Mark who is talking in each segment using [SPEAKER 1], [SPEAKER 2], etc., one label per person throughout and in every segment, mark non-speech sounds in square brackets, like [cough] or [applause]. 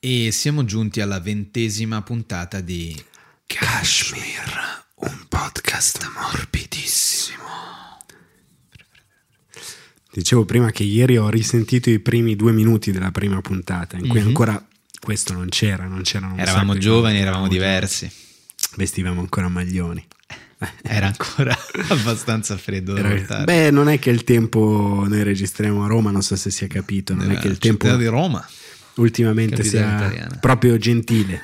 [SPEAKER 1] E siamo giunti alla ventesima puntata di
[SPEAKER 2] Kashmir, un podcast morbidissimo. Dicevo prima che ieri ho risentito i primi due minuti della prima puntata, in cui
[SPEAKER 1] Mhm.
[SPEAKER 2] ancora questo non c'era, non c'erano un sacco
[SPEAKER 1] Eravamo
[SPEAKER 2] di
[SPEAKER 1] giovani,
[SPEAKER 2] cose,
[SPEAKER 1] eravamo diversi.
[SPEAKER 2] Vestivamo ancora maglioni.
[SPEAKER 1] Eh, Era ancora [laughs] abbastanza freddo da
[SPEAKER 2] [laughs] Era-
[SPEAKER 1] portare.
[SPEAKER 2] Beh, non è che il tempo noi registriamo a Roma, non so se si è capito, non è
[SPEAKER 1] Nella
[SPEAKER 2] che il tempo
[SPEAKER 1] Eh, città di Roma.
[SPEAKER 2] ultimamente
[SPEAKER 1] capitale
[SPEAKER 2] sia
[SPEAKER 1] italiana.
[SPEAKER 2] proprio gentile.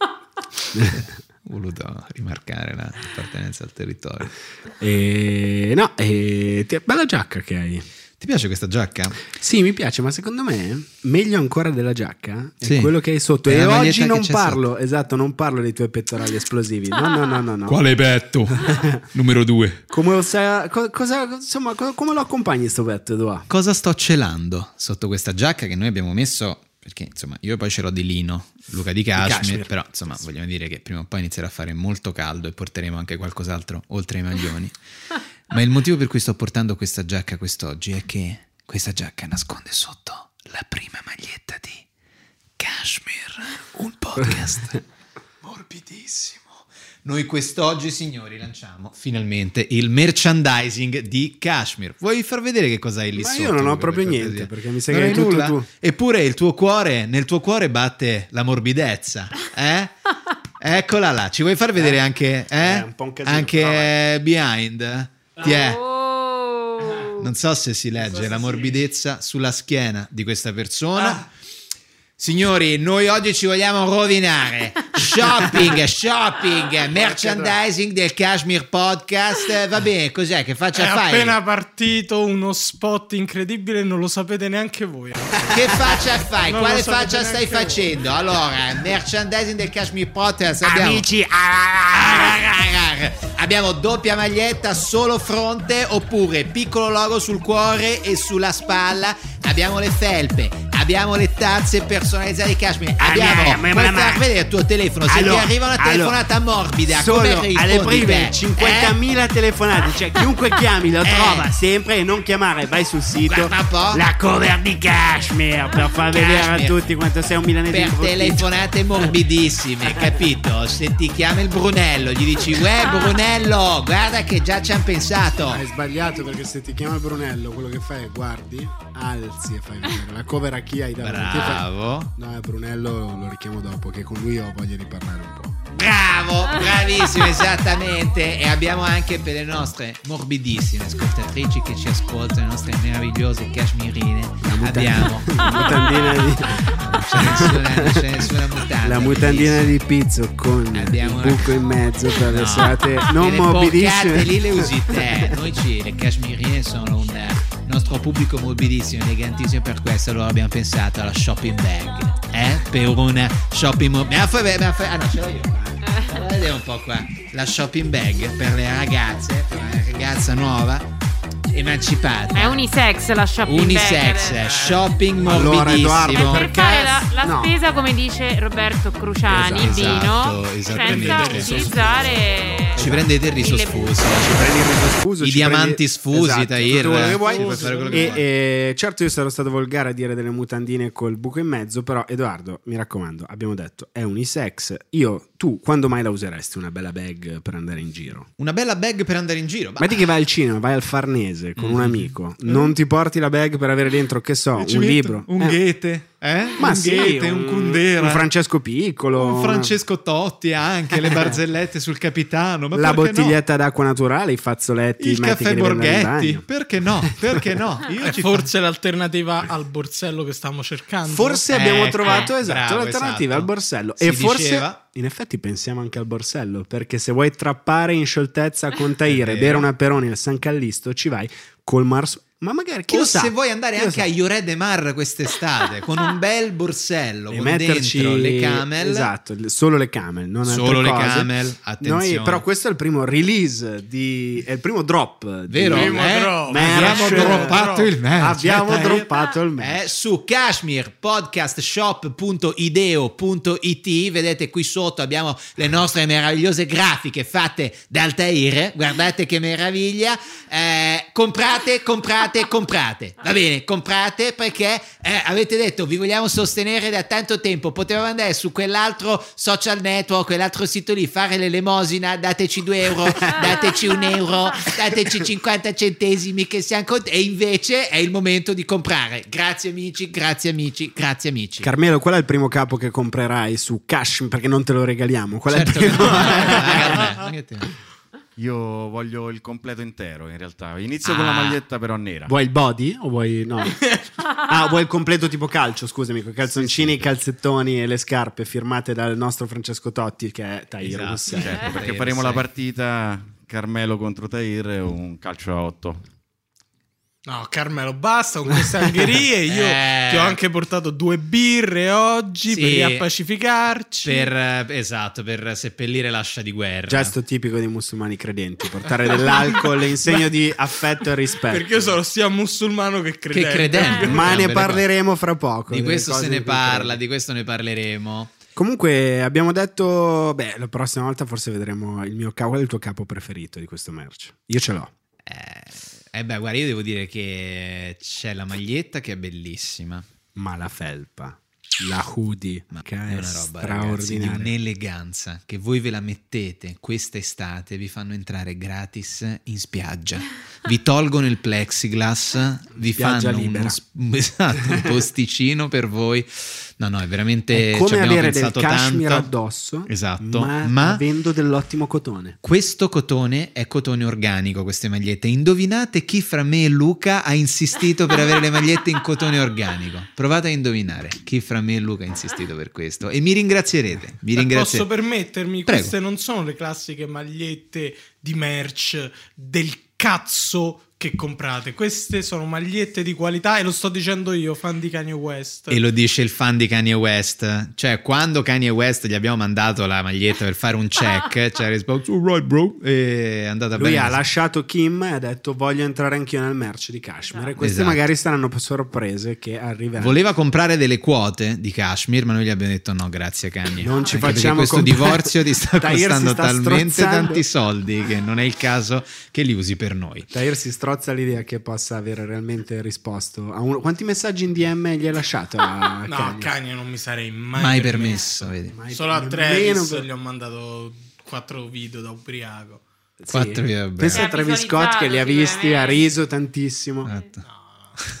[SPEAKER 1] Ho voluto rimarcare la appartenenza al territorio.
[SPEAKER 2] E no, e ti- bella giacca che hai.
[SPEAKER 1] Ti piace questa giacca?
[SPEAKER 2] Sì, mi piace, ma secondo me meglio ancora della giacca è
[SPEAKER 1] Sì.
[SPEAKER 2] quello che hai sotto.
[SPEAKER 1] È
[SPEAKER 2] E
[SPEAKER 1] la maglietta
[SPEAKER 2] oggi
[SPEAKER 1] che
[SPEAKER 2] non
[SPEAKER 1] c'è
[SPEAKER 2] parlo, esatto, non parlo dei tuoi pettorali esplosivi. No, no, no, no. no.
[SPEAKER 1] Quale
[SPEAKER 2] [laughs]
[SPEAKER 1] petto? Numero due.
[SPEAKER 2] Come, sa- co- cosa- insomma, co- come lo accompagni sto petto, Edoardo?
[SPEAKER 1] Cosa sto celando sotto questa giacca che noi abbiamo messo? Perché insomma, io poi ce l'ho di lino, Luca di cashmere,
[SPEAKER 2] cashmere.
[SPEAKER 1] però insomma, vogliamo dire che prima o poi inizierà a fare molto caldo e porteremo anche qualcos'altro oltre ai [laughs] maglioni. Ma il motivo per cui sto portando questa giacca quest'oggi è che questa giacca nasconde sotto la prima maglietta di Kashmir, un podcast [laughs] morbidissimo. Noi quest'oggi, signori, lanciamo finalmente il merchandising di Kashmir. Vuoi far vedere che cosa hai lì
[SPEAKER 2] Ma
[SPEAKER 1] sotto?
[SPEAKER 2] io non ho
[SPEAKER 1] Luca,
[SPEAKER 2] proprio
[SPEAKER 1] per
[SPEAKER 2] niente,
[SPEAKER 1] cortesia?
[SPEAKER 2] perché mi sa
[SPEAKER 1] Non
[SPEAKER 2] che
[SPEAKER 1] hai
[SPEAKER 2] hai tutto
[SPEAKER 1] nulla?
[SPEAKER 2] tu.
[SPEAKER 1] Eppure il tuo cuore, nel tuo cuore batte la morbidezza,
[SPEAKER 2] [laughs]
[SPEAKER 1] eh? Eccola là, ci vuoi far vedere anche, eh?
[SPEAKER 2] è un po' un casino,
[SPEAKER 1] anche
[SPEAKER 2] però
[SPEAKER 1] behind? Ti è?
[SPEAKER 3] Oh.
[SPEAKER 1] Non so se si legge Ah. la morbidezza sulla schiena di questa persona. Signori, noi oggi ci vogliamo [laughs] rovinare. Shopping, shopping, merchandising del Kashmir Podcast. Va bene, cos'è che
[SPEAKER 2] Cioè,
[SPEAKER 1] faccia
[SPEAKER 4] È
[SPEAKER 1] fai?
[SPEAKER 4] appena partito uno spot incredibile, non lo sapete neanche voi.
[SPEAKER 1] Che faccia fai?
[SPEAKER 4] Non lo
[SPEAKER 1] Quale
[SPEAKER 4] sapete
[SPEAKER 1] faccia
[SPEAKER 4] neanche
[SPEAKER 1] stai
[SPEAKER 4] voi.
[SPEAKER 1] facendo? Allora, merchandising del Kashmir Podcast. Abbiamo...
[SPEAKER 2] Amici, ah,
[SPEAKER 1] Abbiamo doppia maglietta, solo fronte oppure piccolo logo sul cuore e sulla spalla. Abbiamo le felpe, abbiamo le tazze personalizzate di Kashmir.
[SPEAKER 2] mia,
[SPEAKER 1] Abbiamo
[SPEAKER 2] mia,
[SPEAKER 1] puoi
[SPEAKER 2] mia, mia.
[SPEAKER 1] far vedere il tuo telefono. Se
[SPEAKER 2] Allora,
[SPEAKER 1] ti arriva una
[SPEAKER 2] allora,
[SPEAKER 1] telefonata morbida, come
[SPEAKER 2] Solo
[SPEAKER 1] rispondi
[SPEAKER 2] alle prime
[SPEAKER 1] te?
[SPEAKER 2] 50.000 telefonate, cioè chiunque chiami lo
[SPEAKER 1] Eh.
[SPEAKER 2] trova sempre e non chiamare, vai sul sito.
[SPEAKER 1] Guarda un po'.
[SPEAKER 2] La cover di Kashmir per far
[SPEAKER 1] Kashmir.
[SPEAKER 2] vedere a tutti quanto sei un milanese
[SPEAKER 1] per
[SPEAKER 2] infottito.
[SPEAKER 1] telefonate morbidissime, capito? Se ti chiama il Brunello, gli dici, uè Brunello, guarda che già ci han pensato.
[SPEAKER 2] Ah,
[SPEAKER 5] Hai sbagliato perché se ti chiama Brunello, quello che fai è guardi, alzi e fai vedere la cover a chi hai davanti. e fai-
[SPEAKER 1] Bravo.
[SPEAKER 5] No, eh, Brunello lo richiamo dopo, che con lui ho voglia di parlare un po'.
[SPEAKER 1] Bravo, bravissimo, esattamente. E abbiamo anche per le nostre morbidissime ascoltatrici che ci ascoltano, le nostre meravigliose cashmirine.
[SPEAKER 5] [laughs]
[SPEAKER 2] [laughs]
[SPEAKER 1] Abbiamo.
[SPEAKER 2] La mutandina di,
[SPEAKER 1] Non c'è nessuna, non c'è nessuna mutanda.
[SPEAKER 2] la mutandina di pizzo con
[SPEAKER 1] Abbiamo una-
[SPEAKER 2] il buco in mezzo per le
[SPEAKER 1] No.
[SPEAKER 2] serate non
[SPEAKER 1] Le porcate
[SPEAKER 2] morbidissime.
[SPEAKER 1] lì le usi te. Noi ci, le cashmirine sono un eh, nostro pubblico morbidissimo, elegantissimo. Per questo allora abbiamo pensato alla shopping bag. Eh? Per una shopping. mo- Me la fai- me la fai- Ah no, ce l'ho io. qua. Allora, Vediamo un po' qua. La shopping bag per le ragazze, per una ragazza nuova, emancipata.
[SPEAKER 3] È unisex la shopping
[SPEAKER 1] Unisex, eh,
[SPEAKER 3] bag.
[SPEAKER 1] shopping
[SPEAKER 5] Allora,
[SPEAKER 1] morbidissimo.
[SPEAKER 5] Edoardo,
[SPEAKER 3] È per
[SPEAKER 5] Perché-
[SPEAKER 3] fare la, la
[SPEAKER 5] no.
[SPEAKER 3] spesa come dice Roberto Cruciani,
[SPEAKER 1] Esatto,
[SPEAKER 3] vino,
[SPEAKER 1] esattamente.
[SPEAKER 3] senza
[SPEAKER 1] Cioè,
[SPEAKER 3] utilizzare...
[SPEAKER 1] Ci prendete il riso
[SPEAKER 3] mille-
[SPEAKER 1] sfuso.
[SPEAKER 5] Prendi il riso sfuso,
[SPEAKER 1] I
[SPEAKER 5] ci
[SPEAKER 1] diamanti
[SPEAKER 5] prendi-
[SPEAKER 1] sfusi,
[SPEAKER 5] esatto,
[SPEAKER 1] Tahir.
[SPEAKER 5] tutto quello che vuoi.
[SPEAKER 1] Puoi fare quello che
[SPEAKER 2] E,
[SPEAKER 1] vuoi.
[SPEAKER 2] eh, certo io sarò stato volgare a dire delle mutandine col buco in mezzo, però Edoardo, mi raccomando, abbiamo detto, è unisex. Io, tu, quando mai la useresti una bella bag per andare in giro?
[SPEAKER 1] Una bella bag per andare in giro.
[SPEAKER 2] Metti che vai al cinema, vai al Farnese con
[SPEAKER 1] Mm-hmm.
[SPEAKER 2] un amico, non ti porti la bag per avere dentro, che so,
[SPEAKER 4] Ci
[SPEAKER 2] un
[SPEAKER 4] metto
[SPEAKER 2] libro.
[SPEAKER 4] Un
[SPEAKER 2] Eh,
[SPEAKER 4] Goethe, eh?
[SPEAKER 2] Ma
[SPEAKER 4] un
[SPEAKER 2] sì,
[SPEAKER 4] Goethe, un Kundera,
[SPEAKER 2] un Francesco Piccolo,
[SPEAKER 4] un
[SPEAKER 2] una-
[SPEAKER 4] Francesco Totti anche,
[SPEAKER 2] [laughs]
[SPEAKER 4] le barzellette sul capitano. Ma
[SPEAKER 2] la
[SPEAKER 4] perché no?
[SPEAKER 2] bottiglietta d'acqua naturale, i fazzoletti,
[SPEAKER 4] Il
[SPEAKER 2] metti che
[SPEAKER 4] caffè
[SPEAKER 2] devi andare in
[SPEAKER 4] Borghetti,
[SPEAKER 2] bagno.
[SPEAKER 4] perché no? Perché
[SPEAKER 1] [laughs]
[SPEAKER 4] no?
[SPEAKER 1] Eh,
[SPEAKER 4] Io ci
[SPEAKER 6] Eh, Forse l'alternativa al borsello che stiamo cercando.
[SPEAKER 2] Forse abbiamo
[SPEAKER 1] Ecco,
[SPEAKER 2] trovato
[SPEAKER 1] eh,
[SPEAKER 2] esatto,
[SPEAKER 1] bravo,
[SPEAKER 2] l'alternativa
[SPEAKER 1] esatto.
[SPEAKER 2] al borsello.
[SPEAKER 1] Si
[SPEAKER 2] e forse,
[SPEAKER 1] diceva-
[SPEAKER 2] in effetti, pensiamo anche al borsello. Perché se vuoi trappare in
[SPEAKER 1] [laughs]
[SPEAKER 2] scioltezza con Taire,
[SPEAKER 1] È vero.
[SPEAKER 2] bere una peroni al San Callisto, ci vai col Mars. Ma magari chi
[SPEAKER 1] o
[SPEAKER 2] lo sa?
[SPEAKER 1] se vuoi andare
[SPEAKER 2] Chi lo
[SPEAKER 1] anche a
[SPEAKER 2] sa?
[SPEAKER 1] Iore de Mar quest'estate con un bel borsello
[SPEAKER 2] E
[SPEAKER 1] con dentro le camel
[SPEAKER 2] esatto, le- solo le camel, non altre
[SPEAKER 1] Solo le
[SPEAKER 2] cose.
[SPEAKER 1] camel,
[SPEAKER 2] Noi-
[SPEAKER 1] attenzione.
[SPEAKER 2] però questo è il primo release di è il primo drop, di-
[SPEAKER 1] vero
[SPEAKER 4] Primo
[SPEAKER 1] eh?
[SPEAKER 4] drop.
[SPEAKER 1] abbiamo
[SPEAKER 2] Merch.
[SPEAKER 1] droppato il merch
[SPEAKER 2] Abbiamo
[SPEAKER 1] eh,
[SPEAKER 2] droppato il merch.
[SPEAKER 1] eh, su kashmirpodcastshop.ideo.it vedete qui sotto abbiamo le nostre meravigliose grafiche fatte da Altair guardate che meraviglia Eh, comprate comprate comprate, comprate. Va bene, comprate perché eh, avete detto vi vogliamo sostenere da tanto tempo. Potevamo andare su quell'altro social network, quell'altro sito lì, fare l'elemosina, dateci 2 euro, dateci un euro, dateci 50 centesimi che siamo contenti. E invece è il momento di comprare. Grazie amici, grazie amici, grazie amici.
[SPEAKER 2] Carmelo, qual è il primo capo che comprerai su Cash? Perché non te lo regaliamo. Qual
[SPEAKER 1] Certo
[SPEAKER 2] è
[SPEAKER 1] che
[SPEAKER 2] il primo?
[SPEAKER 1] no, raga, non è che te-
[SPEAKER 7] Io voglio il completo intero in realtà. Inizio con la
[SPEAKER 1] Ah.
[SPEAKER 7] maglietta però
[SPEAKER 2] [laughs]
[SPEAKER 7] nera.
[SPEAKER 2] Vuoi il body o vuoi no? Ah, vuoi il completo tipo calcio, scusami, con i calzoncini, i calzettoni e le scarpe firmate dal nostro Francesco Totti che è Tahir
[SPEAKER 1] Esatto,
[SPEAKER 2] Hussein.
[SPEAKER 1] certo.
[SPEAKER 7] Certo, perché
[SPEAKER 1] Tahir,
[SPEAKER 7] faremo
[SPEAKER 1] sai.
[SPEAKER 7] la partita Carmelo contro Tahir e un calcio a 8.
[SPEAKER 6] No, Carmelo, basta con queste angherie. Io
[SPEAKER 1] Eh.
[SPEAKER 6] ti ho anche portato due birre oggi
[SPEAKER 1] Sì.
[SPEAKER 6] per appacificarci.
[SPEAKER 1] Per, eh, esatto, per seppellire l'ascia di guerra.
[SPEAKER 2] Gesto tipico dei musulmani credenti, portare dell'alcol in
[SPEAKER 1] [laughs]
[SPEAKER 2] segno di affetto e rispetto.
[SPEAKER 6] Perché io sono sia musulmano che
[SPEAKER 1] che
[SPEAKER 6] credente.
[SPEAKER 1] credente.
[SPEAKER 2] Ma
[SPEAKER 1] Belle
[SPEAKER 2] ne
[SPEAKER 1] cose.
[SPEAKER 2] parleremo fra poco.
[SPEAKER 1] Di
[SPEAKER 2] delle
[SPEAKER 1] questo
[SPEAKER 2] cose
[SPEAKER 1] se ne
[SPEAKER 2] cui
[SPEAKER 1] parla,
[SPEAKER 2] credi.
[SPEAKER 1] di questo ne parleremo.
[SPEAKER 2] Comunque abbiamo detto, beh, la prossima volta forse vedremo il mio capo, qual è il tuo capo preferito di questo merch? Io ce l'ho.
[SPEAKER 1] Eh, eh beh, guarda, io devo dire che c'è la maglietta che è bellissima.
[SPEAKER 2] ma la felpa, la hoodie,
[SPEAKER 1] Ma
[SPEAKER 2] che
[SPEAKER 1] è
[SPEAKER 2] è,
[SPEAKER 1] una roba ragazzi, di
[SPEAKER 2] straordinaria.
[SPEAKER 1] un'eleganza che voi ve la mettete quest'estate, vi fanno entrare gratis in spiaggia.
[SPEAKER 2] [laughs]
[SPEAKER 1] Vi tolgono il plexiglass, vi
[SPEAKER 2] Spiaggia
[SPEAKER 1] fanno
[SPEAKER 2] libera.
[SPEAKER 1] uno, sp- [laughs] esatto, un posticino per voi. No, no, è veramente
[SPEAKER 2] È
[SPEAKER 1] ci
[SPEAKER 2] come
[SPEAKER 1] abbiamo
[SPEAKER 2] avere del
[SPEAKER 1] pensato
[SPEAKER 2] cashmere
[SPEAKER 1] tanto.
[SPEAKER 2] addosso,
[SPEAKER 1] Esatto,
[SPEAKER 2] ma,
[SPEAKER 1] ma-
[SPEAKER 2] avendo dell'ottimo cotone.
[SPEAKER 1] Questo cotone è cotone organico, queste magliette. Indovinate chi fra me e Luca ha insistito per avere le magliette in cotone organico. Provate a indovinare chi fra me e Luca ha insistito per questo. E mi ringrazierete. Mi
[SPEAKER 6] Ma
[SPEAKER 1] ringrazierete.
[SPEAKER 6] Eh, Posso permettermi?
[SPEAKER 1] Prego.
[SPEAKER 6] Queste non sono le classiche magliette di merch del cazzo che comprate. Queste sono magliette di qualità e lo sto dicendo io, fan di Kanye West.
[SPEAKER 1] E lo dice il fan di Kanye West. Cioè, quando Kanye West gli abbiamo mandato la maglietta per fare un check, ci ha risposto, all right bro, e è andata
[SPEAKER 2] Lui
[SPEAKER 1] bene.
[SPEAKER 2] ha
[SPEAKER 1] così.
[SPEAKER 2] lasciato Kim e ha detto voglio entrare anch'io nel merch di cashmere. Queste
[SPEAKER 1] Esatto.
[SPEAKER 2] magari saranno sorprese che arriveranno.
[SPEAKER 1] Voleva comprare delle quote di Kashmir, ma noi gli abbiamo detto no, grazie Kanye.
[SPEAKER 2] Non ci
[SPEAKER 1] Anche perché
[SPEAKER 2] facciamo
[SPEAKER 1] questo
[SPEAKER 2] comprare.
[SPEAKER 1] divorzio ti sta
[SPEAKER 2] [laughs] Tahir si
[SPEAKER 1] costando
[SPEAKER 2] sta
[SPEAKER 1] talmente
[SPEAKER 2] strozzando.
[SPEAKER 1] tanti soldi che non è il caso che li usi per noi.
[SPEAKER 2] Tahir si strozza l'idea che possa avere realmente risposto a uno. Quanti messaggi in DM gli hai lasciato a
[SPEAKER 6] [laughs] no,
[SPEAKER 2] Kanye?
[SPEAKER 6] Kanye non mi sarei mai,
[SPEAKER 1] Mai permesso, vedi.
[SPEAKER 2] Mai-
[SPEAKER 6] Solo a
[SPEAKER 2] nemmeno
[SPEAKER 6] Travis
[SPEAKER 2] per-
[SPEAKER 6] gli ho mandato quattro video da ubriaco.
[SPEAKER 2] Sì.
[SPEAKER 1] Quattro, vabbè.
[SPEAKER 2] Pensa
[SPEAKER 1] Li
[SPEAKER 2] a
[SPEAKER 1] ha
[SPEAKER 2] Travis Scott
[SPEAKER 3] visualizzato,
[SPEAKER 2] che li ha visti, ha
[SPEAKER 3] sicuramente.
[SPEAKER 2] riso tantissimo.
[SPEAKER 1] Esatto.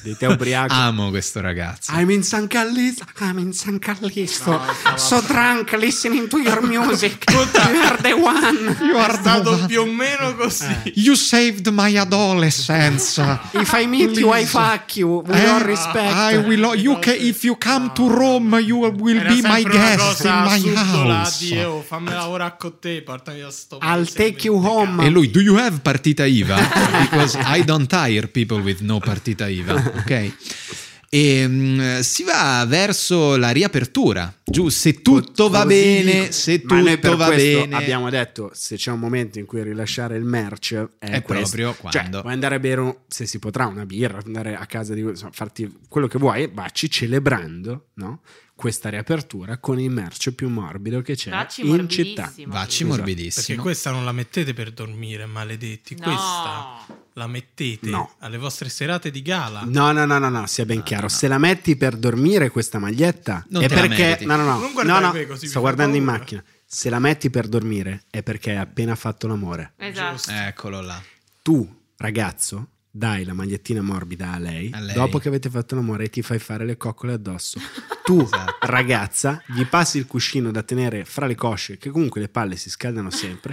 [SPEAKER 2] Di te ubriaco.
[SPEAKER 1] Amo questo ragazzo.
[SPEAKER 2] I'm in San Callisto, I'm in San Callisto,
[SPEAKER 6] No, stava-
[SPEAKER 2] so drunk listening to your
[SPEAKER 1] [laughs]
[SPEAKER 2] music, you are the one,
[SPEAKER 6] Io ho stato più o
[SPEAKER 1] Eh.
[SPEAKER 6] meno così.
[SPEAKER 1] You saved my
[SPEAKER 2] [laughs]
[SPEAKER 1] adolescence.
[SPEAKER 2] if I meet you I fuck you,
[SPEAKER 1] Eh,
[SPEAKER 2] with
[SPEAKER 1] ah,
[SPEAKER 2] all respect.
[SPEAKER 1] if you come to Rome, you will
[SPEAKER 6] Era sempre una cosa subdola di "Oh, fammi lavorare con te, portami da sto
[SPEAKER 2] I'll
[SPEAKER 6] paese,
[SPEAKER 2] take you
[SPEAKER 6] mette
[SPEAKER 2] home.
[SPEAKER 6] cazzo".
[SPEAKER 1] E lui, do you have partita IVA? [laughs] Because I don't hire people with no partita IVA, ok? E mm, si va verso la riapertura, giù, se tutto va bene, se
[SPEAKER 2] Ma noi per
[SPEAKER 1] tutto va
[SPEAKER 2] questo
[SPEAKER 1] bene.
[SPEAKER 2] abbiamo detto se c'è un momento in cui rilasciare il merch è,
[SPEAKER 1] È
[SPEAKER 2] questo.
[SPEAKER 1] proprio
[SPEAKER 2] Cioè,
[SPEAKER 1] quando.
[SPEAKER 2] puoi andare a bere un- se si potrà una birra andare a casa di insomma, farti quello che vuoi vacci celebrando no? questa riapertura con il merch più morbido che c'è
[SPEAKER 3] Vacci
[SPEAKER 2] in città
[SPEAKER 3] morbidissimo.
[SPEAKER 1] Vacci
[SPEAKER 2] Esatto.
[SPEAKER 6] Perché
[SPEAKER 1] morbidissimo.
[SPEAKER 6] questa non la mettete per dormire, maledetti.
[SPEAKER 3] No.
[SPEAKER 6] Questa la mettete
[SPEAKER 2] No.
[SPEAKER 6] alle vostre serate di
[SPEAKER 1] Ah.
[SPEAKER 6] gala.
[SPEAKER 2] No, no, no, no, no, sia ben chiaro. Se la metti per dormire questa maglietta
[SPEAKER 1] Non
[SPEAKER 2] è
[SPEAKER 1] te la
[SPEAKER 2] perché
[SPEAKER 1] meriti.
[SPEAKER 2] no, no, no.
[SPEAKER 6] Non guardare
[SPEAKER 2] no, no,
[SPEAKER 6] me così, mi
[SPEAKER 2] sto
[SPEAKER 6] fa
[SPEAKER 2] guardando in
[SPEAKER 6] paura.
[SPEAKER 2] macchina. Se la metti per dormire è perché hai appena fatto l'amore.
[SPEAKER 3] Esatto.
[SPEAKER 6] Giusto.
[SPEAKER 1] Eccolo là.
[SPEAKER 2] Tu, ragazzo, dai la magliettina morbida a lei,
[SPEAKER 1] A lei.
[SPEAKER 2] dopo che avete fatto l'amore e ti fai fare le coccole addosso.
[SPEAKER 1] [laughs]
[SPEAKER 2] Tu,
[SPEAKER 1] Esatto.
[SPEAKER 2] ragazza, gli passi il cuscino da tenere fra le cosce, che comunque le palle si scaldano
[SPEAKER 1] [laughs]
[SPEAKER 2] sempre.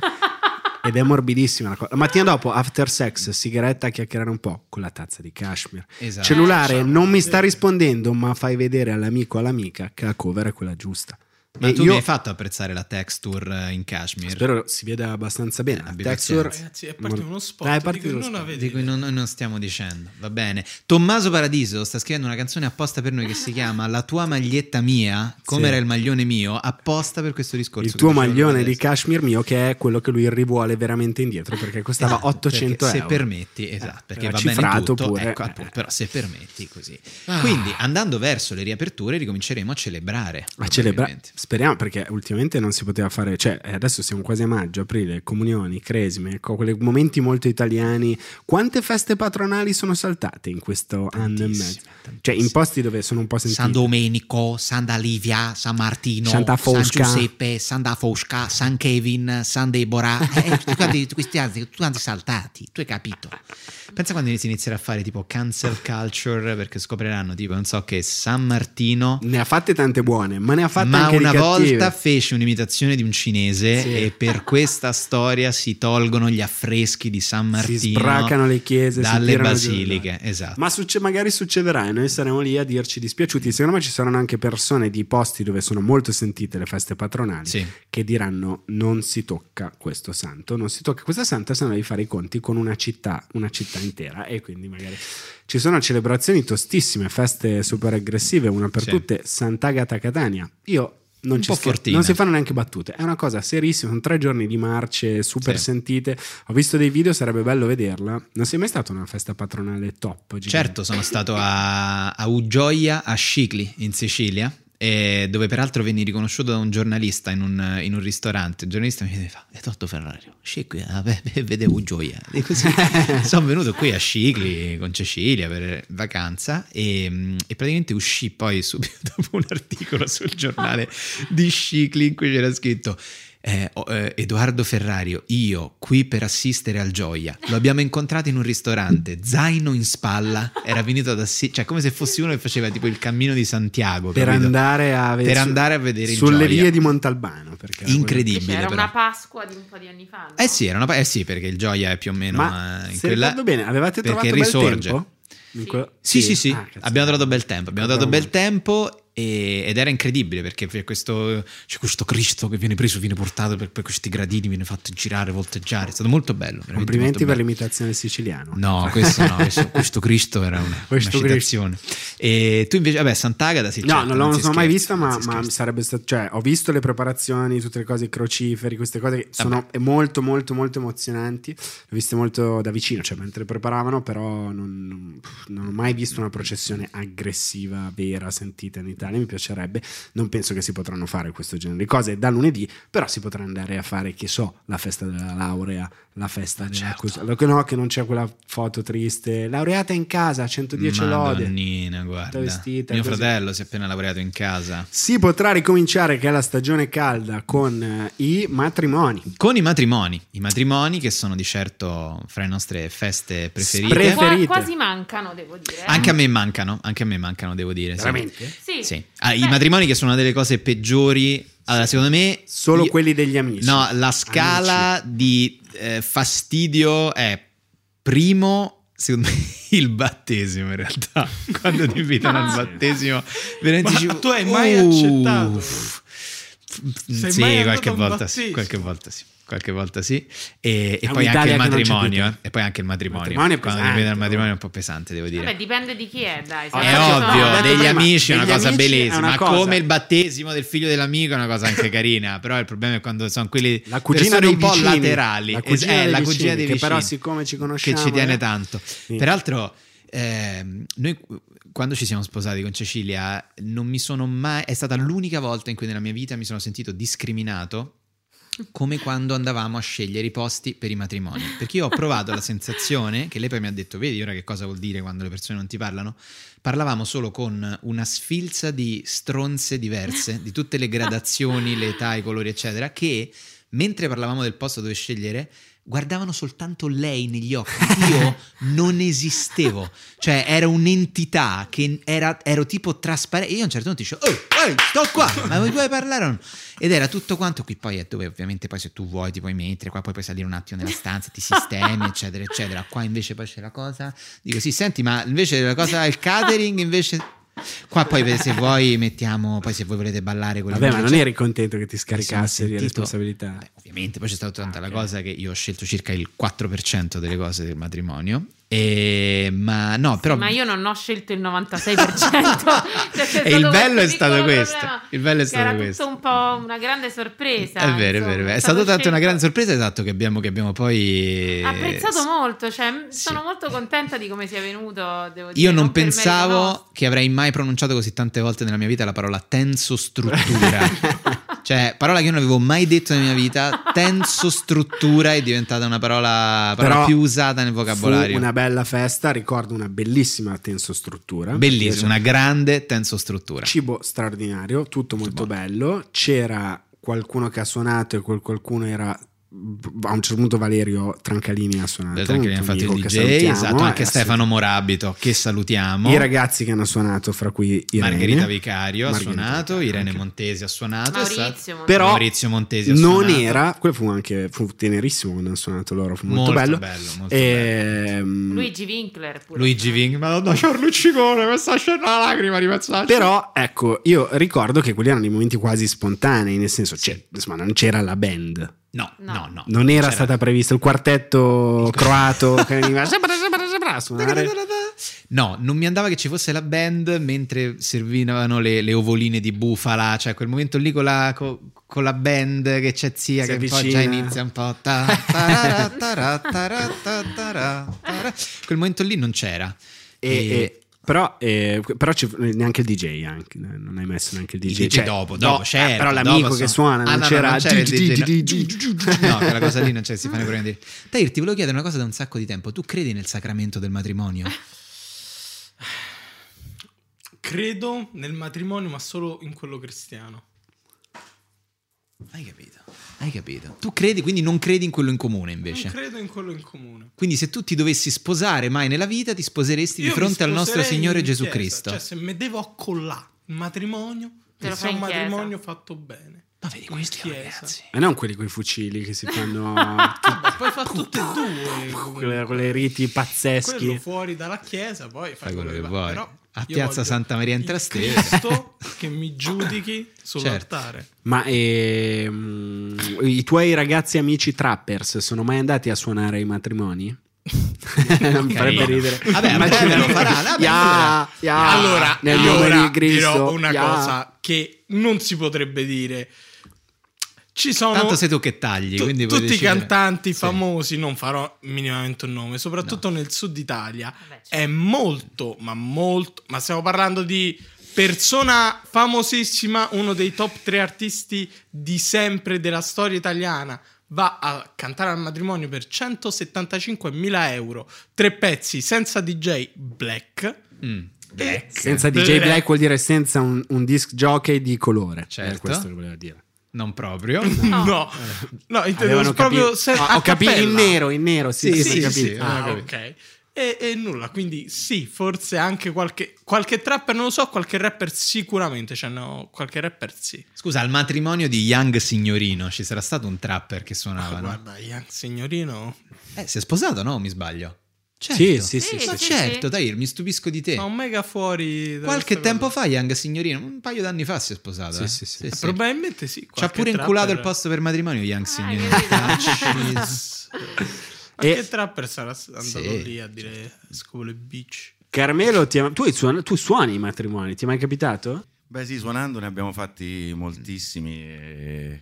[SPEAKER 2] Ed è morbidissima la cosa. La mattina dopo, after sex, sigaretta a chiacchierare un po' con la tazza di cashmere.
[SPEAKER 1] Esatto.
[SPEAKER 2] Cellulare non mi sta rispondendo, ma fai vedere all'amico o all'amica che la cover è quella giusta.
[SPEAKER 1] Ma
[SPEAKER 2] E
[SPEAKER 1] tu
[SPEAKER 2] io
[SPEAKER 1] mi hai fatto apprezzare la texture eh, in cashmere
[SPEAKER 2] spero si veda abbastanza bene.
[SPEAKER 1] Eh, abbi
[SPEAKER 2] Texture,
[SPEAKER 1] pazienza.
[SPEAKER 6] Ragazzi, è partito uno spot.
[SPEAKER 2] Dai, è
[SPEAKER 6] di
[SPEAKER 2] partito
[SPEAKER 6] cui
[SPEAKER 2] uno
[SPEAKER 6] non
[SPEAKER 2] spot.
[SPEAKER 6] avete
[SPEAKER 1] Eh, di cui
[SPEAKER 6] idea.
[SPEAKER 1] non, non stiamo dicendo, va bene. Tommaso Paradiso sta scrivendo una canzone apposta per noi che si chiama La tua maglietta mia, come
[SPEAKER 2] Sì.
[SPEAKER 1] era il maglione mio, apposta per questo discorso.
[SPEAKER 2] il
[SPEAKER 1] che
[SPEAKER 2] tuo
[SPEAKER 1] dicevo
[SPEAKER 2] maglione di
[SPEAKER 1] adesso.
[SPEAKER 2] cashmere mio che è quello che lui rivuole veramente indietro perché costava
[SPEAKER 1] Esatto,
[SPEAKER 2] 800
[SPEAKER 1] perché
[SPEAKER 2] euro
[SPEAKER 1] Se permetti, esatto,
[SPEAKER 2] Eh,
[SPEAKER 1] perché
[SPEAKER 2] era
[SPEAKER 1] va bene
[SPEAKER 2] cifrato
[SPEAKER 1] tutto,
[SPEAKER 2] pure. Ah.
[SPEAKER 1] ecco,
[SPEAKER 2] Eh.
[SPEAKER 1] appunto, però se permetti così. Quindi andando verso le riaperture ricominceremo a celebrare.
[SPEAKER 2] a celebrare
[SPEAKER 1] probabilmente.
[SPEAKER 2] Speriamo, perché ultimamente non si poteva fare, cioè eh, adesso siamo quasi a maggio, aprile, comunioni, cresime, ecco, quei momenti molto italiani. Quante feste patronali sono saltate in questo anno e mezzo?
[SPEAKER 1] Tantissime, tantissime.
[SPEAKER 2] Cioè in posti dove sono un po' sentiti.
[SPEAKER 1] San Domenico, Santa Livia, San Martino,
[SPEAKER 2] Santa
[SPEAKER 1] San
[SPEAKER 2] Fosca.
[SPEAKER 1] Giuseppe, Santa Fosca, San Kevin, San
[SPEAKER 2] [laughs]
[SPEAKER 1] Deborah, eh, tutti quanti- tutti questi anzi, tutti quanti saltati, tu hai capito. Pensa quando si inizierà a fare tipo cancel culture perché scopriranno tipo, non so che San Martino...
[SPEAKER 2] Ne ha fatte tante buone, ma ne ha fatte
[SPEAKER 1] Ma
[SPEAKER 2] anche
[SPEAKER 1] una
[SPEAKER 2] di cattive.
[SPEAKER 1] volta fece un'imitazione di un cinese
[SPEAKER 2] Sì.
[SPEAKER 1] e per questa storia si tolgono gli affreschi di San Martino.
[SPEAKER 2] si sbracano le chiese, si
[SPEAKER 1] dalle
[SPEAKER 2] tirano giù.
[SPEAKER 1] basiliche, esatto.
[SPEAKER 2] Ma succe- magari succederà e noi saremo lì a dirci dispiaciuti. Secondo me ci saranno anche persone di posti dove sono molto sentite le feste patronali
[SPEAKER 1] Sì.
[SPEAKER 2] che diranno non si tocca questo santo, non si tocca questa santa se no devi fare i conti con una città, una città intera e quindi magari ci sono celebrazioni tostissime, feste super aggressive, una per
[SPEAKER 1] Sì.
[SPEAKER 2] tutte, Sant'Agata Catania. Io non
[SPEAKER 1] Un
[SPEAKER 2] ci
[SPEAKER 1] po'
[SPEAKER 2] scher-
[SPEAKER 1] fortina.
[SPEAKER 2] non si fanno neanche battute, è una cosa serissima, sono tre giorni di marce super
[SPEAKER 1] Sì.
[SPEAKER 2] sentite. Ho visto dei video, sarebbe bello vederla. Non sei mai stata una festa patronale top? gigante? [laughs]
[SPEAKER 1] Certo, sono stato a, a Uggioia, a Scicli, in Sicilia, e dove peraltro venni riconosciuto da un giornalista in un, in un ristorante. Il giornalista mi chiedeva, è Totto Ferrario, Scicli, ah, beh, beh, vede Uggioia. E
[SPEAKER 2] [laughs]
[SPEAKER 1] così sono venuto qui a Scicli con Cecilia per vacanza e, mm, e praticamente uscì poi subito [laughs] dopo un articolo sul giornale di Scicli in cui c'era scritto... eh, oh, eh, Edoardo Ferrario, io qui per assistere al Gioia, lo abbiamo incontrato in un ristorante, zaino in spalla, era venuto ad assistere, cioè come se fossi uno che faceva tipo il cammino di Santiago
[SPEAKER 2] Per
[SPEAKER 1] capito?
[SPEAKER 2] andare, a
[SPEAKER 1] Per andare a vedere il
[SPEAKER 2] sulle
[SPEAKER 1] Gioia.
[SPEAKER 2] vie di Montalbano. Perché
[SPEAKER 1] Incredibile.
[SPEAKER 3] Invece era
[SPEAKER 1] però.
[SPEAKER 3] una Pasqua di un po' di anni fa. no?
[SPEAKER 1] Eh sì, era una pa- eh sì, perché il Gioia è più o meno
[SPEAKER 2] Ma
[SPEAKER 1] eh, in
[SPEAKER 2] se
[SPEAKER 1] quella-
[SPEAKER 2] ricordo bene, avevate
[SPEAKER 1] perché
[SPEAKER 2] trovato bel
[SPEAKER 1] risorge.
[SPEAKER 2] tempo? In quello-
[SPEAKER 1] Sì, sì, sì,
[SPEAKER 2] Ah, cazzo.
[SPEAKER 1] abbiamo trovato bel tempo, abbiamo trovato
[SPEAKER 2] Abbiamo-
[SPEAKER 1] bel tempo e- ed era incredibile perché c'è questo, c'è questo Cristo che viene preso, viene portato per, per questi gradini, viene fatto girare, volteggiare, è stato molto bello. veramente
[SPEAKER 2] Complimenti
[SPEAKER 1] molto
[SPEAKER 2] per
[SPEAKER 1] bello.
[SPEAKER 2] l'imitazione siciliana.
[SPEAKER 1] No, questo no, questo, questo Cristo era una,
[SPEAKER 2] [laughs] Questo
[SPEAKER 1] una
[SPEAKER 2] Cristo.
[SPEAKER 1] citazione. E tu invece, vabbè, Sant'Agata sì,
[SPEAKER 2] No,
[SPEAKER 1] certo,
[SPEAKER 2] non l'ho
[SPEAKER 1] si
[SPEAKER 2] non l'ho mai
[SPEAKER 1] scherza,
[SPEAKER 2] vista,
[SPEAKER 1] non
[SPEAKER 2] ma,
[SPEAKER 1] si
[SPEAKER 2] ma
[SPEAKER 1] scherza.
[SPEAKER 2] sarebbe stato. Cioè, ho visto le preparazioni, tutte le cose, i crociferi, queste cose che sono molto, molto, molto emozionanti. Le ho viste molto da vicino, cioè mentre preparavano, però non, non- non ho mai visto una processione aggressiva, vera, sentita in Italia. Mi piacerebbe. Non penso che si potranno fare questo genere di cose da lunedì, però si potrà andare a fare, che so, la festa della laurea, la festa della
[SPEAKER 1] Certo.
[SPEAKER 2] cosa- lo- No, che non c'è quella foto triste. Laureata in casa, 110 lode.
[SPEAKER 1] Madonnina, guarda.
[SPEAKER 2] vestita,
[SPEAKER 1] Mio
[SPEAKER 2] così.
[SPEAKER 1] fratello si è appena laureato in casa.
[SPEAKER 2] Si potrà ricominciare che è la stagione calda con eh, i matrimoni.
[SPEAKER 1] Con i matrimoni, i matrimoni che sono di certo fra le nostre feste preferite.
[SPEAKER 2] Spre-
[SPEAKER 3] Qua-
[SPEAKER 2] preferite.
[SPEAKER 3] quasi mancano, devo dire. eh.
[SPEAKER 1] anche a me mancano, anche a me mancano, devo dire. sì.
[SPEAKER 3] Sì.
[SPEAKER 1] Sì. Ah, I
[SPEAKER 3] Beh,
[SPEAKER 1] matrimoni che sono una delle cose peggiori. Allora, secondo me.
[SPEAKER 2] Solo
[SPEAKER 1] io-
[SPEAKER 2] quelli degli amici.
[SPEAKER 1] No, la scala di eh, fastidio è primo, secondo me, [laughs] il battesimo in realtà. Quando ti invitano al battesimo, veramente
[SPEAKER 6] Ma
[SPEAKER 1] dici,
[SPEAKER 6] tu hai mai accettato?
[SPEAKER 1] "Uff".
[SPEAKER 6] Sei
[SPEAKER 1] sì,
[SPEAKER 6] mai andato
[SPEAKER 1] qualche
[SPEAKER 6] a un
[SPEAKER 1] volta sì,
[SPEAKER 6] battesimo?
[SPEAKER 1] qualche volta sì. Qualche volta sì, e, e
[SPEAKER 2] È
[SPEAKER 1] poi anche
[SPEAKER 2] un'Italia
[SPEAKER 1] il
[SPEAKER 2] che non c'è più
[SPEAKER 1] matrimonio.
[SPEAKER 2] tempo.
[SPEAKER 1] eh. E poi anche il matrimonio.
[SPEAKER 2] Matrimonio è
[SPEAKER 1] Quando ti
[SPEAKER 2] pesante,
[SPEAKER 1] invitano al matrimonio
[SPEAKER 2] oh.
[SPEAKER 1] è un po' pesante, devo dire.
[SPEAKER 3] Vabbè, dipende di chi è, dai.
[SPEAKER 1] È
[SPEAKER 2] Ah, infatti,
[SPEAKER 3] sono-
[SPEAKER 2] ho
[SPEAKER 1] ovvio,
[SPEAKER 2] detto
[SPEAKER 1] degli
[SPEAKER 2] prima,
[SPEAKER 1] amici è una
[SPEAKER 2] degli
[SPEAKER 1] cosa
[SPEAKER 2] amici è
[SPEAKER 1] bellissima,
[SPEAKER 2] una
[SPEAKER 1] ma
[SPEAKER 2] cosa.
[SPEAKER 1] come il battesimo del figlio dell'amico è una cosa anche carina, però il problema è quando sono quelli
[SPEAKER 2] La cugina
[SPEAKER 1] persone
[SPEAKER 2] dei
[SPEAKER 1] un po'
[SPEAKER 2] vicini.
[SPEAKER 1] laterali,
[SPEAKER 2] La cugina
[SPEAKER 1] Es- eh,
[SPEAKER 2] dei
[SPEAKER 1] la
[SPEAKER 2] vicini,
[SPEAKER 1] cugina dei
[SPEAKER 2] che
[SPEAKER 1] vicini,
[SPEAKER 2] però siccome ci conosciamo,
[SPEAKER 1] che ci tiene
[SPEAKER 2] eh.
[SPEAKER 1] tanto.
[SPEAKER 2] Sì.
[SPEAKER 1] Peraltro ehm, noi quando ci siamo sposati con Cecilia non mi sono mai è stata l'unica volta in cui nella mia vita mi sono sentito discriminato come quando andavamo a scegliere i posti per i matrimoni. Perché io ho provato la sensazione che lei poi mi ha detto: Vedi ora che cosa vuol dire quando le persone non ti parlano? Parlavamo solo con una sfilza di stronze diverse, di tutte le gradazioni, le età, i colori, eccetera, che mentre parlavamo del posto dove scegliere. Guardavano soltanto lei negli occhi, io non esistevo, cioè era un'entità che era, ero tipo trasparente. Io a un certo punto dicevo, oh, ehi, sto qua, ma voi vuoi parlare o no? Ed era tutto quanto qui. Poi è dove ovviamente poi se tu vuoi ti puoi mettere, qua poi puoi salire un attimo nella stanza, ti sistemi, eccetera, eccetera. Qua invece poi c'è la cosa. Dico, sì, senti, ma invece la cosa il catering, invece. Qua poi per- se vuoi mettiamo, poi se voi volete ballare con le
[SPEAKER 2] Vabbè, ma non
[SPEAKER 1] musiche,
[SPEAKER 2] eri contento che ti
[SPEAKER 1] mi sono
[SPEAKER 2] scaricassi di
[SPEAKER 1] sentito-
[SPEAKER 2] responsabilità.
[SPEAKER 1] Beh, ovviamente, poi c'è stata tanta
[SPEAKER 2] Ah,
[SPEAKER 1] la
[SPEAKER 2] ok.
[SPEAKER 1] cosa che io ho scelto circa il 4% delle cose del matrimonio E- ma no, però...
[SPEAKER 3] Ma io non ho scelto
[SPEAKER 1] [laughs]
[SPEAKER 3] il 96%. [laughs] Cioè, c'è
[SPEAKER 1] E
[SPEAKER 3] stato
[SPEAKER 1] il bello è
[SPEAKER 3] questo
[SPEAKER 1] stato
[SPEAKER 3] piccolo
[SPEAKER 1] questo.
[SPEAKER 3] problema,
[SPEAKER 1] Il bello è
[SPEAKER 3] che
[SPEAKER 1] stato
[SPEAKER 3] era
[SPEAKER 1] questo.
[SPEAKER 3] tutto un po' una grande sorpresa.
[SPEAKER 1] È vero, è
[SPEAKER 3] insomma.
[SPEAKER 1] vero, è vero. È stata tanto una
[SPEAKER 3] esatto, scelto-
[SPEAKER 1] grande sorpresa, esatto, che abbiamo, che abbiamo poi...
[SPEAKER 3] Apprezzato molto, cioè, m-
[SPEAKER 1] Sì.
[SPEAKER 3] sono molto contenta di come sia venuto. Devo dire,
[SPEAKER 1] Io non
[SPEAKER 3] Cioè, per merito
[SPEAKER 1] pensavo
[SPEAKER 3] nostro.
[SPEAKER 1] che avrei mai pronunciato così tante volte nella mia vita la parola
[SPEAKER 3] [laughs]
[SPEAKER 1] tensostruttura. cioè, parola che io non avevo mai detto nella mia vita, tensostruttura è diventata una parola, parola
[SPEAKER 2] Però
[SPEAKER 1] più usata nel
[SPEAKER 2] Fu
[SPEAKER 1] vocabolario.
[SPEAKER 2] una bella festa, ricordo una bellissima tensostruttura.
[SPEAKER 1] Bellissima,
[SPEAKER 2] Invece-
[SPEAKER 1] una grande tensostruttura.
[SPEAKER 2] Cibo straordinario, tutto molto bello. C'era qualcuno che ha suonato e quel qualcuno era. A un certo punto Valerio Trancalini ha suonato.
[SPEAKER 1] Vedete anche
[SPEAKER 2] un
[SPEAKER 1] che ha fatto
[SPEAKER 2] amico
[SPEAKER 1] il
[SPEAKER 2] che
[SPEAKER 1] DJ,
[SPEAKER 2] salutiamo,
[SPEAKER 1] esatto, anche
[SPEAKER 2] eh,
[SPEAKER 1] Stefano Morabito che salutiamo.
[SPEAKER 2] sì. I ragazzi che hanno suonato, fra cui Irene.
[SPEAKER 1] Margherita Vicario
[SPEAKER 2] Margherita
[SPEAKER 1] ha suonato,
[SPEAKER 2] Vicario,
[SPEAKER 1] Irene
[SPEAKER 2] anche.
[SPEAKER 1] Montesi ha suonato, è stato-
[SPEAKER 3] Maurizio, Monti-
[SPEAKER 2] Però
[SPEAKER 1] Maurizio Montesi ha
[SPEAKER 2] non
[SPEAKER 1] suonato.
[SPEAKER 2] era, quello fu anche fu tenerissimo quando hanno suonato loro, fu molto, bello. Eh,
[SPEAKER 1] molto bello.
[SPEAKER 2] Ehm,
[SPEAKER 3] Luigi Winkler. Pure. eh.
[SPEAKER 1] Luigi Ving, madonna, c'ho un luccicone, questa scena la lacrima di pensarci.
[SPEAKER 2] Però ecco, io ricordo che quelli erano dei momenti quasi spontanei, nel senso, cioè, insomma, non c'era la band,
[SPEAKER 1] No, no, no.
[SPEAKER 3] No.
[SPEAKER 2] non era
[SPEAKER 1] C'era-
[SPEAKER 2] stata prevista
[SPEAKER 1] [laughs]
[SPEAKER 2] il quartetto croato che veniva sempre, sempre, sempre a suonare.
[SPEAKER 1] No, non mi andava che ci fosse la band mentre servivano le, le ovoline di bufala, cioè quel momento lì con la, co- con la band che c'è zia
[SPEAKER 2] Si
[SPEAKER 1] che poi
[SPEAKER 2] avvicina.
[SPEAKER 1] già inizia un po'. ta- tarà, tarà, tarà, tarà, tarà. Quel momento lì non c'era.
[SPEAKER 2] E- e- però eh, però ci- neanche il DJ anche, eh, non hai messo neanche il DJ,
[SPEAKER 1] DJ
[SPEAKER 2] Cioè,
[SPEAKER 1] dopo, dopo,
[SPEAKER 2] eh,
[SPEAKER 1] certo,
[SPEAKER 2] però
[SPEAKER 1] dopo
[SPEAKER 2] l'amico
[SPEAKER 1] so-
[SPEAKER 2] che suona
[SPEAKER 1] Ah,
[SPEAKER 2] non
[SPEAKER 1] no, no,
[SPEAKER 2] c'era
[SPEAKER 1] non c'era il DJ, no. [laughs]
[SPEAKER 2] DJ.
[SPEAKER 1] No,
[SPEAKER 6] [laughs]
[SPEAKER 1] quella cosa lì non c'è, si fanno i problemi di- Tair, ti volevo chiedere una cosa da un sacco di tempo. Tu credi nel sacramento del matrimonio?
[SPEAKER 6] Credo nel matrimonio, ma solo in quello cristiano.
[SPEAKER 1] Hai capito? Hai capito? Tu credi, quindi non credi in quello in comune invece.
[SPEAKER 6] Non credo in quello in comune.
[SPEAKER 1] Quindi se tu ti dovessi sposare mai nella vita, ti sposeresti
[SPEAKER 6] Io
[SPEAKER 1] di
[SPEAKER 6] mi
[SPEAKER 1] fronte al nostro
[SPEAKER 6] sposerei
[SPEAKER 1] Signore
[SPEAKER 6] in
[SPEAKER 1] Gesù
[SPEAKER 6] chiesa,
[SPEAKER 1] Cristo.
[SPEAKER 6] Cioè, se me devo accollare il matrimonio,
[SPEAKER 3] Te
[SPEAKER 6] che
[SPEAKER 3] lo
[SPEAKER 6] sia
[SPEAKER 3] fai
[SPEAKER 6] un
[SPEAKER 3] in chiesa.
[SPEAKER 6] matrimonio fatto bene.
[SPEAKER 1] Ma vedi,
[SPEAKER 6] in
[SPEAKER 1] questi
[SPEAKER 6] chiesa.
[SPEAKER 1] ragazzi.
[SPEAKER 2] E non quelli con i fucili che si
[SPEAKER 1] [laughs]
[SPEAKER 2] fanno
[SPEAKER 6] Vabbè, poi
[SPEAKER 1] Ah,
[SPEAKER 6] fa tutte e due.
[SPEAKER 2] con le- con le riti
[SPEAKER 6] quello
[SPEAKER 2] pazzeschi.
[SPEAKER 6] fuori dalla chiesa, poi fai,
[SPEAKER 1] Fai quello che
[SPEAKER 6] va.
[SPEAKER 1] vuoi.
[SPEAKER 6] Però
[SPEAKER 1] A
[SPEAKER 6] io
[SPEAKER 1] Piazza
[SPEAKER 6] voglio
[SPEAKER 1] Santa Maria in
[SPEAKER 6] il
[SPEAKER 1] Trastevere.
[SPEAKER 6] Cristo
[SPEAKER 1] [laughs]
[SPEAKER 6] che mi giudichi sull'altare.
[SPEAKER 1] Certo.
[SPEAKER 2] Ma ehm, i tuoi ragazzi amici trappers sono mai andati a suonare
[SPEAKER 1] [laughs]
[SPEAKER 2] i matrimoni? non farebbe
[SPEAKER 1] Carino.
[SPEAKER 2] ridere.
[SPEAKER 1] Vabbè,
[SPEAKER 2] Immagina-
[SPEAKER 1] Antonio lo farà, vabbè,
[SPEAKER 2] Ya, ya,
[SPEAKER 6] allora,
[SPEAKER 2] nel nome
[SPEAKER 6] allora
[SPEAKER 2] di Cristo,
[SPEAKER 6] dirò una
[SPEAKER 2] ya.
[SPEAKER 6] cosa che non si potrebbe dire. Ci sono
[SPEAKER 1] Tanto sei tu che tagli,
[SPEAKER 6] tu-
[SPEAKER 1] quindi puoi
[SPEAKER 6] tutti i
[SPEAKER 1] decidere.
[SPEAKER 6] cantanti
[SPEAKER 1] Sì.
[SPEAKER 6] famosi, non farò minimamente un nome, soprattutto nel sud Italia.
[SPEAKER 3] Vabbè, certo.
[SPEAKER 6] È molto, ma molto, ma stiamo parlando di persona famosissima, uno dei top tre artisti di sempre della storia italiana. Va a cantare al matrimonio per 175.000 euro, tre pezzi senza DJ Black.
[SPEAKER 1] Mm.
[SPEAKER 6] Black.
[SPEAKER 2] Senza
[SPEAKER 6] Eh.
[SPEAKER 2] DJ Black vuol dire senza un, un disc jockey di colore.
[SPEAKER 1] Certo.
[SPEAKER 2] È questo che volevo dire.
[SPEAKER 1] Non proprio.
[SPEAKER 6] No, [laughs] no, intendevo
[SPEAKER 2] Eh. Avevano
[SPEAKER 6] proprio
[SPEAKER 2] capito-
[SPEAKER 6] se-
[SPEAKER 2] Ah,
[SPEAKER 6] a
[SPEAKER 2] ho capito in
[SPEAKER 6] cappella.
[SPEAKER 2] nero, in nero, sì, sì,
[SPEAKER 1] Sì,
[SPEAKER 2] sì,
[SPEAKER 1] sì,
[SPEAKER 2] ho capito.
[SPEAKER 1] sì, sì.
[SPEAKER 6] Ah,
[SPEAKER 1] Ah,
[SPEAKER 6] ok. E, e nulla, quindi sì, forse anche qualche, qualche trapper, non lo so, qualche rapper sicuramente, cioè no, qualche rapper sì.
[SPEAKER 1] Scusa, al matrimonio di Young Signorino ci sarà stato un trapper che suonava, no?
[SPEAKER 6] Ah, guarda, Ian Signorino,
[SPEAKER 1] Eh, si è sposato, no? Mi sbaglio. Certo.
[SPEAKER 2] Sì, sì, sì,
[SPEAKER 3] Sì,
[SPEAKER 2] sì.
[SPEAKER 1] Ma
[SPEAKER 3] sì,
[SPEAKER 1] certo,
[SPEAKER 3] sì.
[SPEAKER 1] Tair, mi stupisco di te.
[SPEAKER 6] ma un mega fuori... da
[SPEAKER 1] Qualche
[SPEAKER 6] questa
[SPEAKER 1] tempo
[SPEAKER 6] cosa.
[SPEAKER 1] fa Young Signorino, un paio d'anni fa si è sposato.
[SPEAKER 2] Sì,
[SPEAKER 1] eh.
[SPEAKER 2] sì, sì.
[SPEAKER 6] Probabilmente sì.
[SPEAKER 1] Ci ha
[SPEAKER 6] qualche
[SPEAKER 1] pure inculato il
[SPEAKER 6] trapper- [laughs]
[SPEAKER 1] posto per matrimonio Young Signorino.
[SPEAKER 3] capito?
[SPEAKER 1] Ah,
[SPEAKER 6] Yes. Qualche trapper sarà s- andato
[SPEAKER 1] Sì, certo.
[SPEAKER 6] lì a dire scuole bitch.
[SPEAKER 2] Carmelo, ti- tu, suoni, tu suoni i matrimoni, ti è mai capitato?
[SPEAKER 7] Beh sì, suonando ne abbiamo fatti moltissimi. e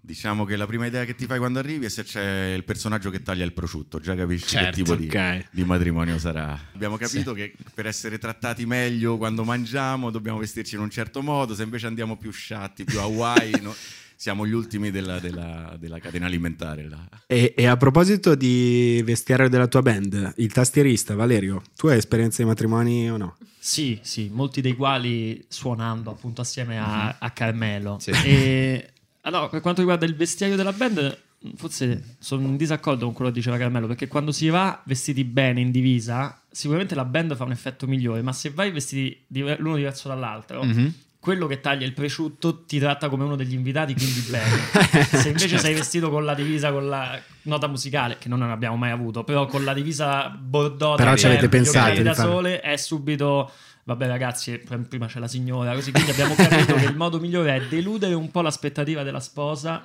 [SPEAKER 7] Diciamo che la prima idea che ti fai quando arrivi è se c'è il personaggio che taglia il prosciutto, già capisci
[SPEAKER 1] Certo,
[SPEAKER 7] che tipo di,
[SPEAKER 2] ok.
[SPEAKER 7] di matrimonio sarà. Abbiamo capito che per essere trattati meglio quando mangiamo dobbiamo vestirci in un certo modo, se invece andiamo più sciatti, più Hawaii, no, siamo gli ultimi della, della- della catena alimentare. là.
[SPEAKER 2] E, e a proposito di vestiario della tua band, il tastierista Valerio, tu hai esperienza di matrimoni o no?
[SPEAKER 8] Sì, sì, molti dei quali suonando appunto assieme a, a Carmelo.
[SPEAKER 1] Mhm. Sì.
[SPEAKER 8] E, allora, per quanto riguarda il vestiario della band, forse sono in disaccordo con quello che diceva Carmelo, perché quando si va vestiti bene in divisa, sicuramente la band fa un effetto migliore, ma se vai vestiti diver- l'uno diverso dall'altro,
[SPEAKER 1] Mhm.
[SPEAKER 8] quello che taglia il prosciutto ti tratta come uno degli invitati, quindi
[SPEAKER 1] [laughs]
[SPEAKER 8] bene. Se invece
[SPEAKER 1] Certo.
[SPEAKER 8] sei vestito con la divisa, con la nota musicale, che non abbiamo mai avuto, però con la divisa bordeaux
[SPEAKER 2] Però ci avete
[SPEAKER 8] verde, gli
[SPEAKER 2] pensato
[SPEAKER 8] occhiali
[SPEAKER 2] di
[SPEAKER 8] eh, da
[SPEAKER 2] farlo.
[SPEAKER 8] sole, è subito... Vabbè ragazzi, pr- prima c'è la signora, così quindi abbiamo capito che il modo migliore è deludere un po' l'aspettativa della sposa,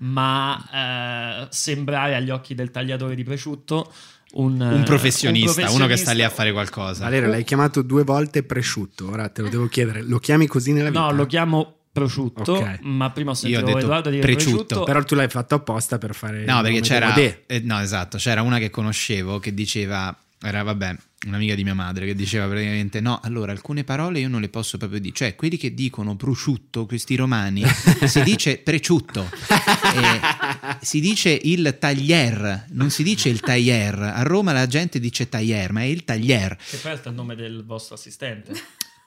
[SPEAKER 8] ma eh, sembrare agli occhi del tagliatore di prosciutto un,
[SPEAKER 1] Un professionista,
[SPEAKER 8] un
[SPEAKER 1] uno che sta
[SPEAKER 8] professionista-
[SPEAKER 1] lì a fare qualcosa.
[SPEAKER 2] Valerio, l'hai chiamato due volte prosciutto. Ora te lo devo chiedere. Lo chiami così nella vita?
[SPEAKER 8] No, lo chiamo prosciutto,
[SPEAKER 2] Ok.
[SPEAKER 8] ma prima ho sentito
[SPEAKER 1] detto
[SPEAKER 8] Edoardo dire
[SPEAKER 1] preciutto.
[SPEAKER 8] prosciutto.
[SPEAKER 2] Però tu l'hai fatto apposta per fare.
[SPEAKER 1] No,
[SPEAKER 2] il
[SPEAKER 1] perché
[SPEAKER 2] nome
[SPEAKER 1] c'era.
[SPEAKER 2] di Modè.
[SPEAKER 1] eh, no, esatto, c'era una che conoscevo che diceva. Era, vabbè, un'amica di mia madre che diceva praticamente: No, allora alcune parole io non le posso proprio dire. Cioè, quelli che dicono prosciutto, questi [laughs] romani, si dice preciutto. Eh, si dice il taglier, non si dice il taglier. A Roma la gente dice taglier, ma è il taglier.
[SPEAKER 8] Che poi è il nome del vostro assistente.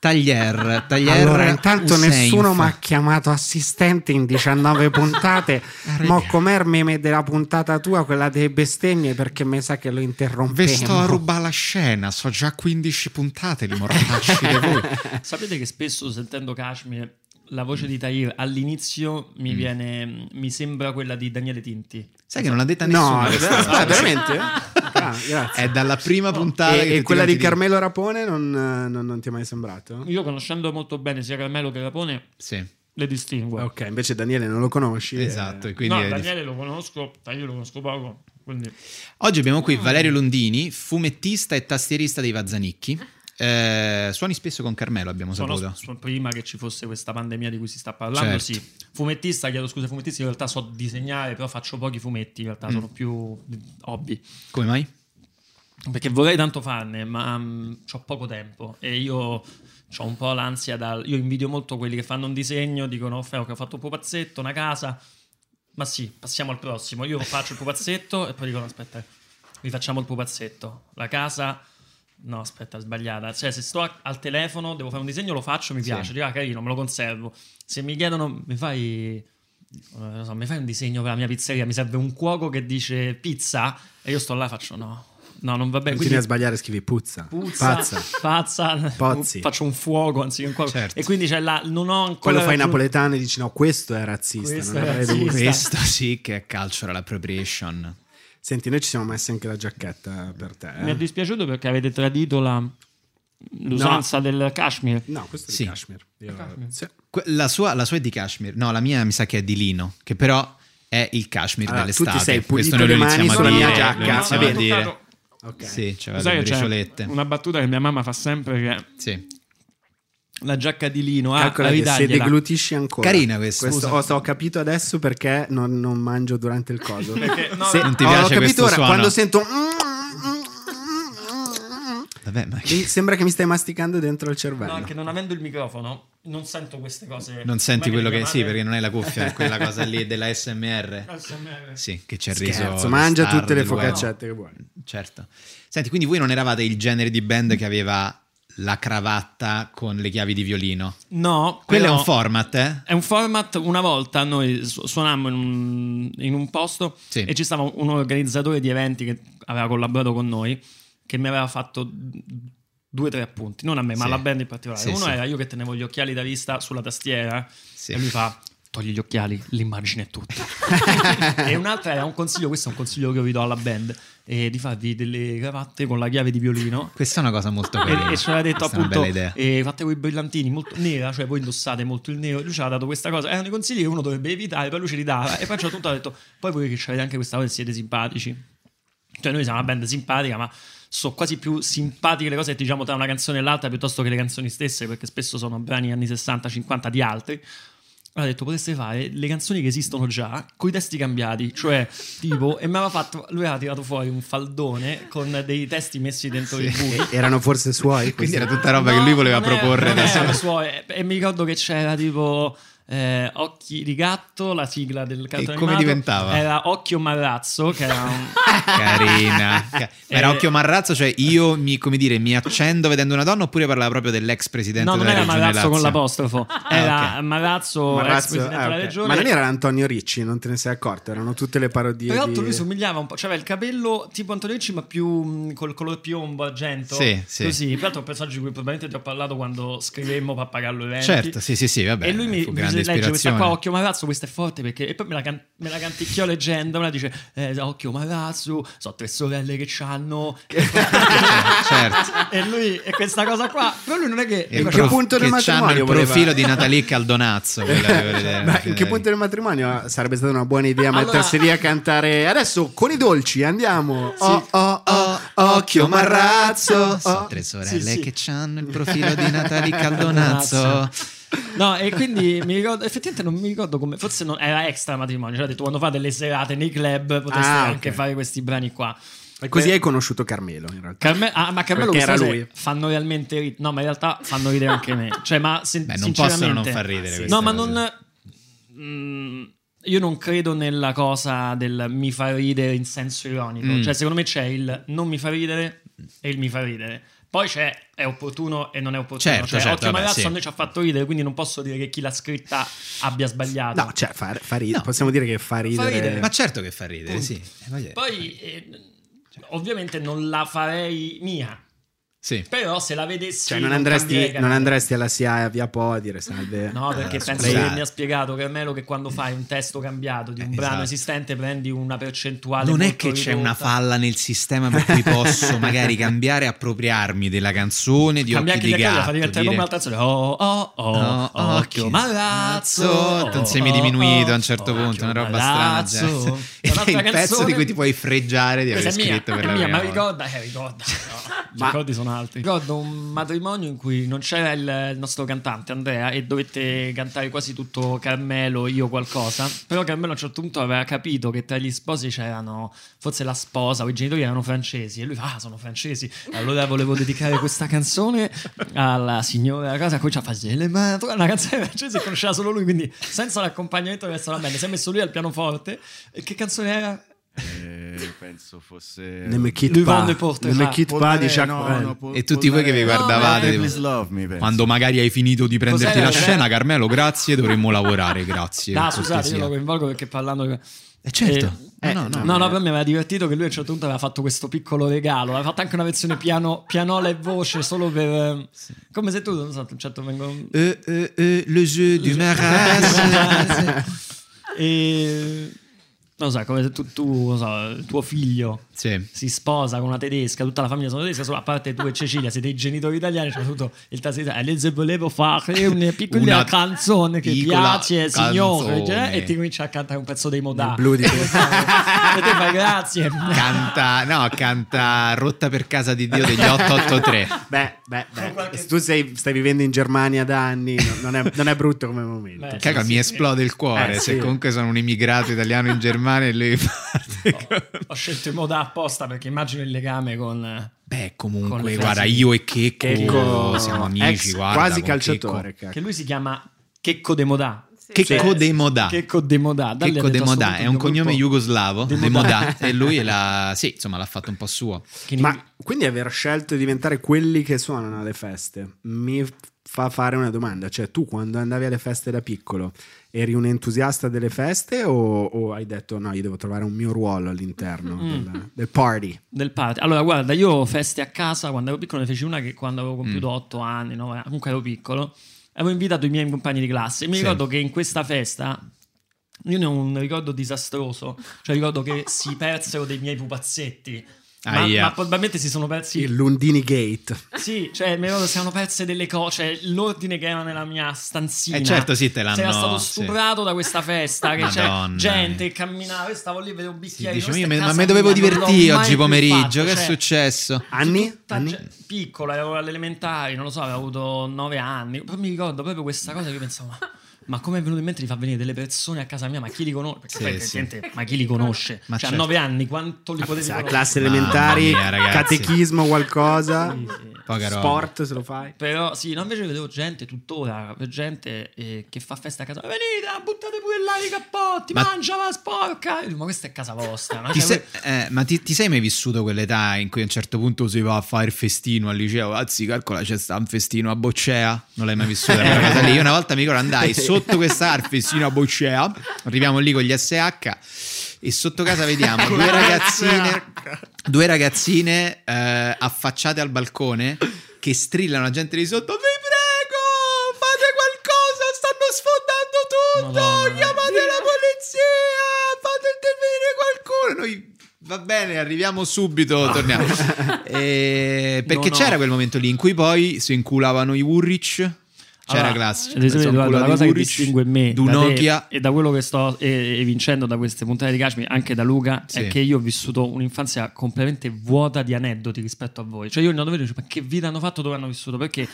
[SPEAKER 1] Taglier, taglier.
[SPEAKER 2] Allora, intanto
[SPEAKER 1] Hussein.
[SPEAKER 2] nessuno mi ha chiamato assistente in 19 puntate. Mo' com'è meme della puntata tua, quella dei bestemmie, perché mi sa che lo
[SPEAKER 1] Ve sto a
[SPEAKER 2] interrompevo.
[SPEAKER 1] rubare la scena, so già 15 puntate di [laughs] mortacci di voi.
[SPEAKER 8] Sapete che spesso sentendo Kashmir la voce di Tahir all'inizio mi viene mi sembra quella di Daniele Tinti.
[SPEAKER 1] Sai che non l'ha detta
[SPEAKER 2] No,
[SPEAKER 1] nessuno.
[SPEAKER 2] ah, veramente? Ah, grazie.
[SPEAKER 1] È dalla prima puntata che
[SPEAKER 2] E, e
[SPEAKER 1] tutti
[SPEAKER 2] quella di
[SPEAKER 1] quanti dicono.
[SPEAKER 2] Carmelo Rapone non, eh, non- non ti è mai sembrato?
[SPEAKER 8] Io conoscendo molto bene sia Carmelo che Rapone
[SPEAKER 1] Sì,
[SPEAKER 8] le distingue.
[SPEAKER 2] Ok, invece Daniele non lo conosci. eh.
[SPEAKER 1] esatto. e Ah, quindi
[SPEAKER 8] No,
[SPEAKER 1] è-
[SPEAKER 8] Daniele lo conosco, Tahir lo conosco poco, quindi
[SPEAKER 1] Oggi abbiamo qui Valerio Londini, fumettista e tastierista dei Vazzanicchi. Eh, suoni spesso con Carmelo, abbiamo
[SPEAKER 8] sono,
[SPEAKER 1] saputo.
[SPEAKER 8] sono- prima che ci fosse questa pandemia di cui si sta parlando,
[SPEAKER 1] Certo.
[SPEAKER 8] sì. Fumettista, chiedo scusa, fumettista, in realtà so disegnare, però faccio pochi fumetti, in realtà
[SPEAKER 1] Mm.
[SPEAKER 8] sono più hobby.
[SPEAKER 1] Come mai?
[SPEAKER 8] perché vorrei tanto farne, ma ho poco tempo e io ho un po' l'ansia dal... Io invidio molto quelli che fanno un disegno, dicono, oh, Feo, che ho fatto un pupazzetto, una casa, ma sì, passiamo al prossimo. Io faccio il pupazzetto e poi dicono, aspetta, rifacciamo il pupazzetto. La casa... No, aspetta, sbagliata. Cioè, se sto a- al telefono, devo fare un disegno, lo faccio, mi piace, dico, ah, carino, me lo conservo. Se mi chiedono, mi fai... eh, non so, mi fai un disegno per la mia pizzeria? Mi serve un cuoco che dice pizza e io sto là e faccio no, no, non va
[SPEAKER 2] Continui
[SPEAKER 8] bene.
[SPEAKER 2] a
[SPEAKER 8] Quindi
[SPEAKER 2] sbagliare, scrivi puzza.
[SPEAKER 8] puzza, [laughs]
[SPEAKER 2] Pazza.
[SPEAKER 8] pazza,
[SPEAKER 2] Pozzi.
[SPEAKER 8] faccio un fuoco anziché un cuoco.
[SPEAKER 1] Certo.
[SPEAKER 8] E quindi c'è là, non ho ancora...
[SPEAKER 2] Poi lo fai
[SPEAKER 8] raggiunto-
[SPEAKER 2] napoletano e dici no, questo è razzista.
[SPEAKER 8] Questo
[SPEAKER 2] non
[SPEAKER 8] è
[SPEAKER 2] avrei dovuto.
[SPEAKER 8] razzista.
[SPEAKER 1] Questo sì che è cultural appropriation.
[SPEAKER 2] Senti, noi ci siamo messi anche la giacchetta per te. eh.
[SPEAKER 8] Mi è dispiaciuto perché avete tradito la- l'usanza del cashmere.
[SPEAKER 2] No, questo è
[SPEAKER 1] Sì.
[SPEAKER 2] di Kashmir. Io- sì.
[SPEAKER 1] Que- La sua, la sua è di Kashmir. No, la mia mi sa che è di Lino, che però è il Kashmir
[SPEAKER 2] Allora, tu ti
[SPEAKER 1] dell'estate.
[SPEAKER 2] sei pulito
[SPEAKER 1] Questo noi lo
[SPEAKER 2] le mani
[SPEAKER 1] iniziamo a
[SPEAKER 2] sulla
[SPEAKER 1] dire,
[SPEAKER 2] mia
[SPEAKER 1] lo
[SPEAKER 2] giacca,
[SPEAKER 1] iniziamo
[SPEAKER 2] va
[SPEAKER 1] a
[SPEAKER 2] bene.
[SPEAKER 1] dire.
[SPEAKER 2] Ok.
[SPEAKER 1] Sì, c'è
[SPEAKER 8] Sai
[SPEAKER 1] le
[SPEAKER 8] che c'è
[SPEAKER 1] briciolette.
[SPEAKER 8] una battuta che mia mamma fa sempre che
[SPEAKER 1] Sì.
[SPEAKER 8] la giacca di lino ah,
[SPEAKER 2] Calcola che se
[SPEAKER 8] ritagliela.
[SPEAKER 2] deglutisci ancora.
[SPEAKER 1] Carina questa.
[SPEAKER 2] Questo,
[SPEAKER 1] Scusa.
[SPEAKER 2] ho, ho capito adesso perché non, non mangio durante il coso.
[SPEAKER 8] no,
[SPEAKER 2] Se-
[SPEAKER 1] Non ti
[SPEAKER 2] ho
[SPEAKER 1] piace questo
[SPEAKER 2] capito ora,
[SPEAKER 1] suono?
[SPEAKER 2] quando sento... "Mm",
[SPEAKER 1] Vabbè, ma
[SPEAKER 2] mi sembra che mi stai masticando dentro il cervello.
[SPEAKER 8] No, anche non avendo il microfono non sento queste cose.
[SPEAKER 1] non senti
[SPEAKER 8] Magari
[SPEAKER 1] quello che
[SPEAKER 8] mia
[SPEAKER 1] sì,
[SPEAKER 8] madre- Ah,
[SPEAKER 1] perché non hai la cuffia, è quella cosa lì
[SPEAKER 8] [laughs]
[SPEAKER 1] della SMR.
[SPEAKER 8] ASMR.
[SPEAKER 1] Sì, che ci ha reso
[SPEAKER 2] Scherzo,
[SPEAKER 1] lo
[SPEAKER 2] mangia
[SPEAKER 1] star
[SPEAKER 2] tutte le
[SPEAKER 1] del web.
[SPEAKER 2] focaccette che vuoi.
[SPEAKER 1] Certo. Senti, quindi voi non eravate il genere di band che aveva la cravatta con le chiavi di violino.
[SPEAKER 8] No,
[SPEAKER 1] Quello
[SPEAKER 8] però-
[SPEAKER 1] è un format, eh?
[SPEAKER 8] È un format, una volta noi su- suonammo in un, in un posto
[SPEAKER 1] Sì.
[SPEAKER 8] e ci stava un organizzatore di eventi che aveva collaborato con noi, che mi aveva fatto due o tre appunti, non a me,
[SPEAKER 1] Sì.
[SPEAKER 8] ma alla band in particolare.
[SPEAKER 1] Sì,
[SPEAKER 8] Uno
[SPEAKER 1] sì.
[SPEAKER 8] era io che tenevo gli occhiali da vista sulla tastiera
[SPEAKER 1] Sì.
[SPEAKER 8] e lui fa... Togli gli occhiali, l'immagine
[SPEAKER 1] [laughs]
[SPEAKER 8] è tutta. e un'altra era un consiglio, questo è un consiglio che io vi do alla band, eh, di farvi delle cravatte con la chiave di violino
[SPEAKER 1] Questa è una cosa molto carina.
[SPEAKER 8] e, e ci aveva detto
[SPEAKER 1] Certo, Questa
[SPEAKER 8] appunto
[SPEAKER 1] È una bella idea.
[SPEAKER 8] eh, fate quei brillantini molto nera cioè voi indossate molto il nero lui ci aveva dato questa cosa erano i consigli che uno dovrebbe evitare poi lui ce li dava e poi a un certo punto ha detto poi voi che avete anche questa cosa che siete simpatici cioè noi siamo una band simpatica ma sono quasi più simpatiche le cose che diciamo tra una canzone e l'altra piuttosto che le canzoni stesse perché spesso sono brani anni 60-50 di altri ha detto potreste fare le canzoni che esistono già con i testi cambiati cioè tipo e mi aveva fatto lui aveva tirato fuori un faldone con dei testi messi dentro i buchi
[SPEAKER 2] Erano forse suoi.
[SPEAKER 1] Quindi
[SPEAKER 2] questi?
[SPEAKER 1] era tutta roba che lui voleva
[SPEAKER 8] non era-
[SPEAKER 1] proporre
[SPEAKER 8] non
[SPEAKER 1] da
[SPEAKER 8] erano
[SPEAKER 1] solo.
[SPEAKER 8] [laughs] suoi. E, e mi ricordo che c'era tipo eh, Occhi di gatto, la sigla del cartone
[SPEAKER 1] come
[SPEAKER 8] animato.
[SPEAKER 1] diventava?
[SPEAKER 8] Era Occhio Marrazzo, che era
[SPEAKER 1] [laughs]
[SPEAKER 8] un...
[SPEAKER 1] Carina. Ca- Ma era
[SPEAKER 8] Eh,
[SPEAKER 1] occhio marrazzo, cioè io mi, come dire, mi accendo vedendo una donna oppure parlava proprio dell'ex presidente
[SPEAKER 8] No, non
[SPEAKER 1] della
[SPEAKER 8] era
[SPEAKER 1] regione
[SPEAKER 8] Marrazzo con
[SPEAKER 1] Lazio?
[SPEAKER 8] l'apostrofo,
[SPEAKER 1] Ah,
[SPEAKER 8] era
[SPEAKER 1] ok.
[SPEAKER 8] Marrazzo, ex
[SPEAKER 2] Marazzo-
[SPEAKER 8] presidente
[SPEAKER 2] ah,
[SPEAKER 8] della
[SPEAKER 2] ok.
[SPEAKER 8] regione.
[SPEAKER 2] Ma non era Antonio Ricci, non te ne sei accorto, erano tutte le parodie.
[SPEAKER 8] Però
[SPEAKER 2] di-
[SPEAKER 8] lui somigliava un po', cioè aveva il capello tipo Antonio Ricci, ma più mh, col colore piombo, argento.
[SPEAKER 1] Sì, sì.
[SPEAKER 8] Così, tra l'altro è un personaggio di cui probabilmente ti ho parlato quando scrivemmo Pappagallo Eventi.
[SPEAKER 1] Certo, sì, sì, sì, vabbè.
[SPEAKER 8] e lui mi,
[SPEAKER 1] fu
[SPEAKER 8] mi
[SPEAKER 1] grande
[SPEAKER 8] dice, legge questa
[SPEAKER 1] ispirazione.
[SPEAKER 8] qua, occhio Marazzo, questa è forte perché... E poi me la, can- me la canticchiò leggenda, me la dice, eh, occhio Marazzo, so tre sorelle che c'hanno...
[SPEAKER 1] [laughs] certo.
[SPEAKER 8] [laughs] e lui, e questa cosa qua, però lui non è che...
[SPEAKER 1] E il
[SPEAKER 2] che
[SPEAKER 1] prof-
[SPEAKER 2] punto del
[SPEAKER 1] che c'hanno il
[SPEAKER 2] matrimonio voleva?
[SPEAKER 1] profilo di Natalie [laughs]
[SPEAKER 2] [laughs]
[SPEAKER 1] Caldonazzo. quella che volete vedere.
[SPEAKER 2] Cioè, Ma in che punto del matrimonio sarebbe stata una buona idea mettersi lì a cantare adesso con i dolci andiamo? Oh, oh, oh,
[SPEAKER 1] Pinocchio Marrazzo. Sono
[SPEAKER 2] Oh,
[SPEAKER 1] tre sorelle
[SPEAKER 8] sì, sì.
[SPEAKER 1] che hanno il profilo di Natali Caldonazzo.
[SPEAKER 8] No, e quindi mi ricordo, effettivamente non mi ricordo come, forse non, era extra matrimonio, cioè ho detto quando fate le serate nei club potreste
[SPEAKER 2] Ah, ok.
[SPEAKER 8] anche fare questi brani qua. Eh,
[SPEAKER 2] Così hai conosciuto Carmelo, in realtà.
[SPEAKER 8] Carme- ah, ma Carmelo
[SPEAKER 2] Perché
[SPEAKER 8] queste
[SPEAKER 2] era
[SPEAKER 8] cose
[SPEAKER 2] lui.
[SPEAKER 8] fanno realmente ridere. No, ma in realtà fanno ridere anche me. Cioè, ma sin-
[SPEAKER 1] Beh, non
[SPEAKER 8] sinceramente,
[SPEAKER 1] possono non far ridere queste
[SPEAKER 8] No, ma
[SPEAKER 1] cose.
[SPEAKER 8] non. Mm, io non credo nella cosa del mi fa ridere in senso ironico.
[SPEAKER 1] Mm.
[SPEAKER 8] Cioè, secondo me c'è il non mi fa ridere e il mi fa ridere. Poi c'è è opportuno e non è opportuno.
[SPEAKER 1] Certo,
[SPEAKER 8] cioè,
[SPEAKER 1] certo,
[SPEAKER 8] Occhio
[SPEAKER 1] vabbè,
[SPEAKER 8] Marazzo
[SPEAKER 1] sì.
[SPEAKER 8] a noi ci ha fatto ridere, quindi non posso dire che chi l'ha scritta abbia sbagliato.
[SPEAKER 2] No, cioè, fa, fa ridere.
[SPEAKER 1] No.
[SPEAKER 2] Possiamo dire che fa ridere.
[SPEAKER 8] ridere.
[SPEAKER 1] Ma certo che fa ridere, sì. Eh, voglio-
[SPEAKER 8] Poi, eh, ovviamente, non la farei mia.
[SPEAKER 1] Sì.
[SPEAKER 8] Però se la vedessi
[SPEAKER 2] Cioè, non, andresti,
[SPEAKER 8] cambierei
[SPEAKER 2] non
[SPEAKER 8] canale.
[SPEAKER 2] andresti alla CIA a Via Po a dire salve.
[SPEAKER 8] No, perché
[SPEAKER 1] Eh,
[SPEAKER 8] penso
[SPEAKER 1] scusate.
[SPEAKER 8] che mi ha spiegato Carmelo che quando fai un testo cambiato di un
[SPEAKER 1] Eh, esatto.
[SPEAKER 8] brano esistente prendi una percentuale.
[SPEAKER 1] Non è
[SPEAKER 8] molto
[SPEAKER 1] che c'è
[SPEAKER 8] ridotta.
[SPEAKER 1] una falla nel sistema per cui posso [laughs] magari cambiare, appropriarmi della canzone di
[SPEAKER 8] Cambia
[SPEAKER 1] Occhi
[SPEAKER 8] anche
[SPEAKER 1] di
[SPEAKER 8] gli accordi, fa
[SPEAKER 1] Gatto.
[SPEAKER 8] diventare come
[SPEAKER 1] dire-
[SPEAKER 8] un'altra canzone. Oh, oh, oh,
[SPEAKER 1] No,
[SPEAKER 8] occhio, Oh,
[SPEAKER 1] occhio,
[SPEAKER 8] marazzo.
[SPEAKER 1] mazzo, un semidiminuito a un certo punto, una roba strana.
[SPEAKER 8] È
[SPEAKER 1] Cioè. È [laughs] il pezzo di cui ti puoi freggiare di
[SPEAKER 8] Questa
[SPEAKER 1] aver
[SPEAKER 8] è mia,
[SPEAKER 1] scritto per
[SPEAKER 8] è
[SPEAKER 1] la
[SPEAKER 8] mia,
[SPEAKER 1] prima
[SPEAKER 8] ma
[SPEAKER 1] volta.
[SPEAKER 8] ricorda, eh, ricorda. no, I ricordi sono altri. Ricordo un matrimonio in cui non c'era il, il nostro cantante Andrea e dovette cantare quasi tutto Carmelo, io qualcosa. Però Carmelo a un certo punto aveva capito che tra gli sposi c'erano forse la sposa o i genitori erano francesi e lui fa "Ah, sono francesi. Allora volevo dedicare questa canzone alla signora a casa comincia a fare le mani", una canzone francese che conosceva solo lui, quindi senza l'accompagnamento verso la band, si è messo lui al pianoforte. E che canzone era?
[SPEAKER 7] Eh, penso fosse...
[SPEAKER 2] Ne me kit
[SPEAKER 8] Lui
[SPEAKER 2] pas.
[SPEAKER 8] vanno e porta,
[SPEAKER 2] Ne me
[SPEAKER 8] esatto.
[SPEAKER 2] kit pas di Jacques Brel.
[SPEAKER 1] E tutti voi che vi guardavate, tipo-
[SPEAKER 7] eh, Please love me, penso.
[SPEAKER 1] Quando magari hai finito di prenderti
[SPEAKER 8] Cos'era?
[SPEAKER 1] la scena, Carmelo, grazie, dovremmo lavorare, grazie.
[SPEAKER 8] No,
[SPEAKER 1] per
[SPEAKER 8] scusate, io
[SPEAKER 1] cortesia.
[SPEAKER 8] lo coinvolgo perché parlando.
[SPEAKER 1] Eh, certo.
[SPEAKER 8] Eh,
[SPEAKER 1] no, no, no.
[SPEAKER 8] no, però mi aveva divertito che lui a un certo punto aveva fatto questo piccolo regalo. Aveva fatto anche una versione piano, pianola e voce solo per. Come se tu, non so, a un certo vengo.
[SPEAKER 1] Eh, eh, eh, le jeu du Eh,
[SPEAKER 8] [laughs]
[SPEAKER 1] marasme.
[SPEAKER 8] E. Non lo so, come se tu, tu non so, tuo figlio
[SPEAKER 1] sì.
[SPEAKER 8] si sposa con una tedesca, tutta la famiglia sono tedesca, solo a parte tu e Cecilia, siete i genitori italiani, c'è tutto il tasto italiano. E se volevo fare una piccola
[SPEAKER 1] Una
[SPEAKER 8] canzone che
[SPEAKER 1] piccola
[SPEAKER 8] piace, signore,
[SPEAKER 1] canzone.
[SPEAKER 8] cioè, e ti comincia a cantare un pezzo dei Modà.
[SPEAKER 2] Blu di-
[SPEAKER 8] [laughs] e te fai grazie.
[SPEAKER 1] Canta, no, canta Rotta per casa di Dio degli 883.
[SPEAKER 2] [laughs]
[SPEAKER 8] Eh,
[SPEAKER 2] Beh, beh, beh. Se tu sei- stai vivendo in Germania da anni, no- non, è, non è brutto come momento.
[SPEAKER 8] Beh,
[SPEAKER 1] Caga, mi esplode il cuore.
[SPEAKER 2] Eh,
[SPEAKER 1] Se
[SPEAKER 2] sì.
[SPEAKER 1] comunque sono un immigrato italiano in Germania e
[SPEAKER 8] [laughs]
[SPEAKER 1] lui parte con-
[SPEAKER 8] Ho scelto i Modà apposta perché immagino il legame con...
[SPEAKER 1] Beh,
[SPEAKER 8] Con
[SPEAKER 1] comunque,
[SPEAKER 8] le
[SPEAKER 1] guarda,
[SPEAKER 8] frasi-
[SPEAKER 1] io e Checco,
[SPEAKER 2] Checco,
[SPEAKER 1] siamo
[SPEAKER 2] ex
[SPEAKER 1] amici, guarda,
[SPEAKER 2] quasi
[SPEAKER 1] con
[SPEAKER 2] calciatore. cacchio.
[SPEAKER 8] Che lui si chiama Checco de Modà.
[SPEAKER 1] Checco. Checco
[SPEAKER 8] Sì.
[SPEAKER 1] de Modà.
[SPEAKER 8] Checco de Modà. Da lì ha
[SPEAKER 1] Checco
[SPEAKER 8] detto,
[SPEAKER 1] De
[SPEAKER 8] "A sto
[SPEAKER 1] Modà, è
[SPEAKER 8] punto il
[SPEAKER 1] un
[SPEAKER 8] mio
[SPEAKER 1] cognome
[SPEAKER 8] gruppo-
[SPEAKER 1] jugoslavo,
[SPEAKER 8] De
[SPEAKER 1] De Modà,
[SPEAKER 8] [laughs] Modà.
[SPEAKER 1] e lui l'ha, sì, insomma, l'ha fatto un po' suo. Eh,
[SPEAKER 8] che in
[SPEAKER 2] Ma quindi aver scelto di diventare quelli che suonano alle feste mi fa fare una domanda, cioè tu quando andavi alle feste da piccolo eri un entusiasta delle feste o, o hai detto no, io devo trovare un mio ruolo all'interno
[SPEAKER 8] Mm.
[SPEAKER 2] del, del party?
[SPEAKER 8] Del party. Allora, guarda, io feste a casa quando ero piccolo, ne feci una che quando avevo compiuto
[SPEAKER 1] Mm.
[SPEAKER 8] 8 anni, 9 anni, comunque ero piccolo. Avevo invitato i miei compagni di classe. Mi
[SPEAKER 1] Sì.
[SPEAKER 8] ricordo che in questa festa. Io ne ho un ricordo disastroso, cioè ricordo che
[SPEAKER 1] [laughs]
[SPEAKER 8] si persero dei miei pupazzetti. Ma,
[SPEAKER 1] Aia.
[SPEAKER 8] ma probabilmente si sono persi.
[SPEAKER 2] Il Lundini Gate.
[SPEAKER 8] Sì, cioè mi ricordo si erano perse delle cose. Cioè, l'ordine che era nella mia stanzina.
[SPEAKER 1] Eh, certo, sì, te l'hanno-
[SPEAKER 8] C'era stato
[SPEAKER 1] sì.
[SPEAKER 8] stuprato da questa festa. Che c'era
[SPEAKER 1] Madonna.
[SPEAKER 8] gente che camminava. Io stavo lì e vedevo un bicchiere.
[SPEAKER 1] Dice,
[SPEAKER 8] "Questa
[SPEAKER 1] "Io
[SPEAKER 8] è
[SPEAKER 1] me- ma
[SPEAKER 8] casa
[SPEAKER 1] mi dovevo
[SPEAKER 8] mia, non l'ho
[SPEAKER 1] divertire
[SPEAKER 8] mai
[SPEAKER 1] oggi
[SPEAKER 8] più
[SPEAKER 1] pomeriggio,
[SPEAKER 8] fatto",
[SPEAKER 1] che è
[SPEAKER 8] cioè,
[SPEAKER 1] successo?
[SPEAKER 2] Anni?
[SPEAKER 8] tutta
[SPEAKER 2] Anni?
[SPEAKER 8] ge- piccola, ero alle elementari, non lo so, avevo avuto nove anni. Poi mi ricordo proprio questa cosa che io pensavo, ma, ma come è venuto in mente di far venire delle persone a casa mia? Ma chi li conosce? Perché
[SPEAKER 1] Sì,
[SPEAKER 8] poi,
[SPEAKER 1] sì.
[SPEAKER 8] gente, ma chi li conosce?
[SPEAKER 1] Ma
[SPEAKER 8] cioè,
[SPEAKER 1] certo.
[SPEAKER 8] a nove anni, quanto li potevi
[SPEAKER 2] Sa,
[SPEAKER 8] conoscere?
[SPEAKER 2] Cioè, classe
[SPEAKER 1] Mamma
[SPEAKER 2] elementari,
[SPEAKER 1] mia, ragazzi.
[SPEAKER 2] catechismo, qualcosa,
[SPEAKER 8] Sì, sì.
[SPEAKER 1] Poca roba.
[SPEAKER 2] sport se lo fai.
[SPEAKER 8] Però sì, no, invece vedevo gente tuttora, gente eh, che fa festa a casa. Venite, buttate pure là i cappotti,
[SPEAKER 1] Ma-
[SPEAKER 8] mangia la sporca. Io dico, Ma questa è casa vostra. no?
[SPEAKER 1] Ti
[SPEAKER 8] Cioè,
[SPEAKER 1] sei- eh, ma ti, ti sei mai vissuto quell'età in cui a un certo punto si va a fare il festino al liceo? Anzi, calcola, c'è sta un festino a boccea. Non l'hai mai vissuto
[SPEAKER 8] [laughs]
[SPEAKER 1] quella cosa lì. Io una volta mi ricordo andai sotto questa al festino a boccea. Arriviamo lì con gli SH e sotto casa vediamo due ragazzine, due ragazzine eh, affacciate al balcone che strillano la gente di sotto. Vi prego, fate qualcosa, stanno sfondando tutto,
[SPEAKER 8] Madonna.
[SPEAKER 1] chiamate la polizia, fate intervenire qualcuno. Noi va bene, arriviamo subito, torniamo. Eh, perché
[SPEAKER 8] No, no.
[SPEAKER 1] c'era quel momento lì in cui poi si inculavano i Woolrich. C'era
[SPEAKER 8] Allora,
[SPEAKER 1] classico.
[SPEAKER 8] ad esempio,
[SPEAKER 1] Sono
[SPEAKER 8] Edoardo,
[SPEAKER 1] culo
[SPEAKER 8] la
[SPEAKER 1] di
[SPEAKER 8] cosa che
[SPEAKER 1] Guric,
[SPEAKER 8] distingue me
[SPEAKER 1] Du
[SPEAKER 8] da te
[SPEAKER 1] Nokia.
[SPEAKER 8] e da quello che sto e- e vincendo da queste puntate di Kashmir, anche da Luca,
[SPEAKER 1] Sì.
[SPEAKER 8] è che io ho vissuto un'infanzia completamente vuota di aneddoti rispetto a voi. Cioè, io non dovevo dire, ma che vita hanno fatto, dove hanno vissuto? Perché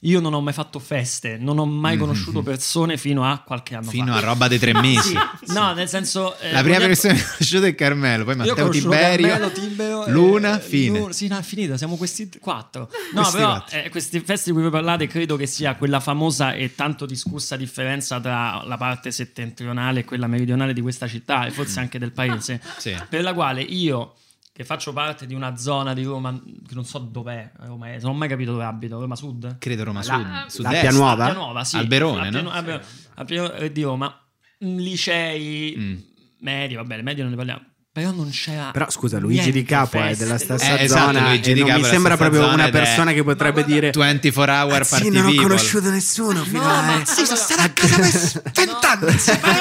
[SPEAKER 8] io non ho mai fatto feste, non ho mai conosciuto persone fino a qualche anno
[SPEAKER 1] Mm-hmm. Fino
[SPEAKER 8] fa.
[SPEAKER 1] a roba dei tre mesi.
[SPEAKER 8] No, nel senso... eh,
[SPEAKER 1] La prima
[SPEAKER 8] vogliamo-
[SPEAKER 1] persona che ho conosciuto è Carmelo, poi
[SPEAKER 8] io ho
[SPEAKER 1] Matteo
[SPEAKER 8] conosciuto
[SPEAKER 1] Tiberio,
[SPEAKER 8] Carmelo, Tiberio, eh,
[SPEAKER 1] Luna, fine.
[SPEAKER 8] Luna- sì, no, è finita, siamo questi quattro. No,
[SPEAKER 1] Questi
[SPEAKER 8] però
[SPEAKER 1] quattro.
[SPEAKER 8] eh, questi festi di cui voi parlate credo che sia quella famosa e tanto discussa differenza tra la parte settentrionale e quella meridionale di questa città e forse anche del paese,
[SPEAKER 1] Mm. [laughs] Sì.
[SPEAKER 8] per la quale io che faccio parte di una zona di Roma che non so dov'è, Roma è- non ho mai capito dove abito, Roma Sud?
[SPEAKER 1] Credo Roma
[SPEAKER 3] La-
[SPEAKER 1] Sud,
[SPEAKER 2] L'Appia
[SPEAKER 1] sud-est.
[SPEAKER 2] Nuova?
[SPEAKER 8] Appia Nuova, sì.
[SPEAKER 1] Alberone,
[SPEAKER 8] Appia
[SPEAKER 1] no?
[SPEAKER 8] Nu- Appia- Appia- eh, di Roma. Mm, Licei,
[SPEAKER 1] Mm.
[SPEAKER 8] medi, vabbè, le medie non ne parliamo. Però non c'era...
[SPEAKER 2] Però scusa, Luigi
[SPEAKER 8] Ah, niente,
[SPEAKER 2] Di Capua è
[SPEAKER 8] feste,
[SPEAKER 2] della stessa
[SPEAKER 1] Eh, esatto,
[SPEAKER 2] zona
[SPEAKER 1] Luigi
[SPEAKER 2] e
[SPEAKER 1] Di
[SPEAKER 2] non
[SPEAKER 1] Capua
[SPEAKER 2] mi
[SPEAKER 1] è
[SPEAKER 2] sembra
[SPEAKER 1] della stessa
[SPEAKER 2] proprio
[SPEAKER 1] zona
[SPEAKER 2] una
[SPEAKER 1] ed è-
[SPEAKER 2] persona che potrebbe
[SPEAKER 8] Eh.
[SPEAKER 2] dire
[SPEAKER 1] 24 hour
[SPEAKER 2] "Ah,
[SPEAKER 1] party
[SPEAKER 2] sì, non ho
[SPEAKER 1] people.
[SPEAKER 2] conosciuto nessuno fino
[SPEAKER 8] No,
[SPEAKER 2] a
[SPEAKER 8] ma-
[SPEAKER 2] eh."
[SPEAKER 8] Sì, sono
[SPEAKER 2] [laughs]
[SPEAKER 8] stato
[SPEAKER 2] a casa per [laughs]
[SPEAKER 8] Guarda,
[SPEAKER 2] Era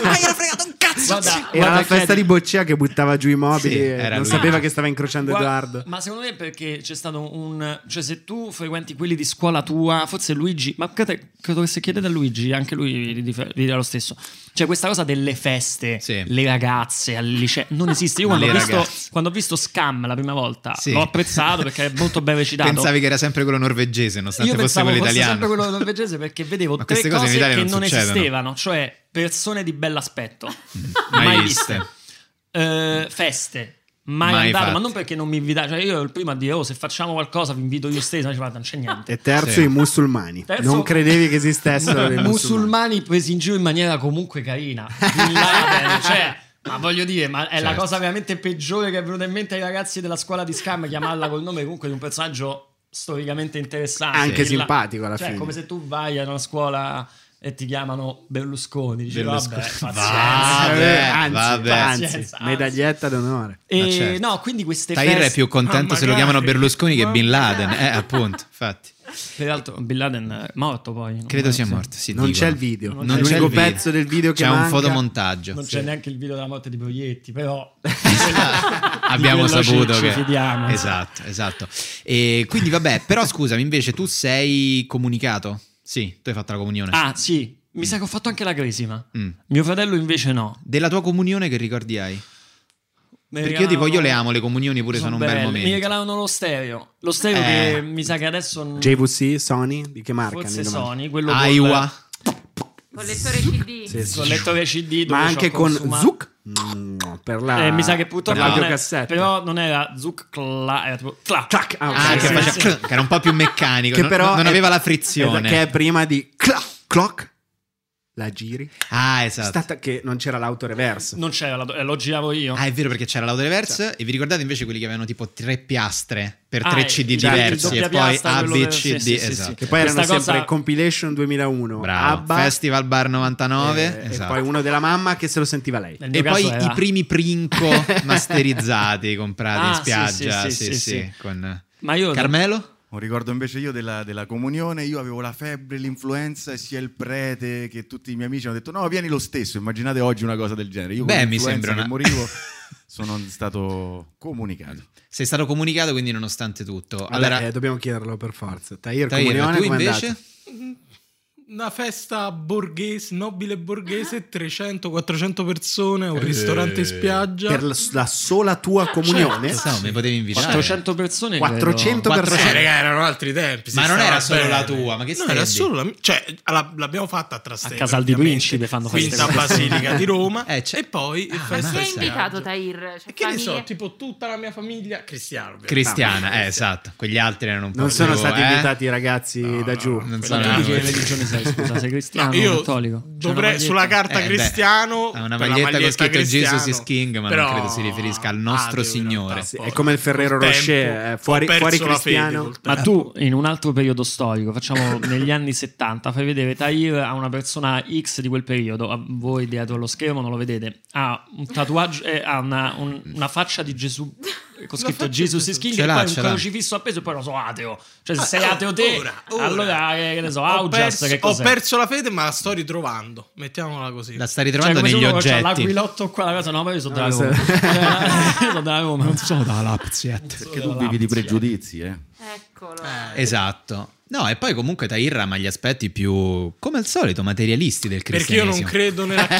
[SPEAKER 2] la
[SPEAKER 8] guarda,
[SPEAKER 2] festa
[SPEAKER 8] chiedi-
[SPEAKER 2] di Boccia che buttava giù i mobili
[SPEAKER 1] Sì,
[SPEAKER 2] e
[SPEAKER 1] era
[SPEAKER 2] non
[SPEAKER 1] lui.
[SPEAKER 2] sapeva che stava incrociando
[SPEAKER 8] Guarda,
[SPEAKER 2] Edoardo.
[SPEAKER 8] Ma secondo me è perché c'è stato un. Cioè, se tu frequenti quelli di scuola tua, forse Luigi. Ma credo, credo che se chiedete a Luigi, anche lui vi, dif- vi dirà lo stesso. Cioè, questa cosa delle feste,
[SPEAKER 1] Sì.
[SPEAKER 8] le ragazze al liceo. Non esiste. Io
[SPEAKER 1] Ma
[SPEAKER 8] quando ho,
[SPEAKER 1] le
[SPEAKER 8] visto,
[SPEAKER 1] ragazze.
[SPEAKER 8] quando ho visto Scam la prima volta,
[SPEAKER 1] Sì.
[SPEAKER 8] Ah, l'ho apprezzato perché è molto ben
[SPEAKER 1] [laughs]
[SPEAKER 8] recitato.
[SPEAKER 1] Pensavi che era sempre quello norvegese,
[SPEAKER 8] Io
[SPEAKER 1] nonostante fosse
[SPEAKER 8] pensavo
[SPEAKER 1] quello
[SPEAKER 8] fosse sempre
[SPEAKER 1] italiano.
[SPEAKER 8] quello norvegese perché vedevo
[SPEAKER 1] Ma
[SPEAKER 8] tre
[SPEAKER 1] queste
[SPEAKER 8] cose,
[SPEAKER 1] cose in Italia
[SPEAKER 8] che
[SPEAKER 1] non
[SPEAKER 8] non,
[SPEAKER 1] succedono.
[SPEAKER 8] esistevano, cioè persone di bell'aspetto,
[SPEAKER 1] Mai
[SPEAKER 8] mai
[SPEAKER 1] viste.
[SPEAKER 8] viste, Eh, feste. Mai,
[SPEAKER 1] Mai
[SPEAKER 8] andato, ma
[SPEAKER 1] fatte.
[SPEAKER 8] non perché non mi invitate. Cioè, io ero il primo a dire: Oh, se facciamo qualcosa, vi invito io stesso. Ma dice, guarda, non c'è niente.
[SPEAKER 2] E terzo
[SPEAKER 1] Sì.
[SPEAKER 2] i musulmani.
[SPEAKER 8] Terzo-
[SPEAKER 2] Non credevi che
[SPEAKER 8] [laughs]
[SPEAKER 2] esistessero i musulmani.
[SPEAKER 8] musulmani presi in giro in maniera comunque carina. Di là, vabbè, cioè, ma voglio dire, ma è la
[SPEAKER 1] Certo.
[SPEAKER 8] cosa veramente peggiore che è venuta in mente ai ragazzi della scuola di scam chiamarla col nome comunque di un personaggio storicamente interessante.
[SPEAKER 2] Anche
[SPEAKER 8] Di là-
[SPEAKER 2] simpatico alla
[SPEAKER 8] cioè,
[SPEAKER 2] fine.
[SPEAKER 8] come se tu vai a una scuola e ti chiamano Berlusconi. Dici,
[SPEAKER 1] Berlusconi.
[SPEAKER 8] vabbè,
[SPEAKER 1] Va.
[SPEAKER 8] pazienza.
[SPEAKER 1] Vabbè,
[SPEAKER 2] anzi,
[SPEAKER 1] vabbè.
[SPEAKER 2] anzi,
[SPEAKER 8] Pazienza, anzi.
[SPEAKER 2] medaglietta d'onore.
[SPEAKER 8] E
[SPEAKER 1] Ma certo.
[SPEAKER 8] Eh, no, quindi queste
[SPEAKER 1] Tahir è
[SPEAKER 8] feste...
[SPEAKER 1] più contento
[SPEAKER 6] Ma
[SPEAKER 1] se lo
[SPEAKER 6] magari.
[SPEAKER 1] chiamano Berlusconi che
[SPEAKER 6] Ma-
[SPEAKER 1] Bin Laden. Eh, appunto, infatti.
[SPEAKER 8] Peraltro Bin Laden è morto poi. non-
[SPEAKER 1] Credo sia
[SPEAKER 8] sì.
[SPEAKER 1] morto, sì,
[SPEAKER 2] Non
[SPEAKER 1] dicono.
[SPEAKER 2] c'è il video.
[SPEAKER 8] Non
[SPEAKER 1] c'è
[SPEAKER 8] c'è
[SPEAKER 2] L'unico
[SPEAKER 1] il video.
[SPEAKER 2] pezzo del video che
[SPEAKER 1] C'è
[SPEAKER 2] manca
[SPEAKER 1] un fotomontaggio.
[SPEAKER 8] Non
[SPEAKER 1] Sì.
[SPEAKER 8] c'è neanche il video della morte di
[SPEAKER 1] [laughs]
[SPEAKER 8] Proietti, però... [laughs]
[SPEAKER 1] Abbiamo
[SPEAKER 8] Di quello ci-
[SPEAKER 1] saputo
[SPEAKER 8] ci
[SPEAKER 1] che
[SPEAKER 8] fidiamo.
[SPEAKER 1] Esatto, esatto. E quindi vabbè, però scusami, invece tu sei comunicato? Sì, tu hai fatto la comunione.
[SPEAKER 8] Ah, sì. Mi sa che ho fatto anche la cresima.
[SPEAKER 1] Mm.
[SPEAKER 8] Mio fratello invece no.
[SPEAKER 1] Della tua comunione che ricordi hai?
[SPEAKER 8] Mi
[SPEAKER 1] Perché io tipo
[SPEAKER 8] regalavano-
[SPEAKER 1] io le amo le comunioni pure sono, un bel
[SPEAKER 8] belle. Mi
[SPEAKER 1] momento.
[SPEAKER 8] regalavano lo stereo. Lo stereo
[SPEAKER 1] Eh.
[SPEAKER 8] che mi sa che adesso n-
[SPEAKER 2] JVC, Sony, di che marca?
[SPEAKER 8] forse
[SPEAKER 2] nei domani?
[SPEAKER 8] Sony, quello
[SPEAKER 1] Ah, Aiwa.
[SPEAKER 3] Con lettore
[SPEAKER 1] Eh,
[SPEAKER 3] CD.
[SPEAKER 2] Sì, sì.
[SPEAKER 8] col lettore CD dove
[SPEAKER 2] Ma
[SPEAKER 8] ci ho
[SPEAKER 2] anche con
[SPEAKER 8] consumato-
[SPEAKER 2] Zuc Mm, per la
[SPEAKER 8] Eh, mi sa che purtroppo
[SPEAKER 2] per
[SPEAKER 8] non è-
[SPEAKER 2] l'audiocassetta.
[SPEAKER 8] però non era Zuc Cla, era tipo Cla.
[SPEAKER 2] Clac, ah, ok,
[SPEAKER 1] Ah, che,
[SPEAKER 2] sì,
[SPEAKER 1] faceva-
[SPEAKER 2] sì.
[SPEAKER 1] che era un po' più meccanico,
[SPEAKER 2] Che
[SPEAKER 1] non-
[SPEAKER 2] però
[SPEAKER 1] non,
[SPEAKER 2] è-
[SPEAKER 1] aveva la
[SPEAKER 2] Esatto,
[SPEAKER 1] frizione.
[SPEAKER 2] che è prima di clac, clock la giri
[SPEAKER 1] Ah, esatto.
[SPEAKER 2] stata che non c'era l'autoreverso
[SPEAKER 8] Non c'era, la- eh, lo giravo io.
[SPEAKER 1] Ah, è vero perché c'era l'auto reverse e vi ricordate invece quelli che avevano tipo tre piastre per
[SPEAKER 8] Ah,
[SPEAKER 1] tre
[SPEAKER 8] il-
[SPEAKER 1] CD
[SPEAKER 8] il- il
[SPEAKER 1] diversi
[SPEAKER 8] doppia
[SPEAKER 1] e poi
[SPEAKER 8] piastra,
[SPEAKER 1] A,
[SPEAKER 8] quello
[SPEAKER 1] B,
[SPEAKER 8] del-
[SPEAKER 1] C,
[SPEAKER 8] sì,
[SPEAKER 1] D,
[SPEAKER 8] sì, sì,
[SPEAKER 1] esatto.
[SPEAKER 2] che poi erano
[SPEAKER 8] Questa
[SPEAKER 2] sempre
[SPEAKER 8] cosa-
[SPEAKER 2] compilation 2001
[SPEAKER 1] Bravo.
[SPEAKER 2] Abba
[SPEAKER 1] Festival Bar
[SPEAKER 2] eh,
[SPEAKER 1] 99,
[SPEAKER 2] e
[SPEAKER 1] esatto.
[SPEAKER 2] poi uno della mamma che se lo sentiva lei
[SPEAKER 8] Nel mio
[SPEAKER 1] E
[SPEAKER 8] caso
[SPEAKER 1] poi i
[SPEAKER 8] era-
[SPEAKER 1] primi Princo masterizzati comprati
[SPEAKER 8] Ah,
[SPEAKER 1] in
[SPEAKER 8] sì,
[SPEAKER 1] spiaggia,
[SPEAKER 8] sì,
[SPEAKER 1] sì,
[SPEAKER 8] sì,
[SPEAKER 1] sì,
[SPEAKER 8] sì, sì.
[SPEAKER 1] con
[SPEAKER 8] Ma io
[SPEAKER 1] Carmelo?
[SPEAKER 7] Un ricordo invece io della, della comunione, io avevo la febbre, l'influenza e sia il prete che tutti i miei amici hanno detto no, vieni lo stesso, immaginate oggi una cosa del genere. Io con
[SPEAKER 1] Beh, mi sembra
[SPEAKER 7] l'influenza che
[SPEAKER 1] una- [laughs]
[SPEAKER 7] morivo sono stato comunicato.
[SPEAKER 1] Sei stato comunicato quindi nonostante tutto.
[SPEAKER 2] Vabbè,
[SPEAKER 1] Allora,
[SPEAKER 2] eh, dobbiamo chiederlo per forza Tahir,
[SPEAKER 1] Tahir,
[SPEAKER 2] comunione
[SPEAKER 1] tu
[SPEAKER 2] com'è Eh?
[SPEAKER 1] invece?
[SPEAKER 2] andato?
[SPEAKER 6] Una festa borghese, nobile
[SPEAKER 1] Ah.
[SPEAKER 6] borghese, 300-400 persone, un ristorante
[SPEAKER 1] Eh.
[SPEAKER 6] in spiaggia.
[SPEAKER 2] per la, la sola
[SPEAKER 1] Ah,
[SPEAKER 2] tua comunione
[SPEAKER 1] Pensavo, mi potevi invitare.
[SPEAKER 8] 400 persone credo.
[SPEAKER 2] 400
[SPEAKER 1] Credo.
[SPEAKER 6] Eh,
[SPEAKER 2] persone
[SPEAKER 6] raga, erano altri tempi. si
[SPEAKER 1] Ma non
[SPEAKER 6] stava
[SPEAKER 1] era solo
[SPEAKER 6] bene.
[SPEAKER 1] la tua, ma che
[SPEAKER 6] No,
[SPEAKER 1] stai a
[SPEAKER 6] era
[SPEAKER 1] dire?
[SPEAKER 6] solo la mia. Cioè, la- l'abbiamo fatta a Trastevere.
[SPEAKER 8] Casal di
[SPEAKER 6] ovviamente.
[SPEAKER 8] Principe fanno queste
[SPEAKER 6] Quinta
[SPEAKER 8] cose.
[SPEAKER 6] Basilica di Roma.
[SPEAKER 1] [laughs] Eh, c'è-
[SPEAKER 6] E poi il
[SPEAKER 1] Ah,
[SPEAKER 3] Ma chi
[SPEAKER 1] Pensa
[SPEAKER 3] ha
[SPEAKER 1] a
[SPEAKER 6] festival.
[SPEAKER 1] te.
[SPEAKER 3] invitato Tahir? Cioè,
[SPEAKER 6] E che ne so,
[SPEAKER 3] famiglie?
[SPEAKER 6] tipo tutta la mia famiglia cristiano. ovviamente.
[SPEAKER 1] Cristiana, eh, esatto. Quegli altri erano un po'
[SPEAKER 2] non sono
[SPEAKER 1] più,
[SPEAKER 2] stati
[SPEAKER 1] eh?
[SPEAKER 2] invitati i ragazzi da giù
[SPEAKER 1] Non
[SPEAKER 8] Ma
[SPEAKER 1] sono
[SPEAKER 8] tu di che
[SPEAKER 1] nati.
[SPEAKER 8] religione sei,
[SPEAKER 1] [laughs]
[SPEAKER 8] scusa? Sei cristiano o
[SPEAKER 6] io
[SPEAKER 8] cattolico? C'è una
[SPEAKER 6] dovrei,
[SPEAKER 8] maglietta?
[SPEAKER 6] sulla carta
[SPEAKER 1] Eh, beh,
[SPEAKER 6] cristiano
[SPEAKER 1] ha una
[SPEAKER 6] per la
[SPEAKER 1] maglietta con scritto
[SPEAKER 6] cristiano,
[SPEAKER 1] Jesus is King, ma non credo si riferisca al nostro
[SPEAKER 6] ateo in
[SPEAKER 1] Signore.
[SPEAKER 6] realtà,
[SPEAKER 2] Sì,
[SPEAKER 6] poi.
[SPEAKER 2] è come il Ferrero
[SPEAKER 6] Col
[SPEAKER 2] Rocher
[SPEAKER 6] tempo
[SPEAKER 2] eh, fuori,
[SPEAKER 6] ho perso
[SPEAKER 2] fuori
[SPEAKER 6] la fede
[SPEAKER 2] cristiano
[SPEAKER 6] col
[SPEAKER 8] Ma
[SPEAKER 6] tempo.
[SPEAKER 8] tu in un altro periodo
[SPEAKER 6] [laughs]
[SPEAKER 8] storico, facciamo negli anni 70, fai vedere Tahir a una persona X di quel periodo, a voi dietro allo schermo non lo vedete, ha un tatuaggio, eh, ha una, un- una faccia
[SPEAKER 6] [laughs]
[SPEAKER 8] di Gesù con scritto Jesus is King
[SPEAKER 1] Ce
[SPEAKER 8] e
[SPEAKER 1] l'ha,
[SPEAKER 8] poi un
[SPEAKER 1] ce l'ha.
[SPEAKER 8] crocifisso appeso e poi lo so ateo. Cioè se sei
[SPEAKER 6] eh,
[SPEAKER 8] ateo te,
[SPEAKER 6] ora, ora.
[SPEAKER 8] allora eh, che ne so,
[SPEAKER 6] ho,
[SPEAKER 8] Augias,
[SPEAKER 6] perso,
[SPEAKER 8] che
[SPEAKER 6] ho
[SPEAKER 8] cos'è?
[SPEAKER 6] perso la fede, ma la sto ritrovando. Mettiamola così.
[SPEAKER 1] La sta
[SPEAKER 8] Cioè,
[SPEAKER 1] ritrovando
[SPEAKER 8] come se
[SPEAKER 1] negli
[SPEAKER 8] uno c'ha
[SPEAKER 1] oggetti. Ah,
[SPEAKER 8] l'aquilotto qua, la cosa, no, ma io sono
[SPEAKER 2] No,
[SPEAKER 8] della
[SPEAKER 2] se-
[SPEAKER 8] Roma. Cioè, [laughs] io sono della Roma.
[SPEAKER 1] sono da Lapziet.
[SPEAKER 7] Perché tu vivi di pregiudizi, eh?
[SPEAKER 3] Ecco. piccolo.
[SPEAKER 1] Esatto. No, e poi comunque Tahirram ha gli aspetti più, come al solito, materialisti del
[SPEAKER 6] Perché io non
[SPEAKER 1] cristianesimo.
[SPEAKER 6] credo nella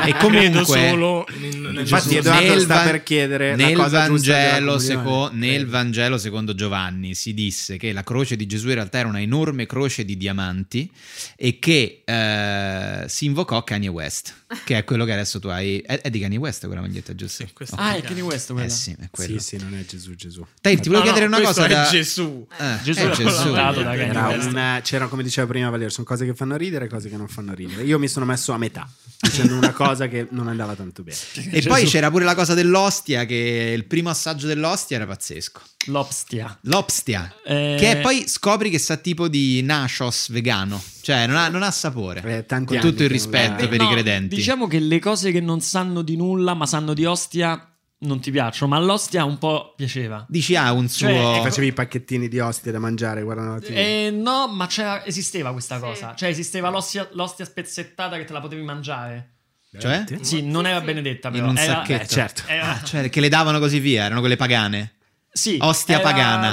[SPEAKER 1] [laughs] E
[SPEAKER 6] e
[SPEAKER 1] comunque-
[SPEAKER 6] credo solo in, nel
[SPEAKER 2] Infatti,
[SPEAKER 6] Gesù.
[SPEAKER 2] Edoardo
[SPEAKER 1] Nel
[SPEAKER 2] sta
[SPEAKER 1] van-
[SPEAKER 2] per chiedere la
[SPEAKER 1] nel
[SPEAKER 2] cosa giusta della
[SPEAKER 1] Vangelo
[SPEAKER 2] comunione.
[SPEAKER 1] seco- nel Vangelo secondo Giovanni si disse che la croce di Gesù in realtà era una enorme croce di diamanti e che eh, si invocò Kanye West, che è quello che adesso tu hai. È, è di Kanye West quella maglietta, giusto?
[SPEAKER 6] Sì, questa-
[SPEAKER 8] Ah, è Kanye West quella.
[SPEAKER 1] Eh sì, è quello.
[SPEAKER 2] Sì, sì, non è Gesù, Gesù.
[SPEAKER 1] Dai, ti volevo
[SPEAKER 6] No, no,
[SPEAKER 1] chiedere una
[SPEAKER 6] questo
[SPEAKER 1] cosa.
[SPEAKER 6] è
[SPEAKER 1] da-
[SPEAKER 6] Gesù.
[SPEAKER 1] Eh,
[SPEAKER 8] Gesù
[SPEAKER 1] è
[SPEAKER 8] era presentato da Kanye
[SPEAKER 2] Era
[SPEAKER 8] West.
[SPEAKER 2] un- c'era, come diceva prima Valerio, sono cose che fanno ridere e cose che non fanno ridere. Io mi sono messo a metà, dicendo una cosa che non andava tanto bene.
[SPEAKER 1] E poi c'era pure la cosa dell'ostia, che il primo assaggio dell'ostia era pazzesco.
[SPEAKER 8] L'Obstia.
[SPEAKER 1] L'obstia,
[SPEAKER 8] Eh.
[SPEAKER 1] che poi scopri che sa tipo di nachos vegano, cioè non ha, non ha sapore.
[SPEAKER 2] Eh, tanti
[SPEAKER 1] Con
[SPEAKER 2] anni
[SPEAKER 1] tutto il
[SPEAKER 2] che non la-
[SPEAKER 1] rispetto
[SPEAKER 8] Eh,
[SPEAKER 1] per
[SPEAKER 8] no,
[SPEAKER 1] i credenti.
[SPEAKER 8] Diciamo che le cose che non sanno di nulla, ma sanno di ostia, non ti piacciono. Ma l'ostia un po' piaceva.
[SPEAKER 1] Dici ha un
[SPEAKER 8] Cioè,
[SPEAKER 1] suo...
[SPEAKER 2] Facevi i pacchettini di ostie da mangiare, guardando la TV.
[SPEAKER 8] Eh, no, ma c'era- esisteva questa
[SPEAKER 3] Sì.
[SPEAKER 8] cosa. Cioè, esisteva l'ostia, l'ostia spezzettata che te la potevi mangiare.
[SPEAKER 1] Cioè?
[SPEAKER 8] Sì, non
[SPEAKER 3] Mm. Sì,
[SPEAKER 8] era
[SPEAKER 3] sì.
[SPEAKER 8] benedetta,
[SPEAKER 1] In
[SPEAKER 8] però.
[SPEAKER 1] un
[SPEAKER 8] era,
[SPEAKER 1] sacchetto.
[SPEAKER 3] [laughs]
[SPEAKER 8] eh,
[SPEAKER 2] certo.
[SPEAKER 8] era-
[SPEAKER 1] Ah, cioè, che le davano così via, erano quelle pagane.
[SPEAKER 8] sì,
[SPEAKER 1] Ostia
[SPEAKER 8] era
[SPEAKER 1] pagana.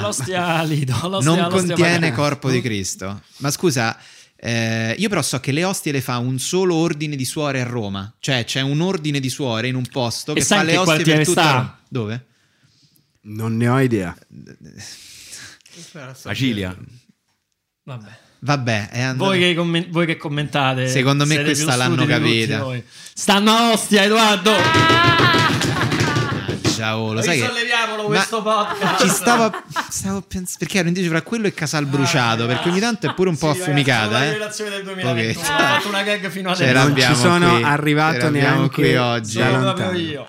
[SPEAKER 1] [laughs]
[SPEAKER 8] L'ostia lido. l'ostia-
[SPEAKER 1] non
[SPEAKER 8] l'ostia
[SPEAKER 1] contiene
[SPEAKER 8] pagana.
[SPEAKER 1] corpo di Cristo. Ma scusa, eh, io però so che le ostie le fa un solo ordine di suore a Roma. Cioè c'è un ordine di suore in un posto
[SPEAKER 8] E
[SPEAKER 1] che
[SPEAKER 8] sai
[SPEAKER 1] fa
[SPEAKER 8] in
[SPEAKER 1] le
[SPEAKER 8] che
[SPEAKER 1] ostie per
[SPEAKER 8] quartiere
[SPEAKER 1] tutta
[SPEAKER 8] sta?
[SPEAKER 1] Roma. Dove?
[SPEAKER 2] Non ne ho idea.
[SPEAKER 7] Acilia.
[SPEAKER 8] Vabbè.
[SPEAKER 1] Vabbè, è andato...
[SPEAKER 8] Voi che, commen- voi che commentate,
[SPEAKER 1] Secondo me
[SPEAKER 8] siete più
[SPEAKER 1] questa l'hanno
[SPEAKER 8] studi di tutti
[SPEAKER 1] capita.
[SPEAKER 8] noi. Stanno a ostia, Edoardo.
[SPEAKER 3] Ah,
[SPEAKER 1] Ciao, lo sai che...
[SPEAKER 8] Risolleviamolo
[SPEAKER 1] Ma-
[SPEAKER 8] questo podcast.
[SPEAKER 1] Ci stavo, stavo pensando perché ero indice fra quello e Casal Bruciato. perché ogni tanto è pure un po'
[SPEAKER 8] Sì, ragazzi,
[SPEAKER 1] affumicata.
[SPEAKER 8] sono la
[SPEAKER 1] eh.
[SPEAKER 8] rivelazione del 2021.
[SPEAKER 1] Ok.
[SPEAKER 8] Ho fatto una gag fino
[SPEAKER 1] Ce
[SPEAKER 8] adesso.
[SPEAKER 2] Non ci
[SPEAKER 1] l'abbiamo
[SPEAKER 2] sono
[SPEAKER 1] qui,
[SPEAKER 2] arrivato
[SPEAKER 1] ce l'abbiamo
[SPEAKER 2] neanche
[SPEAKER 1] qui oggi.
[SPEAKER 2] da
[SPEAKER 8] Sono proprio
[SPEAKER 2] lontano.
[SPEAKER 8] io.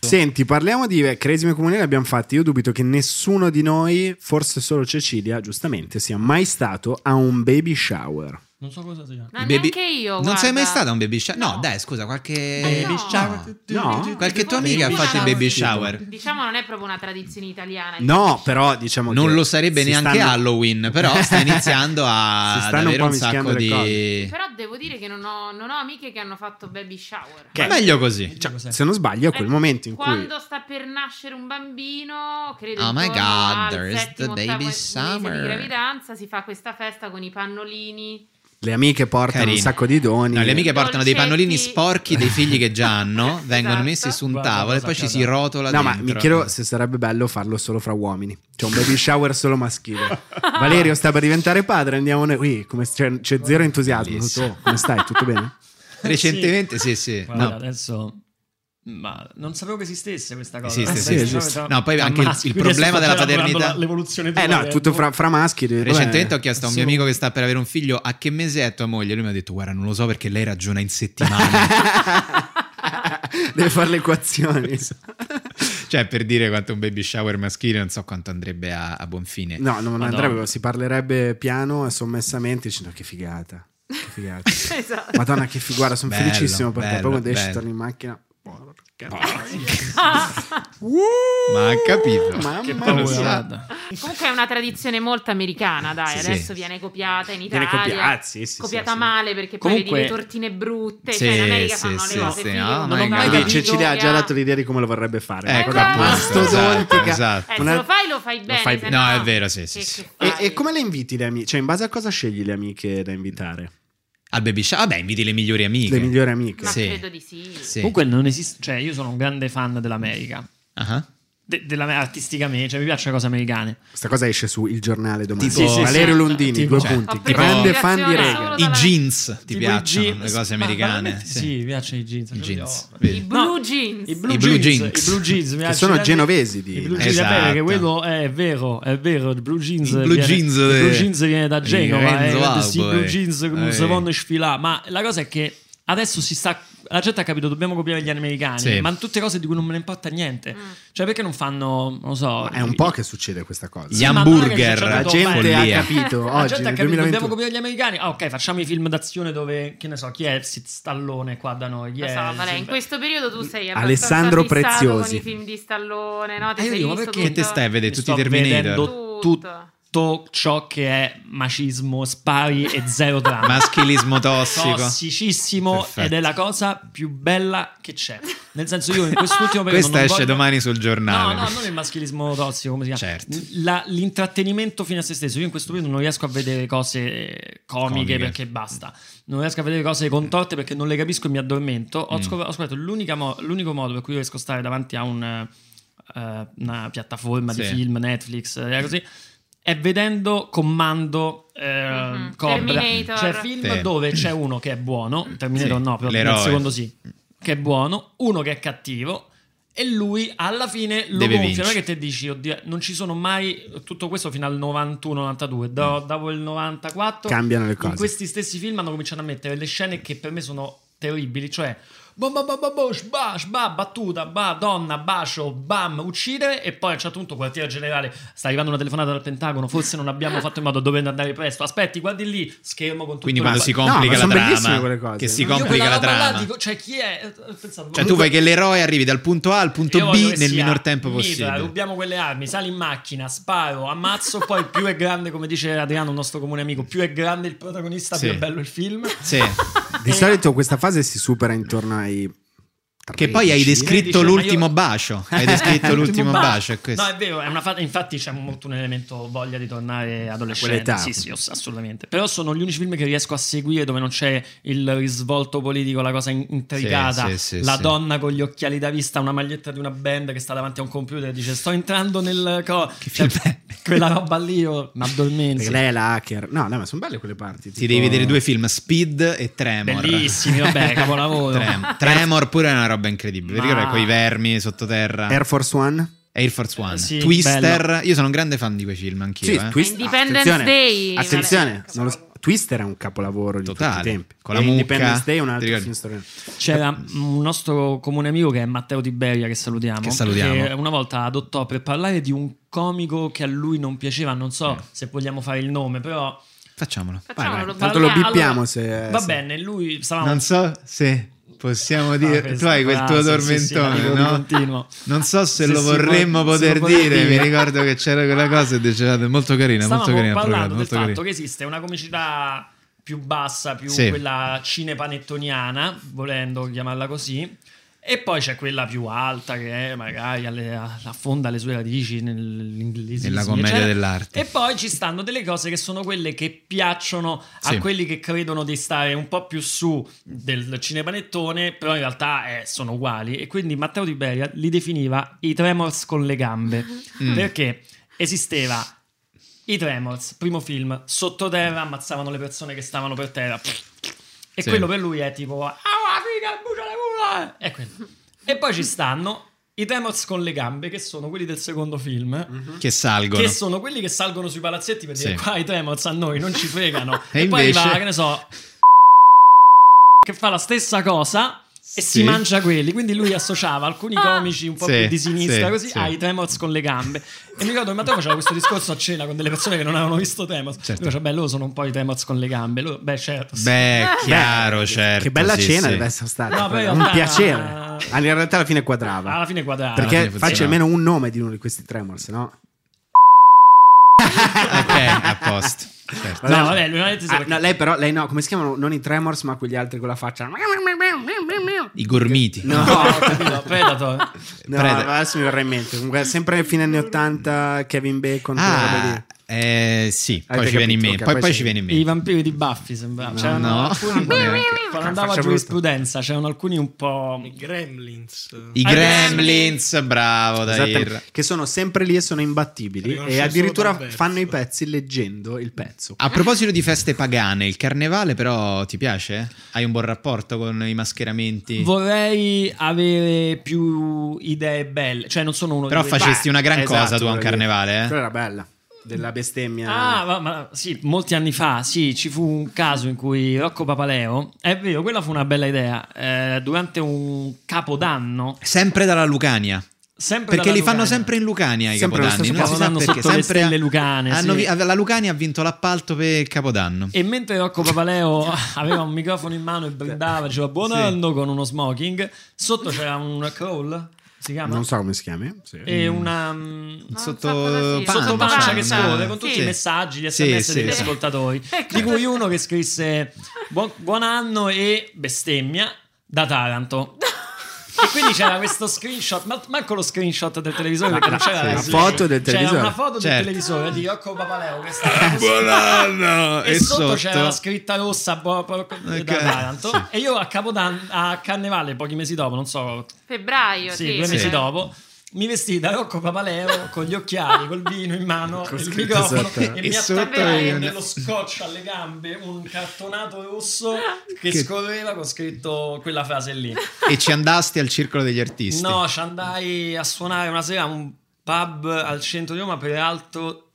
[SPEAKER 2] Senti, parliamo di Cresime Comune che abbiamo fatti. Io dubito che nessuno di noi, forse solo Cecilia, giustamente, sia mai stato a un baby shower.
[SPEAKER 8] Non so cosa sia.
[SPEAKER 3] Ma
[SPEAKER 1] Baby-
[SPEAKER 3] neanche io.
[SPEAKER 1] Non sei mai stata
[SPEAKER 3] stato
[SPEAKER 1] a un baby shower? No,
[SPEAKER 3] No.
[SPEAKER 1] dai, scusa, qualche
[SPEAKER 3] Eh, no.
[SPEAKER 2] No?
[SPEAKER 1] Qualche tua amica ha
[SPEAKER 3] Baby
[SPEAKER 1] fatto il
[SPEAKER 3] shower.
[SPEAKER 1] baby shower.
[SPEAKER 3] Diciamo non è proprio una tradizione italiana.
[SPEAKER 2] No, però diciamo che
[SPEAKER 1] Non lo sarebbe
[SPEAKER 2] si
[SPEAKER 1] neanche
[SPEAKER 2] stanno-
[SPEAKER 1] Halloween, però
[SPEAKER 2] [laughs]
[SPEAKER 1] sta iniziando
[SPEAKER 2] Si
[SPEAKER 1] a ad
[SPEAKER 2] stanno un
[SPEAKER 1] avere
[SPEAKER 2] po'
[SPEAKER 1] un,
[SPEAKER 2] mischiando
[SPEAKER 1] sacco
[SPEAKER 2] le
[SPEAKER 1] di.
[SPEAKER 3] Però devo dire che non ho, non ho amiche che hanno fatto baby shower.
[SPEAKER 1] Ma Meglio così.
[SPEAKER 8] Cioè, cos'è?
[SPEAKER 2] Se non sbaglio, è quel
[SPEAKER 3] Eh,
[SPEAKER 2] momento in cui
[SPEAKER 3] Quando sta per nascere un bambino, credo
[SPEAKER 1] Oh my
[SPEAKER 3] intorno
[SPEAKER 1] God,
[SPEAKER 3] al
[SPEAKER 1] there's
[SPEAKER 3] settimo,
[SPEAKER 1] the
[SPEAKER 3] ottavo
[SPEAKER 1] baby
[SPEAKER 3] mese
[SPEAKER 1] summer.
[SPEAKER 3] di gravidanza si fa questa festa con i pannolini. [laughs]
[SPEAKER 2] le amiche portano
[SPEAKER 1] Carino.
[SPEAKER 2] un sacco di doni.
[SPEAKER 1] No, le amiche portano dei
[SPEAKER 3] Dolcetti.
[SPEAKER 1] pannolini sporchi dei figli che già hanno, vengono
[SPEAKER 3] Esatto.
[SPEAKER 1] messi su un
[SPEAKER 8] Guarda,
[SPEAKER 1] tavolo e
[SPEAKER 8] cosa
[SPEAKER 1] poi ci
[SPEAKER 8] accade.
[SPEAKER 1] si rotola
[SPEAKER 2] No, ma
[SPEAKER 1] dentro.
[SPEAKER 2] mi chiedo se sarebbe bello farlo solo fra uomini. C'è un baby shower solo
[SPEAKER 3] [laughs]
[SPEAKER 2] maschile. Valerio sta per diventare padre, andiamo noi. Ui, come- c'è, c'è zero entusiasmo.
[SPEAKER 1] Bellissimo.
[SPEAKER 2] Tutto- come stai? Tutto
[SPEAKER 1] [laughs]
[SPEAKER 2] bene?
[SPEAKER 1] Recentemente, sì, sì.
[SPEAKER 8] Guarda,
[SPEAKER 1] Eh, no.
[SPEAKER 8] adesso. Ma non sapevo che esistesse questa cosa.
[SPEAKER 1] Esiste,
[SPEAKER 8] Questa
[SPEAKER 2] esiste.
[SPEAKER 8] cosa-
[SPEAKER 1] No, poi anche il-
[SPEAKER 8] Ammazza,
[SPEAKER 1] il
[SPEAKER 8] quindi adesso
[SPEAKER 1] problema
[SPEAKER 8] sto
[SPEAKER 1] della
[SPEAKER 8] elaborando
[SPEAKER 1] paternità-
[SPEAKER 8] la- L'evoluzione tua
[SPEAKER 2] Eh no,
[SPEAKER 8] del-
[SPEAKER 2] tutto fra, fra maschi. vabbè. [laughs]
[SPEAKER 1] Recentemente ho chiesto a un mio
[SPEAKER 8] Solo-
[SPEAKER 1] amico che sta per avere un figlio a che mese è tua moglie. Lui mi ha detto: Guarda, non lo so perché lei ragiona in
[SPEAKER 8] [laughs]
[SPEAKER 1] settimane.
[SPEAKER 2] Deve fare le equazioni.
[SPEAKER 1] cioè, per dire quanto un baby shower maschile, non so quanto andrebbe a, a buon fine.
[SPEAKER 2] No, non
[SPEAKER 8] Madonna.
[SPEAKER 2] andrebbe, si parlerebbe piano e sommessamente dicendo che figata. Che
[SPEAKER 3] [laughs]
[SPEAKER 2] figata.
[SPEAKER 3] Esatto.
[SPEAKER 2] Madonna, che figura, sono
[SPEAKER 1] Bello,
[SPEAKER 2] felicissimo perché
[SPEAKER 1] bello,
[SPEAKER 2] poi quando esci
[SPEAKER 1] bello.
[SPEAKER 2] torni in macchina. Porca.
[SPEAKER 1] Ma ha capito.
[SPEAKER 8] Che
[SPEAKER 2] Mamma
[SPEAKER 8] paura,
[SPEAKER 2] mia.
[SPEAKER 8] guarda.
[SPEAKER 3] Comunque è una tradizione molto americana, dai.
[SPEAKER 1] Sì,
[SPEAKER 3] Adesso
[SPEAKER 1] sì.
[SPEAKER 3] viene copiata in
[SPEAKER 2] Viene
[SPEAKER 3] Italia.
[SPEAKER 2] copiata, sì, sì,
[SPEAKER 3] copiata
[SPEAKER 2] sì, sì.
[SPEAKER 3] male perché
[SPEAKER 8] Comunque-
[SPEAKER 3] poi vedi le tortine brutte.
[SPEAKER 1] Sì,
[SPEAKER 3] cioè in America
[SPEAKER 1] sì,
[SPEAKER 3] fanno
[SPEAKER 1] sì,
[SPEAKER 3] le cose
[SPEAKER 1] sì,
[SPEAKER 3] fighe,
[SPEAKER 1] oh my God.
[SPEAKER 3] con la barba
[SPEAKER 2] Quindi
[SPEAKER 1] Capito.
[SPEAKER 2] Cecilia ha
[SPEAKER 3] bionica.
[SPEAKER 2] già dato l'idea di come lo vorrebbe fare.
[SPEAKER 1] Ecco
[SPEAKER 3] Esatto.
[SPEAKER 1] appunto. Esatto,
[SPEAKER 2] Mastodontica.
[SPEAKER 1] esatto.
[SPEAKER 3] Eh,
[SPEAKER 2] Una-
[SPEAKER 3] se lo fai lo fai bene.
[SPEAKER 1] fai
[SPEAKER 3] se
[SPEAKER 1] bene. No, è vero, sì, sì,
[SPEAKER 3] che-
[SPEAKER 1] sì.
[SPEAKER 3] che
[SPEAKER 2] E,
[SPEAKER 3] fai?
[SPEAKER 2] e come le inviti le amiche? Cioè, in base a cosa scegli le amiche da invitare?
[SPEAKER 1] Al baby shower, vabbè, inviti le migliori amiche.
[SPEAKER 2] Le migliori amiche.
[SPEAKER 3] Ma
[SPEAKER 1] Sì.
[SPEAKER 3] credo di sì.
[SPEAKER 1] Sì.
[SPEAKER 8] Comunque, non esiste. Cioè, io sono un grande fan dell'America.
[SPEAKER 1] Ah.
[SPEAKER 8] De- della- artisticamente, cioè, mi piacciono le cose americane.
[SPEAKER 2] Questa cosa esce su Il Giornale domani.
[SPEAKER 1] Tipo- Sì, sì, sì.
[SPEAKER 2] Valerio Londini,
[SPEAKER 8] Tipo-
[SPEAKER 2] due
[SPEAKER 1] Cioè,
[SPEAKER 2] punti.
[SPEAKER 3] tipo-
[SPEAKER 2] Grande fan di
[SPEAKER 3] Ispirazione
[SPEAKER 2] Reagan.
[SPEAKER 3] solo-
[SPEAKER 1] I
[SPEAKER 3] dalla-
[SPEAKER 1] jeans ti
[SPEAKER 8] Tipo i
[SPEAKER 1] piacciono,
[SPEAKER 8] jeans.
[SPEAKER 1] le cose
[SPEAKER 8] Ma
[SPEAKER 1] americane.
[SPEAKER 8] veramente Sì, mi piacciono i jeans.
[SPEAKER 1] I jeans.
[SPEAKER 8] Io-
[SPEAKER 1] Vedi?
[SPEAKER 3] I blue
[SPEAKER 8] No,
[SPEAKER 3] jeans.
[SPEAKER 8] I blue,
[SPEAKER 1] I blue
[SPEAKER 8] jeans,
[SPEAKER 1] jeans.
[SPEAKER 8] i blue jeans, mi piace.
[SPEAKER 2] sono genovesi, di-
[SPEAKER 8] I blue jeans,
[SPEAKER 1] Esatto.
[SPEAKER 8] è vero, che quello è vero, è vero, il blue jeans,
[SPEAKER 1] Il blue
[SPEAKER 8] viene,
[SPEAKER 1] jeans
[SPEAKER 8] il
[SPEAKER 1] de-
[SPEAKER 8] blue jeans viene da
[SPEAKER 1] di
[SPEAKER 8] Genova,
[SPEAKER 1] Renzo
[SPEAKER 8] eh, questi
[SPEAKER 1] Albo,
[SPEAKER 8] blue
[SPEAKER 1] eh.
[SPEAKER 8] jeans che non
[SPEAKER 1] Eh.
[SPEAKER 8] si vanno sfilare, ma la cosa è che adesso si sta la gente ha capito dobbiamo copiare gli americani,
[SPEAKER 1] Sì.
[SPEAKER 8] ma tutte cose di cui non me ne importa niente.
[SPEAKER 3] Mm.
[SPEAKER 8] Cioè perché non fanno, non lo so,
[SPEAKER 2] Ma È un po' che succede questa cosa.
[SPEAKER 1] Gli
[SPEAKER 8] ma
[SPEAKER 1] hamburger.
[SPEAKER 8] magari
[SPEAKER 2] La
[SPEAKER 8] Madonna,
[SPEAKER 2] gente ha
[SPEAKER 1] follia.
[SPEAKER 2] capito oggi,
[SPEAKER 8] la gente ha
[SPEAKER 2] nel
[SPEAKER 8] capito, dobbiamo
[SPEAKER 2] 2021.
[SPEAKER 8] copiare gli americani. Ah, ok, facciamo i film d'azione dove che ne so, chi è Sid Stallone qua da noi, chi
[SPEAKER 3] Lo
[SPEAKER 8] è
[SPEAKER 3] so, Vale, in questo periodo tu sei abbastanza
[SPEAKER 2] Alessandro
[SPEAKER 3] fissato
[SPEAKER 2] Preziosi.
[SPEAKER 3] con i film di Stallone, no? Ti
[SPEAKER 8] Ah, io
[SPEAKER 3] sei
[SPEAKER 8] dico, ma
[SPEAKER 3] visto
[SPEAKER 8] perché-
[SPEAKER 1] Che
[SPEAKER 3] tutto-
[SPEAKER 1] te stai a vedere?
[SPEAKER 8] Mi
[SPEAKER 1] Tutti i
[SPEAKER 8] sto
[SPEAKER 1] Terminator.
[SPEAKER 8] vedendo
[SPEAKER 3] Tutto.
[SPEAKER 8] tutto ciò che è macismo, spari e zero
[SPEAKER 1] [laughs]
[SPEAKER 8] dramma. [laughs]
[SPEAKER 1] Maschilismo tossico.
[SPEAKER 8] Tossicissimo
[SPEAKER 1] Perfetto.
[SPEAKER 8] ed è la cosa più bella che c'è. Nel senso, io
[SPEAKER 1] [laughs]
[SPEAKER 8] in quest'ultimo
[SPEAKER 1] Questa
[SPEAKER 8] periodo. non
[SPEAKER 1] esce
[SPEAKER 8] voglio-
[SPEAKER 1] domani sul giornale.
[SPEAKER 8] No, no, non il maschilismo tossico, come si chiama?
[SPEAKER 1] Certo.
[SPEAKER 8] La- l'intrattenimento fino a se stesso. Io in questo periodo non riesco a vedere cose eh, comiche,
[SPEAKER 1] Comiche.
[SPEAKER 8] perché basta. Non riesco a vedere cose contorte perché non le capisco e mi addormento. Ho,
[SPEAKER 1] Mm.
[SPEAKER 8] scop- ho scoperto l'unica mo- l'unico modo per cui io riesco a stare davanti a un, eh, una piattaforma di
[SPEAKER 1] Sì. Mm.
[SPEAKER 8] film, Netflix, eh, così, è vedendo Comando eh,
[SPEAKER 3] Mhm.
[SPEAKER 8] Cobra.
[SPEAKER 3] Terminator.
[SPEAKER 8] Cioè film
[SPEAKER 1] Sì.
[SPEAKER 8] dove c'è uno che è buono, Terminator
[SPEAKER 1] Sì,
[SPEAKER 8] no, però nel
[SPEAKER 1] l'eroe.
[SPEAKER 8] secondo sì, che è buono, uno che è cattivo e lui alla fine lo
[SPEAKER 1] Deve
[SPEAKER 8] gonfia. Non è
[SPEAKER 1] vincere.
[SPEAKER 8] che te dici, oddio, non ci sono mai tutto questo fino al 91-92, da-
[SPEAKER 1] Mm.
[SPEAKER 8] dopo il 94
[SPEAKER 2] Cambiano le
[SPEAKER 8] in
[SPEAKER 2] cose.
[SPEAKER 8] questi stessi film hanno cominciato a mettere le scene che per me sono terribili, cioè bom, bom, bom, bom, bom, shba, shba, battuta, ba, donna, bacio, bam, uccidere e poi a un certo punto quartiere generale sta arrivando una telefonata dal Pentagono, forse non abbiamo fatto in modo dovendo andare presto, aspetti, guardi lì, schermo con tutto
[SPEAKER 1] Quindi
[SPEAKER 8] il-
[SPEAKER 1] quando si
[SPEAKER 8] Io
[SPEAKER 2] No,
[SPEAKER 1] complica
[SPEAKER 2] ma
[SPEAKER 1] la
[SPEAKER 2] son bellissime quelle
[SPEAKER 1] trama,
[SPEAKER 2] cose.
[SPEAKER 1] che si
[SPEAKER 2] Io
[SPEAKER 1] complica
[SPEAKER 8] quella
[SPEAKER 1] la
[SPEAKER 8] roba là
[SPEAKER 1] trama.
[SPEAKER 8] dico, cioè chi è? Ho pensato,
[SPEAKER 1] Cioè,
[SPEAKER 8] ma-
[SPEAKER 1] tu vuoi che l'eroe arrivi dal punto A al punto
[SPEAKER 8] io voglio
[SPEAKER 1] B
[SPEAKER 8] che
[SPEAKER 1] nel
[SPEAKER 8] sia
[SPEAKER 1] minor tempo
[SPEAKER 8] mitra,
[SPEAKER 1] possibile.
[SPEAKER 8] Rubiamo quelle armi, sali in macchina, sparo, ammazzo. Poi più è grande, come dice Adriano, un nostro comune amico, più è grande il protagonista,
[SPEAKER 1] Sì.
[SPEAKER 8] più è bello il film.
[SPEAKER 1] Sì.
[SPEAKER 8] [laughs]
[SPEAKER 2] Di solito questa fase si supera intorno ai.
[SPEAKER 1] Che poi hai
[SPEAKER 2] 13.
[SPEAKER 1] descritto
[SPEAKER 8] Dice, ma diciamo, io- [laughs]
[SPEAKER 1] l'ultimo bacio. Hai descritto l'ultimo bacio. È questo.
[SPEAKER 8] No, è vero, è una fa- infatti c'è molto un elemento voglia di tornare adolescente.
[SPEAKER 2] quell'età.
[SPEAKER 8] Sì, sì, ass- assolutamente. Però sono gli unici film che riesco a seguire dove non c'è il risvolto politico, la cosa in- intricata,
[SPEAKER 1] Sì, sì, sì,
[SPEAKER 8] la
[SPEAKER 1] sì.
[SPEAKER 8] donna con gli occhiali da vista, una maglietta di una band che sta davanti a un computer e dice sto entrando nel... Co-". Cioè, quella roba lì io mi addormento.
[SPEAKER 2] Perché lei è la hacker. No, no, ma sono belle quelle parti.
[SPEAKER 1] Ti devi vedere due film, Speed e Tremor.
[SPEAKER 8] Bellissimi,
[SPEAKER 1] [laughs]
[SPEAKER 8] vabbè, capolavoro. [laughs]
[SPEAKER 1] Trem- Tremor pure è una roba incredibile.
[SPEAKER 8] Ma- Eh,
[SPEAKER 1] Ricorda quei vermi sottoterra.
[SPEAKER 2] Air Force One?
[SPEAKER 1] Air Force One,
[SPEAKER 8] Sì,
[SPEAKER 1] Twister.
[SPEAKER 8] bello.
[SPEAKER 1] Io sono un grande fan di quei film anch'io. eh.
[SPEAKER 2] Twist-
[SPEAKER 3] Independence
[SPEAKER 2] attenzione,
[SPEAKER 3] Day,
[SPEAKER 2] Attenzione,
[SPEAKER 3] Valeria.
[SPEAKER 2] non lo so- Twister è un capolavoro di
[SPEAKER 1] Totale,
[SPEAKER 2] tutti i tempi.
[SPEAKER 1] con la
[SPEAKER 2] E
[SPEAKER 1] mucca.
[SPEAKER 2] Independence Day è un
[SPEAKER 1] Ti
[SPEAKER 2] altro
[SPEAKER 1] ricordi?
[SPEAKER 2] film storico.
[SPEAKER 8] C'era un nostro comune amico che è Matteo Tiberia, che salutiamo.
[SPEAKER 1] Che salutiamo.
[SPEAKER 8] una volta adottò per parlare di un comico che a lui non piaceva. Non so
[SPEAKER 1] Eh.
[SPEAKER 8] se vogliamo fare il nome, però
[SPEAKER 1] Facciamolo.
[SPEAKER 8] Ah,
[SPEAKER 3] Facciamolo, lo
[SPEAKER 2] Tanto lo
[SPEAKER 3] parliamo.
[SPEAKER 2] bippiamo
[SPEAKER 3] Allora,
[SPEAKER 2] se.
[SPEAKER 8] va
[SPEAKER 2] se-
[SPEAKER 8] bene. Lui stavamo.
[SPEAKER 1] Eh, Non so se possiamo
[SPEAKER 8] Ah,
[SPEAKER 1] dire.
[SPEAKER 8] questa
[SPEAKER 1] tu hai quel tuo
[SPEAKER 8] frase, sì, sì,
[SPEAKER 1] tormentone,
[SPEAKER 8] la dico di
[SPEAKER 1] no?
[SPEAKER 8] continuo.
[SPEAKER 1] Non so se,
[SPEAKER 8] Se
[SPEAKER 1] lo
[SPEAKER 8] si
[SPEAKER 1] vorremmo
[SPEAKER 8] può- se
[SPEAKER 1] poter
[SPEAKER 8] lo può
[SPEAKER 1] dire.
[SPEAKER 8] dire.
[SPEAKER 1] Mi ricordo che c'era quella cosa e dicevate molto carina,
[SPEAKER 8] Stavamo
[SPEAKER 1] molto carina. il
[SPEAKER 8] parlando
[SPEAKER 1] programma,
[SPEAKER 8] del
[SPEAKER 1] molto carina.
[SPEAKER 8] fatto che esiste una comicità più bassa, più
[SPEAKER 1] Sì.
[SPEAKER 8] quella cinepanettoniana, volendo chiamarla così. E poi c'è quella più alta che è magari alle- affonda le sue radici nell'inglese.
[SPEAKER 1] Nella commedia dell'arte.
[SPEAKER 8] E poi ci stanno delle cose che sono quelle che piacciono
[SPEAKER 1] Sì.
[SPEAKER 8] a quelli che credono di stare un po' più su del cinepanettone, però in realtà eh, sono uguali. E quindi Matteo Tiberia li definiva i tremors con le gambe.
[SPEAKER 1] Mm.
[SPEAKER 8] Perché esisteva i Tremors, primo film, sottoterra ammazzavano le persone che stavano per terra. E
[SPEAKER 1] Sì.
[SPEAKER 8] quello per lui è tipo... Ah, figa, brucia le mura! E, quello. e poi ci stanno i Tremors con le gambe, che sono quelli del secondo film.
[SPEAKER 1] Che salgono.
[SPEAKER 8] Che sono quelli che salgono sui palazzetti per
[SPEAKER 1] Sì.
[SPEAKER 8] dire qua i Tremors a noi non ci fregano.
[SPEAKER 1] [laughs] E
[SPEAKER 8] e poi
[SPEAKER 1] invece-
[SPEAKER 8] arriva, che ne so, che fa la stessa cosa e si
[SPEAKER 1] Sì.
[SPEAKER 8] mangia quelli. Quindi lui associava alcuni
[SPEAKER 2] Ah,
[SPEAKER 8] comici un po'
[SPEAKER 1] Sì,
[SPEAKER 8] più di sinistra
[SPEAKER 1] sì,
[SPEAKER 8] così
[SPEAKER 1] sì.
[SPEAKER 8] ai Tremors con le gambe. E mi ricordo che Matteo faceva questo discorso a cena con delle persone che non avevano visto Tremors.
[SPEAKER 1] Certo.
[SPEAKER 8] Lui faceva, beh, loro sono un po' i Tremors con le gambe. Loro- beh, certo. sì.
[SPEAKER 1] Beh, chiaro, certo.
[SPEAKER 2] Che bella
[SPEAKER 1] sì,
[SPEAKER 2] cena
[SPEAKER 1] sì.
[SPEAKER 2] deve essere stata.
[SPEAKER 8] No, poi in
[SPEAKER 2] un
[SPEAKER 8] realtà-
[SPEAKER 2] piacere. Ah, In realtà alla fine quadrava.
[SPEAKER 8] Alla fine quadrava.
[SPEAKER 1] Alla
[SPEAKER 2] perché
[SPEAKER 1] fine
[SPEAKER 2] faccio
[SPEAKER 1] funzionava.
[SPEAKER 2] almeno un nome di uno di questi Tremors, no?
[SPEAKER 1] [laughs] Ok, a posto. Certo.
[SPEAKER 8] No, vabbè, lui non ha detto
[SPEAKER 2] Ah,
[SPEAKER 8] perché-
[SPEAKER 2] no, lei però, lei no, come si chiamano? Non i Tremors, ma quegli altri con la faccia.
[SPEAKER 1] I gormiti. Eh,
[SPEAKER 2] No,
[SPEAKER 8] [laughs] No, ho eh. capito,
[SPEAKER 1] [laughs]
[SPEAKER 8] Predator.
[SPEAKER 2] No,
[SPEAKER 1] Preda.
[SPEAKER 2] adesso mi verrà in mente. Comunque, sempre fine anni 80, Kevin Bacon. quella roba
[SPEAKER 1] Ah,
[SPEAKER 2] lì.
[SPEAKER 1] eh, sì, poi
[SPEAKER 2] Avete
[SPEAKER 1] ci viene in
[SPEAKER 2] capito,
[SPEAKER 1] mente.
[SPEAKER 2] ok,
[SPEAKER 1] Poi,
[SPEAKER 2] poi
[SPEAKER 1] poi
[SPEAKER 2] sì.
[SPEAKER 1] ci viene in
[SPEAKER 8] I
[SPEAKER 1] mente.
[SPEAKER 8] vampiri di Buffy sembrava. C'erano
[SPEAKER 1] no.
[SPEAKER 8] alcuni-
[SPEAKER 2] [laughs]
[SPEAKER 1] Neanche.
[SPEAKER 8] Quando andava
[SPEAKER 2] Faccia brutta.
[SPEAKER 8] giurisprudenza c'erano alcuni un po'.
[SPEAKER 6] I Gremlins.
[SPEAKER 1] I
[SPEAKER 8] Ah,
[SPEAKER 1] Gremlins, bravo Dair.
[SPEAKER 2] Esattamente. Esatto, Che sono sempre lì e sono imbattibili.
[SPEAKER 6] Riconosce
[SPEAKER 2] E addirittura
[SPEAKER 6] solo dal pezzo.
[SPEAKER 2] fanno i pezzi leggendo il pezzo.
[SPEAKER 1] A proposito di feste pagane, il carnevale però ti piace? Hai un buon rapporto con i mascheramenti?
[SPEAKER 8] Vorrei avere più idee belle, cioè non sono uno
[SPEAKER 1] Però
[SPEAKER 8] di quelli-
[SPEAKER 1] facesti una gran
[SPEAKER 2] Esatto,
[SPEAKER 1] cosa tu a un
[SPEAKER 2] voglio dire.
[SPEAKER 1] carnevale, eh?
[SPEAKER 2] Quella era bella. Della bestemmia.
[SPEAKER 8] Ah, ma, ma- sì, molti anni fa, sì, ci fu un caso in cui Rocco Papaleo, è vero, quella fu una bella idea, eh, durante un capodanno,
[SPEAKER 1] Sempre dalla Lucania.
[SPEAKER 8] sempre
[SPEAKER 1] Perché
[SPEAKER 8] dalla
[SPEAKER 1] li fanno
[SPEAKER 8] Lucania.
[SPEAKER 1] sempre in Lucania i
[SPEAKER 2] Sempre lo
[SPEAKER 1] capodanni. Non
[SPEAKER 2] stesso
[SPEAKER 1] si sa
[SPEAKER 8] Capodanno
[SPEAKER 1] perché.
[SPEAKER 8] sotto le
[SPEAKER 1] Sempre a-
[SPEAKER 8] stelle lucane,
[SPEAKER 1] hanno
[SPEAKER 8] sì.
[SPEAKER 1] vi- la Lucania ha vinto l'appalto per Capodanno.
[SPEAKER 8] E mentre Rocco Papaleo [laughs] aveva un microfono in mano e brindava, diceva buon
[SPEAKER 1] Sì.
[SPEAKER 8] anno con uno smoking, sotto c'era un crawl, si chiama?
[SPEAKER 2] Non so come si chiama. Sì.
[SPEAKER 8] E una... mm,
[SPEAKER 3] No,
[SPEAKER 1] Sotto
[SPEAKER 3] infatti, sì.
[SPEAKER 8] sotto
[SPEAKER 1] pancia,
[SPEAKER 8] pancia
[SPEAKER 1] no?
[SPEAKER 8] che scorre con tutti
[SPEAKER 1] Sì.
[SPEAKER 8] i messaggi, gli
[SPEAKER 1] Sì,
[SPEAKER 8] sms
[SPEAKER 1] sì,
[SPEAKER 8] degli
[SPEAKER 1] sì.
[SPEAKER 8] ascoltatori. Di cui uno che scrisse buon, buon anno e bestemmia da Taranto. e quindi c'era questo screenshot, ma manco lo screenshot del televisore perché non
[SPEAKER 2] la
[SPEAKER 8] c'era Netflix.
[SPEAKER 2] foto del televisore.
[SPEAKER 8] C'era una foto
[SPEAKER 1] Certo.
[SPEAKER 8] del televisore di Rocco Papaleo questa era
[SPEAKER 1] [laughs]
[SPEAKER 8] così.
[SPEAKER 1] Buon anno!
[SPEAKER 8] [laughs] E, sotto, c'era la scritta rossa bo- bo-
[SPEAKER 1] Ok.
[SPEAKER 8] da Taranto
[SPEAKER 1] Sì.
[SPEAKER 8] e io a Capodanno a Carnevale pochi mesi dopo, non so,
[SPEAKER 3] Febbraio,
[SPEAKER 8] sì, due
[SPEAKER 1] sì.
[SPEAKER 8] mesi
[SPEAKER 1] Sì.
[SPEAKER 8] dopo mi vestì da
[SPEAKER 1] [laughs]
[SPEAKER 8] Rocco Papaleo con gli occhiali, col vino in mano, il
[SPEAKER 2] scritto
[SPEAKER 8] microfono
[SPEAKER 2] sotto.
[SPEAKER 8] e,
[SPEAKER 1] E
[SPEAKER 8] mi
[SPEAKER 1] sotto
[SPEAKER 8] attaccai
[SPEAKER 1] un-
[SPEAKER 8] nello scotch alle gambe un cartonato rosso che, scorreva con scritto quella frase lì.
[SPEAKER 1] E ci andasti al circolo degli artisti.
[SPEAKER 8] No, ci andai a suonare una sera a un pub al centro di Roma, peraltro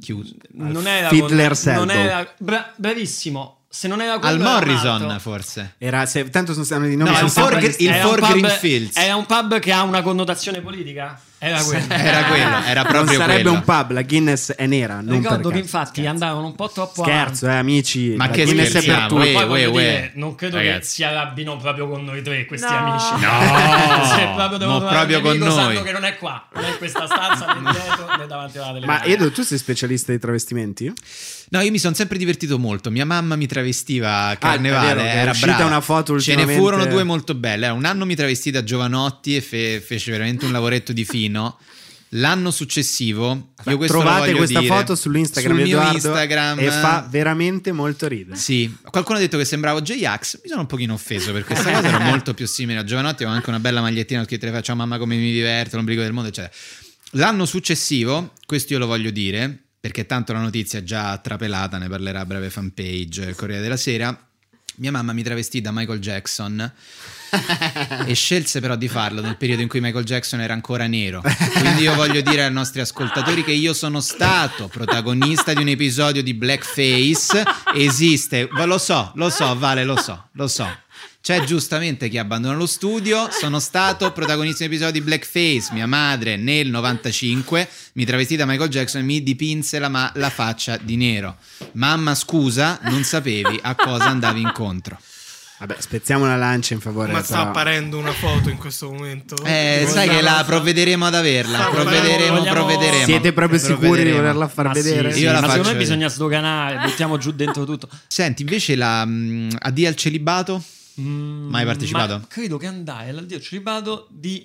[SPEAKER 1] Chiuso.
[SPEAKER 8] non era...
[SPEAKER 2] Fiddler's
[SPEAKER 8] non
[SPEAKER 2] Elbow.
[SPEAKER 8] era bra- bravissimo, se non era quello...
[SPEAKER 1] Al
[SPEAKER 8] era un
[SPEAKER 1] Morrison,
[SPEAKER 8] altro.
[SPEAKER 1] forse.
[SPEAKER 2] Era, se, tanto sono stati di nomi.
[SPEAKER 1] No,
[SPEAKER 2] sono
[SPEAKER 1] il
[SPEAKER 2] sempre eh.
[SPEAKER 1] Four-
[SPEAKER 2] gli stessi.
[SPEAKER 1] il
[SPEAKER 8] Era
[SPEAKER 1] Four
[SPEAKER 8] un pub-
[SPEAKER 1] Greenfields.
[SPEAKER 8] Era un pub che ha una connotazione politica? Era quello.
[SPEAKER 1] Era quello, era
[SPEAKER 2] non
[SPEAKER 1] proprio
[SPEAKER 2] sarebbe
[SPEAKER 1] quello.
[SPEAKER 2] un pub, la Guinness è nera. Non per
[SPEAKER 8] Ricordo
[SPEAKER 2] caso.
[SPEAKER 8] che infatti andavano un po' troppo
[SPEAKER 2] Scherzo, eh, amici.
[SPEAKER 1] Ma
[SPEAKER 2] la
[SPEAKER 1] che
[SPEAKER 2] Guinness è per
[SPEAKER 1] scherziamo,
[SPEAKER 2] tutti.
[SPEAKER 1] eh.
[SPEAKER 8] avanti. Poi voglio
[SPEAKER 1] uè,
[SPEAKER 8] dire,
[SPEAKER 1] uè.
[SPEAKER 8] non credo che
[SPEAKER 1] Ragazzi.
[SPEAKER 8] si arrabbino proprio con noi tre questi
[SPEAKER 3] No.
[SPEAKER 8] amici.
[SPEAKER 1] No.
[SPEAKER 8] [laughs] Se proprio devo
[SPEAKER 1] Ma
[SPEAKER 8] trovare
[SPEAKER 1] proprio
[SPEAKER 8] un nemico,
[SPEAKER 1] con
[SPEAKER 8] sanno
[SPEAKER 1] noi.
[SPEAKER 8] che non è qua, non è in
[SPEAKER 1] [laughs]
[SPEAKER 8] questa stanza né dietro né davanti alla
[SPEAKER 2] Ma
[SPEAKER 8] telecamera.
[SPEAKER 2] Edo, tu sei specialista di travestimenti?
[SPEAKER 1] No, io mi sono sempre divertito molto. Mia mamma mi travestiva a carnevale,
[SPEAKER 2] Ah, è vero, che è
[SPEAKER 1] era
[SPEAKER 2] uscita
[SPEAKER 1] brava.
[SPEAKER 2] una foto
[SPEAKER 1] Ce ne
[SPEAKER 2] ultimamente-
[SPEAKER 1] furono due molto belle. Era Un anno mi travestì da Giovanotti e fe- fece veramente un lavoretto di fino. L'anno successivo, io questo lo
[SPEAKER 2] Trovate
[SPEAKER 1] voglio
[SPEAKER 2] questa
[SPEAKER 1] dire,
[SPEAKER 2] foto sull'Instagram
[SPEAKER 1] sul
[SPEAKER 2] di
[SPEAKER 1] mio
[SPEAKER 2] Edoardo
[SPEAKER 1] Instagram
[SPEAKER 2] e fa veramente molto ridere.
[SPEAKER 1] Sì, qualcuno ha detto che sembravo J-Ax, mi sono un pochino offeso per questa cosa, ero molto più simile a Giovanotti, avevo anche una bella magliettina con scritta ciao mamma come mi diverto, l'ombrico del mondo, eccetera. L'anno successivo, questo io lo voglio dire, perché tanto la notizia è già trapelata, ne parlerà a breve fanpage eh, Corriere della Sera, mia mamma mi travestì da Michael Jackson e scelse però di farlo nel periodo in cui Michael Jackson era ancora nero. Quindi io voglio dire ai nostri ascoltatori che io sono stato protagonista di un episodio di blackface. Esiste, ma lo so, lo so, Vale, lo so, lo so. C'è giustamente chi abbandona lo studio, sono stato protagonista di un episodio di Blackface, mia madre nel 95 mi travestì da Michael Jackson e mi dipinse la, ma- la faccia di nero. Mamma scusa, non sapevi a cosa andavi incontro.
[SPEAKER 2] Vabbè, spezziamo la lancia in favore.
[SPEAKER 6] Ma sta
[SPEAKER 2] però.
[SPEAKER 6] apparendo una foto in questo momento.
[SPEAKER 1] Eh,
[SPEAKER 6] Vogliamo-
[SPEAKER 1] sai che la provvederemo ad averla.
[SPEAKER 6] Sì,
[SPEAKER 1] Provvederemo,
[SPEAKER 8] vogliamo-
[SPEAKER 1] provvederemo.
[SPEAKER 2] Siete proprio sicuri di
[SPEAKER 1] Provvederemo.
[SPEAKER 2] volerla far
[SPEAKER 8] Ma sì,
[SPEAKER 2] vedere?
[SPEAKER 8] sì,
[SPEAKER 1] Io la
[SPEAKER 8] ma
[SPEAKER 1] faccio
[SPEAKER 8] secondo me
[SPEAKER 1] vedere.
[SPEAKER 8] bisogna sdoganare, buttiamo giù dentro tutto.
[SPEAKER 1] Senti, invece la mh, addio al celibato. [laughs]
[SPEAKER 8] Mm,
[SPEAKER 1] Mai partecipato?
[SPEAKER 8] ma credo che andai all'addio al celibato di...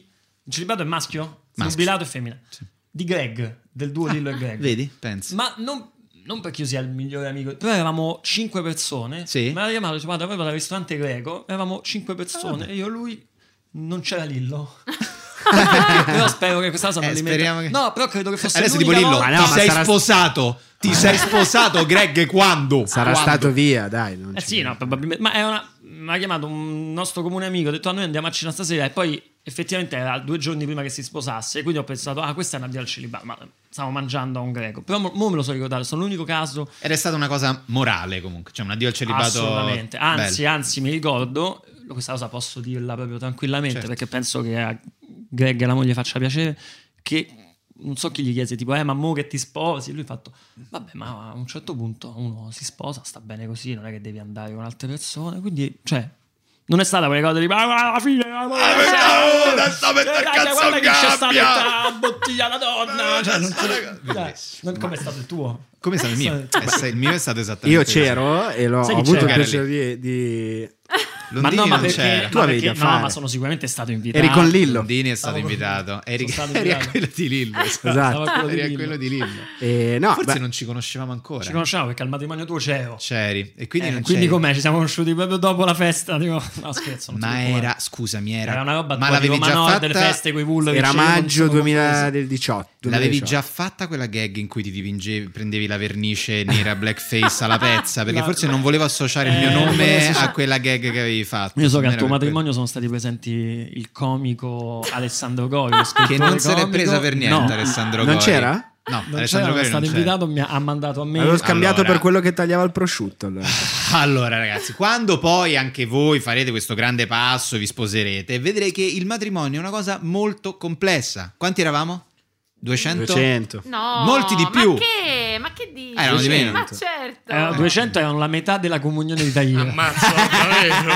[SPEAKER 8] Il celibato è maschio?
[SPEAKER 1] Maschio.
[SPEAKER 8] Nubilato e femmina.
[SPEAKER 1] Sì.
[SPEAKER 8] Di Greg, del duo Lillo e Greg.
[SPEAKER 1] Vedi? Pensa.
[SPEAKER 8] Ecco. Ma non, non perché io sia il migliore amico, però eravamo cinque persone.
[SPEAKER 1] Sì. Ah,
[SPEAKER 8] Mi aveva chiamato, dice, vado proprio al ristorante greco, eravamo cinque persone e io lui non
[SPEAKER 1] [laughs]
[SPEAKER 8] c'era Lillo. però spero che questa cosa non
[SPEAKER 1] Eh,
[SPEAKER 8] li metta.
[SPEAKER 1] speriamo che-
[SPEAKER 8] No, però credo che fosse
[SPEAKER 1] Adesso tipo
[SPEAKER 8] l'unica
[SPEAKER 1] Lillo,
[SPEAKER 8] volta-
[SPEAKER 2] Ma no,
[SPEAKER 1] ti
[SPEAKER 2] ma
[SPEAKER 1] sei
[SPEAKER 2] sarà-
[SPEAKER 1] sposato. Ti sei sposato, Greg, quando?
[SPEAKER 2] Sarà
[SPEAKER 1] Quando?
[SPEAKER 2] stato via, dai. non
[SPEAKER 8] Eh
[SPEAKER 2] ci-
[SPEAKER 8] sì, no, probabilmente. Ma è una- mi ha chiamato un nostro comune amico, ha detto a noi andiamo a cena stasera e poi effettivamente era due giorni prima che si sposasse, quindi ho pensato, ah questa è una via al celibato, ma stavo mangiando a un greco. Però mo, mo me lo so ricordare, sono l'unico caso
[SPEAKER 1] Ed è stata una cosa morale comunque. Cioè un addio al celibato.
[SPEAKER 8] Assolutamente. Anzi,
[SPEAKER 1] bello.
[SPEAKER 8] anzi, mi ricordo, questa cosa posso dirla proprio tranquillamente
[SPEAKER 1] Certo.
[SPEAKER 8] perché penso che a Greg e la moglie faccia piacere, che non so chi gli chiese tipo, eh ma mo che ti sposi? Lui ha fatto, vabbè ma a un certo punto uno si sposa, sta bene così, non è che devi andare con altre persone, quindi cioè... Non è stata quella cosa di ma alla fine la moglie,
[SPEAKER 1] Ah,
[SPEAKER 7] oh, adesso
[SPEAKER 8] eh,
[SPEAKER 7] mette il
[SPEAKER 8] raga,
[SPEAKER 7] cazzo
[SPEAKER 8] guarda
[SPEAKER 7] in
[SPEAKER 8] che c'è stata
[SPEAKER 7] gabbia!"
[SPEAKER 8] la bottiglia la
[SPEAKER 1] Eh,
[SPEAKER 8] donna, cioè, non, cioè,
[SPEAKER 1] Bellissimo.
[SPEAKER 8] non come è stato il tuo?
[SPEAKER 1] Come è stato il mio? Eh, se- il mio è stato esattamente.
[SPEAKER 2] Io
[SPEAKER 1] così.
[SPEAKER 2] c'ero e l'ho
[SPEAKER 8] Sai
[SPEAKER 2] ho
[SPEAKER 8] chi
[SPEAKER 2] avuto il
[SPEAKER 1] c'era lì?
[SPEAKER 2] piacere di,
[SPEAKER 8] [laughs]
[SPEAKER 2] di-
[SPEAKER 1] Londini
[SPEAKER 8] ma no, ma
[SPEAKER 1] non
[SPEAKER 8] perché,
[SPEAKER 1] c'era.
[SPEAKER 8] ma
[SPEAKER 2] Tu avevi
[SPEAKER 8] perché-
[SPEAKER 2] da fare.
[SPEAKER 8] No, ma sono sicuramente stato Eh, invitato.
[SPEAKER 2] Eri con Lillo.
[SPEAKER 1] Londini è stato
[SPEAKER 8] Stavo-
[SPEAKER 1] invitato. Eri,
[SPEAKER 8] Ah, Sono
[SPEAKER 1] [laughs]
[SPEAKER 8] stato
[SPEAKER 1] eri a
[SPEAKER 8] invitato.
[SPEAKER 1] quello di Lillo. esatto.
[SPEAKER 2] Esatto.
[SPEAKER 8] Stavo a quello di
[SPEAKER 1] Eri a
[SPEAKER 8] Lillo.
[SPEAKER 1] quello di Lillo.
[SPEAKER 2] E no,
[SPEAKER 1] Forse
[SPEAKER 2] beh,
[SPEAKER 1] non ci conoscevamo ancora.
[SPEAKER 8] Ci conosciamo perché al matrimonio tuo c'ero.
[SPEAKER 1] C'eri. E quindi
[SPEAKER 8] Eh,
[SPEAKER 1] non
[SPEAKER 8] quindi
[SPEAKER 1] c'eri.
[SPEAKER 8] com'è? Ci siamo conosciuti proprio dopo la festa. dico- No, scherzo. non ti
[SPEAKER 1] Ma
[SPEAKER 8] preoccupare.
[SPEAKER 1] era, scusami, era,
[SPEAKER 8] Era una roba
[SPEAKER 1] ma
[SPEAKER 8] tipo
[SPEAKER 1] l'avevi
[SPEAKER 8] Roma
[SPEAKER 1] già
[SPEAKER 8] Nord,
[SPEAKER 1] fatta,
[SPEAKER 8] delle feste coi vullo che
[SPEAKER 2] era
[SPEAKER 8] c'erano,
[SPEAKER 2] maggio
[SPEAKER 8] non sono comprese.
[SPEAKER 2] 2018.
[SPEAKER 1] l'avevi
[SPEAKER 2] 2018.
[SPEAKER 1] già fatta quella gag in cui ti dipingevi, prendevi la vernice nera blackface alla pezza, perché
[SPEAKER 8] La-
[SPEAKER 1] forse non volevo associare il
[SPEAKER 8] Eh,
[SPEAKER 1] mio
[SPEAKER 8] non volevo
[SPEAKER 1] nome
[SPEAKER 8] associare-
[SPEAKER 1] a quella gag che avevi fatto.
[SPEAKER 8] Io so che
[SPEAKER 1] Non
[SPEAKER 8] al
[SPEAKER 1] era
[SPEAKER 8] tuo
[SPEAKER 1] per
[SPEAKER 8] matrimonio sono stati presenti il comico Alessandro Gori,
[SPEAKER 1] quello.
[SPEAKER 8] lo scrittore
[SPEAKER 1] [laughs] che non se l'è
[SPEAKER 8] comico.
[SPEAKER 1] presa per niente
[SPEAKER 8] No,
[SPEAKER 1] Alessandro
[SPEAKER 2] Non
[SPEAKER 1] Gori.
[SPEAKER 2] c'era?
[SPEAKER 1] No,
[SPEAKER 8] Non c'era,
[SPEAKER 1] Alessandro
[SPEAKER 8] non è
[SPEAKER 1] Gori non
[SPEAKER 8] stato
[SPEAKER 1] c'era.
[SPEAKER 8] invitato, mi ha, ha mandato a me.
[SPEAKER 2] L'avevo scambiato
[SPEAKER 1] Allora.
[SPEAKER 2] per quello che tagliava il
[SPEAKER 1] [laughs]
[SPEAKER 2] prosciutto. allora.
[SPEAKER 1] Allora, ragazzi, quando poi anche voi farete questo grande passo, vi sposerete, vedrete che il matrimonio è una cosa molto complessa. Quanti eravamo?
[SPEAKER 2] 200.
[SPEAKER 3] No,
[SPEAKER 1] Molti di
[SPEAKER 3] ma
[SPEAKER 1] più.
[SPEAKER 3] che? Ma che dici?
[SPEAKER 1] Ah, erano di meno.
[SPEAKER 3] Ma certo.
[SPEAKER 8] Era 200 Eh, erano la metà della comunione
[SPEAKER 1] [laughs]
[SPEAKER 8] di Tahir.
[SPEAKER 6] Ammazzo,
[SPEAKER 2] [laughs]
[SPEAKER 6] davvero.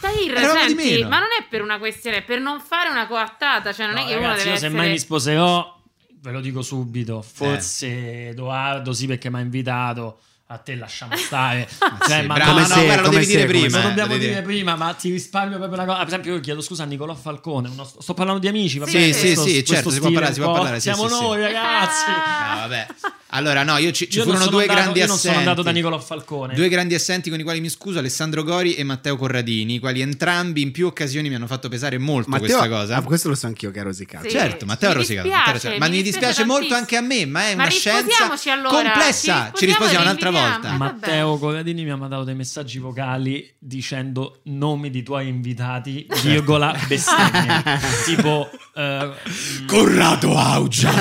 [SPEAKER 3] Tahir,
[SPEAKER 1] Eravamo di
[SPEAKER 3] senti,
[SPEAKER 1] meno.
[SPEAKER 3] ma non è per una questione, è per non fare una coattata, cioè non
[SPEAKER 8] No,
[SPEAKER 3] è che uno
[SPEAKER 8] ragazzi,
[SPEAKER 3] deve
[SPEAKER 8] io se
[SPEAKER 3] essere
[SPEAKER 8] mai mi
[SPEAKER 2] Eh.
[SPEAKER 8] sposerò, ve lo dico subito, forse Edoardo sì perché mi ha invitato, a te
[SPEAKER 1] [laughs]
[SPEAKER 8] lasciamo stare. Cioè,
[SPEAKER 1] Ma Ah, sì, bravo, ma
[SPEAKER 8] no,
[SPEAKER 2] come
[SPEAKER 1] no,
[SPEAKER 2] se-
[SPEAKER 1] guarda, lo
[SPEAKER 2] come
[SPEAKER 1] devi
[SPEAKER 2] se-
[SPEAKER 1] dire
[SPEAKER 2] come
[SPEAKER 1] prima.
[SPEAKER 2] se-
[SPEAKER 8] lo
[SPEAKER 1] lo
[SPEAKER 8] dobbiamo
[SPEAKER 1] devi
[SPEAKER 8] dire prima, ma ti risparmio proprio una cosa. Ad esempio, io chiedo scusa a Nicolò Falcone. uno- sto parlando di amici, va
[SPEAKER 3] Sì,
[SPEAKER 8] bene?
[SPEAKER 3] sì,
[SPEAKER 8] questo-
[SPEAKER 1] sì,
[SPEAKER 8] questo
[SPEAKER 1] certo, si può
[SPEAKER 8] stile
[SPEAKER 1] parlare, si può
[SPEAKER 8] un po'.
[SPEAKER 1] parlare, sì,
[SPEAKER 8] Siamo
[SPEAKER 1] sì, Ah, sì.
[SPEAKER 8] noi, ragazzi.
[SPEAKER 1] No, vabbè. Allora, no, io ci, ci
[SPEAKER 8] Io non
[SPEAKER 1] furono
[SPEAKER 8] sono
[SPEAKER 1] due
[SPEAKER 8] andato-
[SPEAKER 1] grandi
[SPEAKER 8] io non
[SPEAKER 1] assenti.
[SPEAKER 8] sono andato da Nicolò Falcone.
[SPEAKER 1] Due grandi assenti con i quali mi scuso, Alessandro Gori e Matteo Corradini, i quali entrambi in più occasioni mi hanno fatto pesare molto questa cosa.
[SPEAKER 2] ah, questo lo so anch'io che ero rosicato.
[SPEAKER 3] Sì.
[SPEAKER 1] Certo, Matteo
[SPEAKER 3] Mi
[SPEAKER 1] Rosicato,
[SPEAKER 3] dispiace,
[SPEAKER 1] Matteo Rosicato. ma
[SPEAKER 3] mi
[SPEAKER 1] mi dispiace
[SPEAKER 3] dispiace
[SPEAKER 1] molto anche a
[SPEAKER 3] tantissimo.
[SPEAKER 1] me, ma è
[SPEAKER 3] Ma
[SPEAKER 1] una scienza
[SPEAKER 3] risposiamoci allora,
[SPEAKER 1] complessa.
[SPEAKER 3] ci
[SPEAKER 1] Ci risposiamo
[SPEAKER 3] risposiamo e
[SPEAKER 1] un'altra volta.
[SPEAKER 3] rinviviamo.
[SPEAKER 8] Matteo Corradini mi ha mandato dei messaggi vocali dicendo nomi di tuoi invitati,
[SPEAKER 1] Certo.
[SPEAKER 8] virgola,
[SPEAKER 1] [laughs]
[SPEAKER 8] bestemmie. tipo eh,
[SPEAKER 1] [laughs] Corrado
[SPEAKER 6] [laughs]
[SPEAKER 1] Augias.